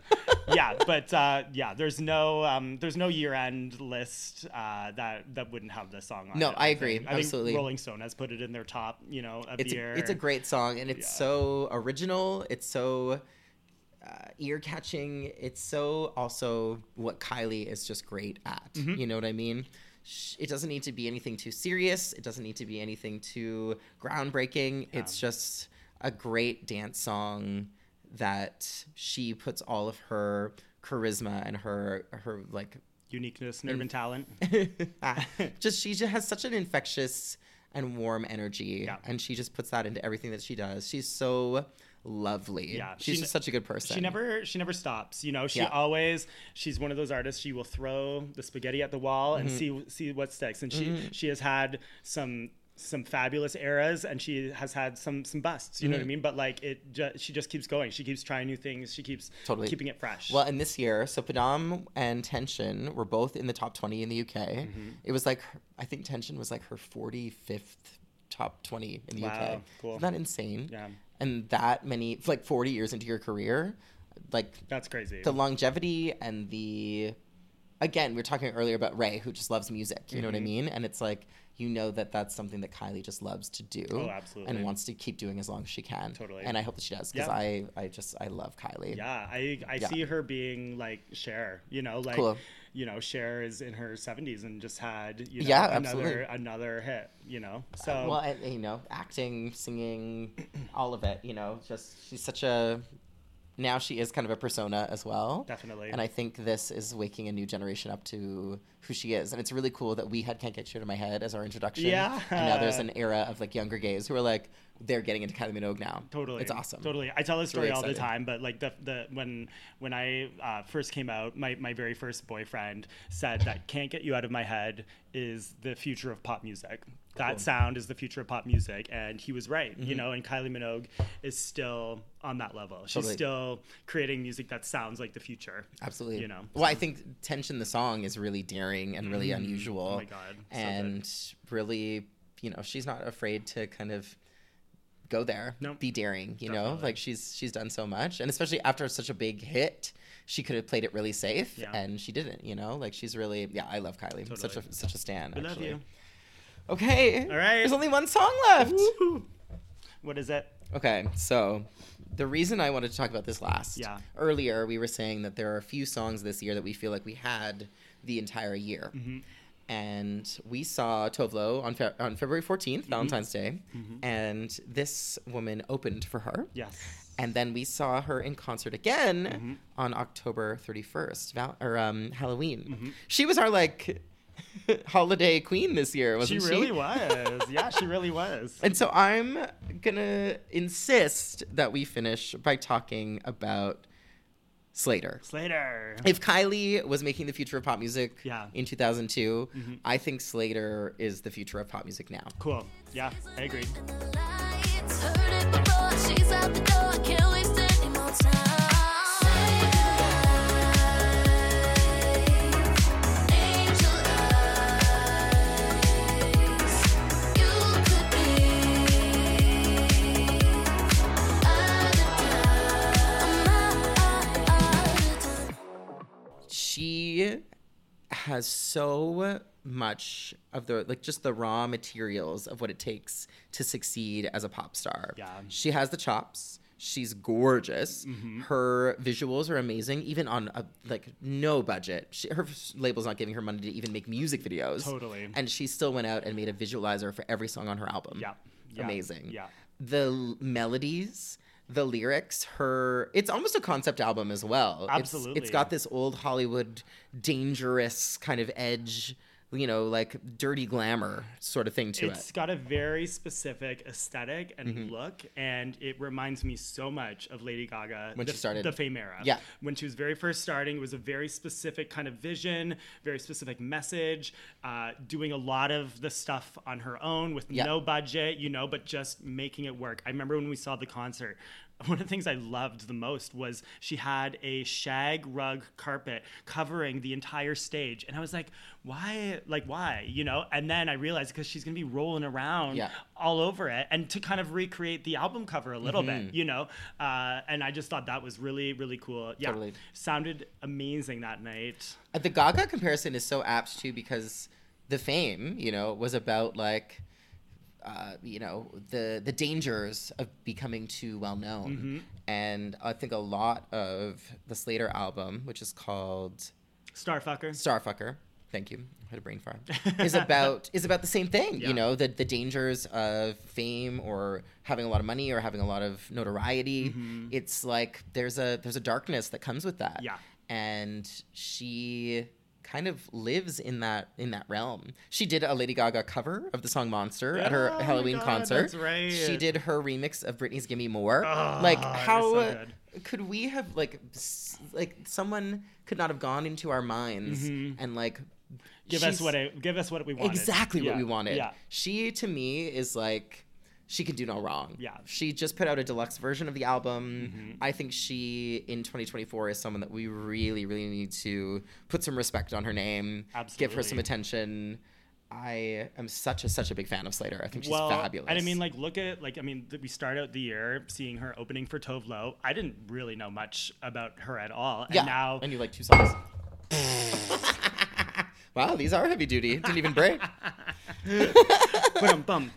B: Yeah, but uh, yeah, there's no um, there's no year end list uh, that that wouldn't have this song on.
A: No,
B: it,
A: I agree.
B: think.
A: Absolutely.
B: Think Rolling Stone has put it in their top, you know, of
A: it's
B: the year.
A: a, it's a great song and it's
B: Yeah.
A: so original it's so uh, ear catching it's so also what kylie is just great at you know what i mean Sh- it doesn't need to be anything too serious it doesn't need to be anything too groundbreaking it's just a great dance song that she puts all of her charisma and her her like
B: uniqueness, nerve,
A: Mm.
B: and talent.
A: Ah, just she just has such an infectious and warm energy
B: Yeah.
A: and she just puts that into everything that she does she's so lovely
B: Yeah,
A: she's
B: she
A: just
B: ne-
A: such a good person
B: She never she never stops. You know, she
A: Yeah.
B: always she's one of those artists. She will throw the spaghetti at the wall and see
A: Mm-hmm.
B: see what sticks. And she she has had some some fabulous eras and she has had some some busts. You know what
A: Mm-hmm.
B: I mean? But like it, ju- she just keeps going. She keeps trying new things. She keeps
A: Totally.
B: keeping it fresh.
A: well and this year so padam and tension were both in the top 20 in the uk
B: Mm-hmm.
A: it was like her- i think tension was like her 45th top 20 in the uk
B: Wow, cool.
A: isn't that insane
B: Yeah.
A: and that many like 40 years into your career like
B: that's crazy.
A: the longevity and the again we were talking earlier about ray who just loves music you know what i
B: Mm-hmm.
A: mean and it's like you know that that's something that kylie just loves to do
B: Oh, absolutely.
A: and wants to keep doing as long as she can
B: Totally.
A: and i hope that she does because
B: Yeah.
A: i i just i love kylie
B: Yeah, I I
A: Yeah.
B: see her being like Cher, you know, like
A: Cool.
B: you know, Cher is in her seventies and just had you know
A: Yeah,
B: another
A: absolutely.
B: another hit, you know. So
A: well and, you know acting singing all of it you know just she's such a now she is kind of a persona as well
B: Definitely.
A: and i think this is waking a new generation up to who she is and it's really cool that we had can't get you out of my head as our introduction
B: Yeah.
A: and now there's an era of like younger gays who are like they're getting into kylie minogue now
B: Totally,
A: it's awesome
B: Totally, I tell this story
A: really
B: all the
A: exciting.
B: time. But like the the when when I uh, first came out, my my very first boyfriend said that "Can't Get You Out of My Head" is the future of pop music. That sound is the future of pop music, and he was right.
A: Mm-hmm.
B: You know, and Kylie Minogue is still on that level. She's
A: Totally.
B: still creating music that sounds like the future.
A: absolutely
B: You know,
A: well i think tension the song is really daring and really unusual
B: Oh my God, so good.
A: and really you know she's not afraid to kind of go there
B: No.
A: be daring you know
B: Definitely.
A: like she's she's done so much and especially after such a big hit she could have played it really safe
B: Yeah.
A: and she didn't you know like she's really yeah i love kylie such
B: Totally.
A: a such a stan
B: I
A: actually.
B: love you.
A: okay all
B: right.
A: there's only one song left
B: Woohoo. What is it?
A: Okay, so the reason I wanted to talk about this last,
B: Yeah.
A: earlier we were saying that there are a few songs this year that we feel like we had the entire year, and we saw Tovlo on Fe- on February 14th Valentine's Day, and this woman opened for her.
B: Yes.
A: And then we saw her in concert again on October 31st, Val- or um, Halloween. She was our like holiday queen this year,
B: She
A: wasn't she?
B: really was. Yeah, she really was.
A: And so I'm gonna insist that we finish by talking about Slater.
B: Slater.
A: If Kylie was making the future of pop music
B: Yeah.
A: in 2002, I think Slater is the future of pop music now.
B: Cool. Yeah, I agree.
A: she has so much of the like just the raw materials of what it takes to succeed as a pop star.
B: Yeah.
A: She has the chops. She's gorgeous.
B: Mm-hmm.
A: Her visuals are amazing even on a, like no budget. She, her label's not giving her money to even make music videos.
B: Totally.
A: And she still went out and made a visualizer for every song on her album.
B: Yeah. Yeah.
A: Amazing.
B: Yeah.
A: The l- melodies, the lyrics, her it's almost a concept album as well. It's- it's
B: Absolutely.
A: got this old Hollywood dangerous kind of edge, you know, like dirty glamour sort of thing to
B: It's
A: it. Mm-hmm.
B: got a very specific aesthetic and look, and it reminds me so much of Lady Gaga
A: When
B: the,
A: she started.
B: the Fame era.
A: Yeah.
B: when she was very first starting, it was a very specific kind of vision, very specific message, uh, doing a lot of the stuff on her own with
A: Yeah.
B: no budget, you know, but just making it work. I remember when we saw the concert. One of the things I loved the most was she had a shag rug carpet covering the entire stage. And I was like, why? Like, why? You know? And then I realized because she's going to be rolling around
A: Yeah.
B: all over it and to kind of recreate the album cover a little
A: Mm-hmm.
B: bit, you know? Uh, and I just thought that was really, really cool. Yeah.
A: Totally.
B: Sounded amazing that night.
A: Uh, The Gaga comparison is so apt too because the fame, you know, was about like uh, you know the the dangers of becoming too well known, and I think a lot of the Slater album, which is called
B: Starfucker.
A: Starfucker. Thank you. I had a brain fart. is about is about the same thing.
B: Yeah.
A: You know, the the dangers of fame or having a lot of money or having a lot of notoriety. It's like there's a there's a darkness that comes with that.
B: Mm-hmm. Yeah.
A: And she kind of lives in that in that realm. She did a Lady Gaga cover of the song Monster at her
B: Oh my
A: Halloween
B: God,
A: concert.
B: that's right.
A: She did her remix of Britney's Gimme More. like
B: it was
A: how
B: so good.
A: could we have like s- like someone could not have gone into our minds and like
B: Mm-hmm. Give us
A: she's-
B: what I, give us what we wanted.
A: exactly what
B: Yeah.
A: we wanted
B: Yeah.
A: she to me is like she can do no wrong
B: Yeah. Mm-hmm.
A: she just put out a deluxe version of the album i think she in 2024 is someone that we really really need to put some respect on her name give her some
B: Absolutely.
A: attention i am such a such a big fan of slater i think she's
B: well,
A: fabulous
B: And I mean, like, look at like I mean, th- we start out the year seeing her opening for Tove Lo. I didn't really know much about her at all, and
A: yeah
B: now
A: and you like two songs wow these are heavy duty didn't even break
B: bum bum.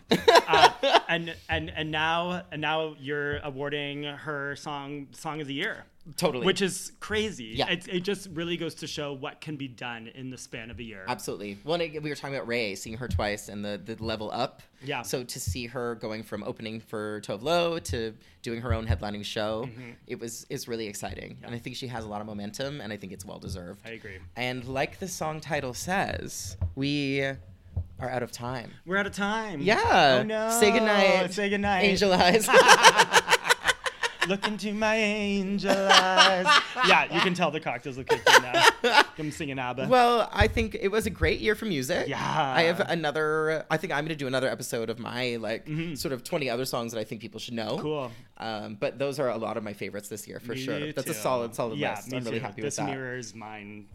B: Uh, and and and now and now you're awarding her song song of the year.
A: Totally.
B: Which is crazy.
A: Yeah.
B: It, it just really goes to show what can be done in the span of a year.
A: Absolutely. Well, and we were talking about Ray, seeing her twice and the, the level up.
B: Yeah.
A: So to see her going from opening for Tove Lo to doing her own headlining show,
B: Mm-hmm.
A: it was is really exciting. And I think she has a lot of momentum, and I think it's well deserved.
B: I agree.
A: And like the song title says, we are out of time.
B: We're out of time.
A: Yeah.
B: Oh no.
A: Say goodnight.
B: Say goodnight.
A: Angel eyes.
B: Look into my angel eyes. yeah, you can tell the cocktails are kicking now. I'm singing ABBA.
A: Well, I think it was a great year for music.
B: Yeah.
A: I have another. I think I'm going to do another episode of my like sort of 20 other songs that I think people should know.
B: Mm-hmm. Cool.
A: Um, but those are a lot of my favorites this year for
B: Me
A: sure. That's a
B: too.
A: solid, solid
B: yeah,
A: list.
B: me
A: I'm really
B: too.
A: happy
B: this
A: with that.
B: mirrors mine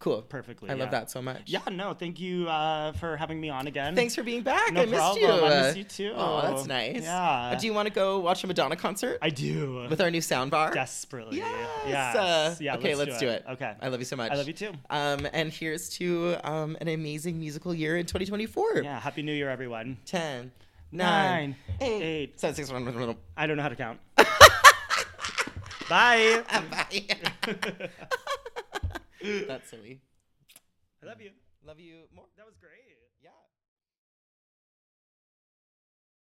A: cool.
B: perfectly,
A: I love
B: yeah.
A: that so much.
B: Yeah, no, thank you uh, for having me on again.
A: Thanks for being back.
B: No
A: I missed you.
B: problem. I missed you too.
A: Oh, that's nice.
B: Yeah.
A: Uh, Do you want to go watch a Madonna concert
B: I do.
A: with our new sound bar?
B: Desperately.
A: Yes.
B: Yes.
A: Uh,
B: yeah,
A: okay, let's, do, it.
B: Okay.
A: I love you so much.
B: I love you too.
A: Um, and here's to um, an amazing musical year in 2024.
B: Yeah, happy new year, everyone.
A: 10, 9,
B: Nine,
A: 8,
B: eight.
A: 7, 6, 1, 1, 1.
B: I don't know how to count. Bye. I
A: That's silly.
B: love you.
A: Love you more.
B: That was great.
A: Yeah.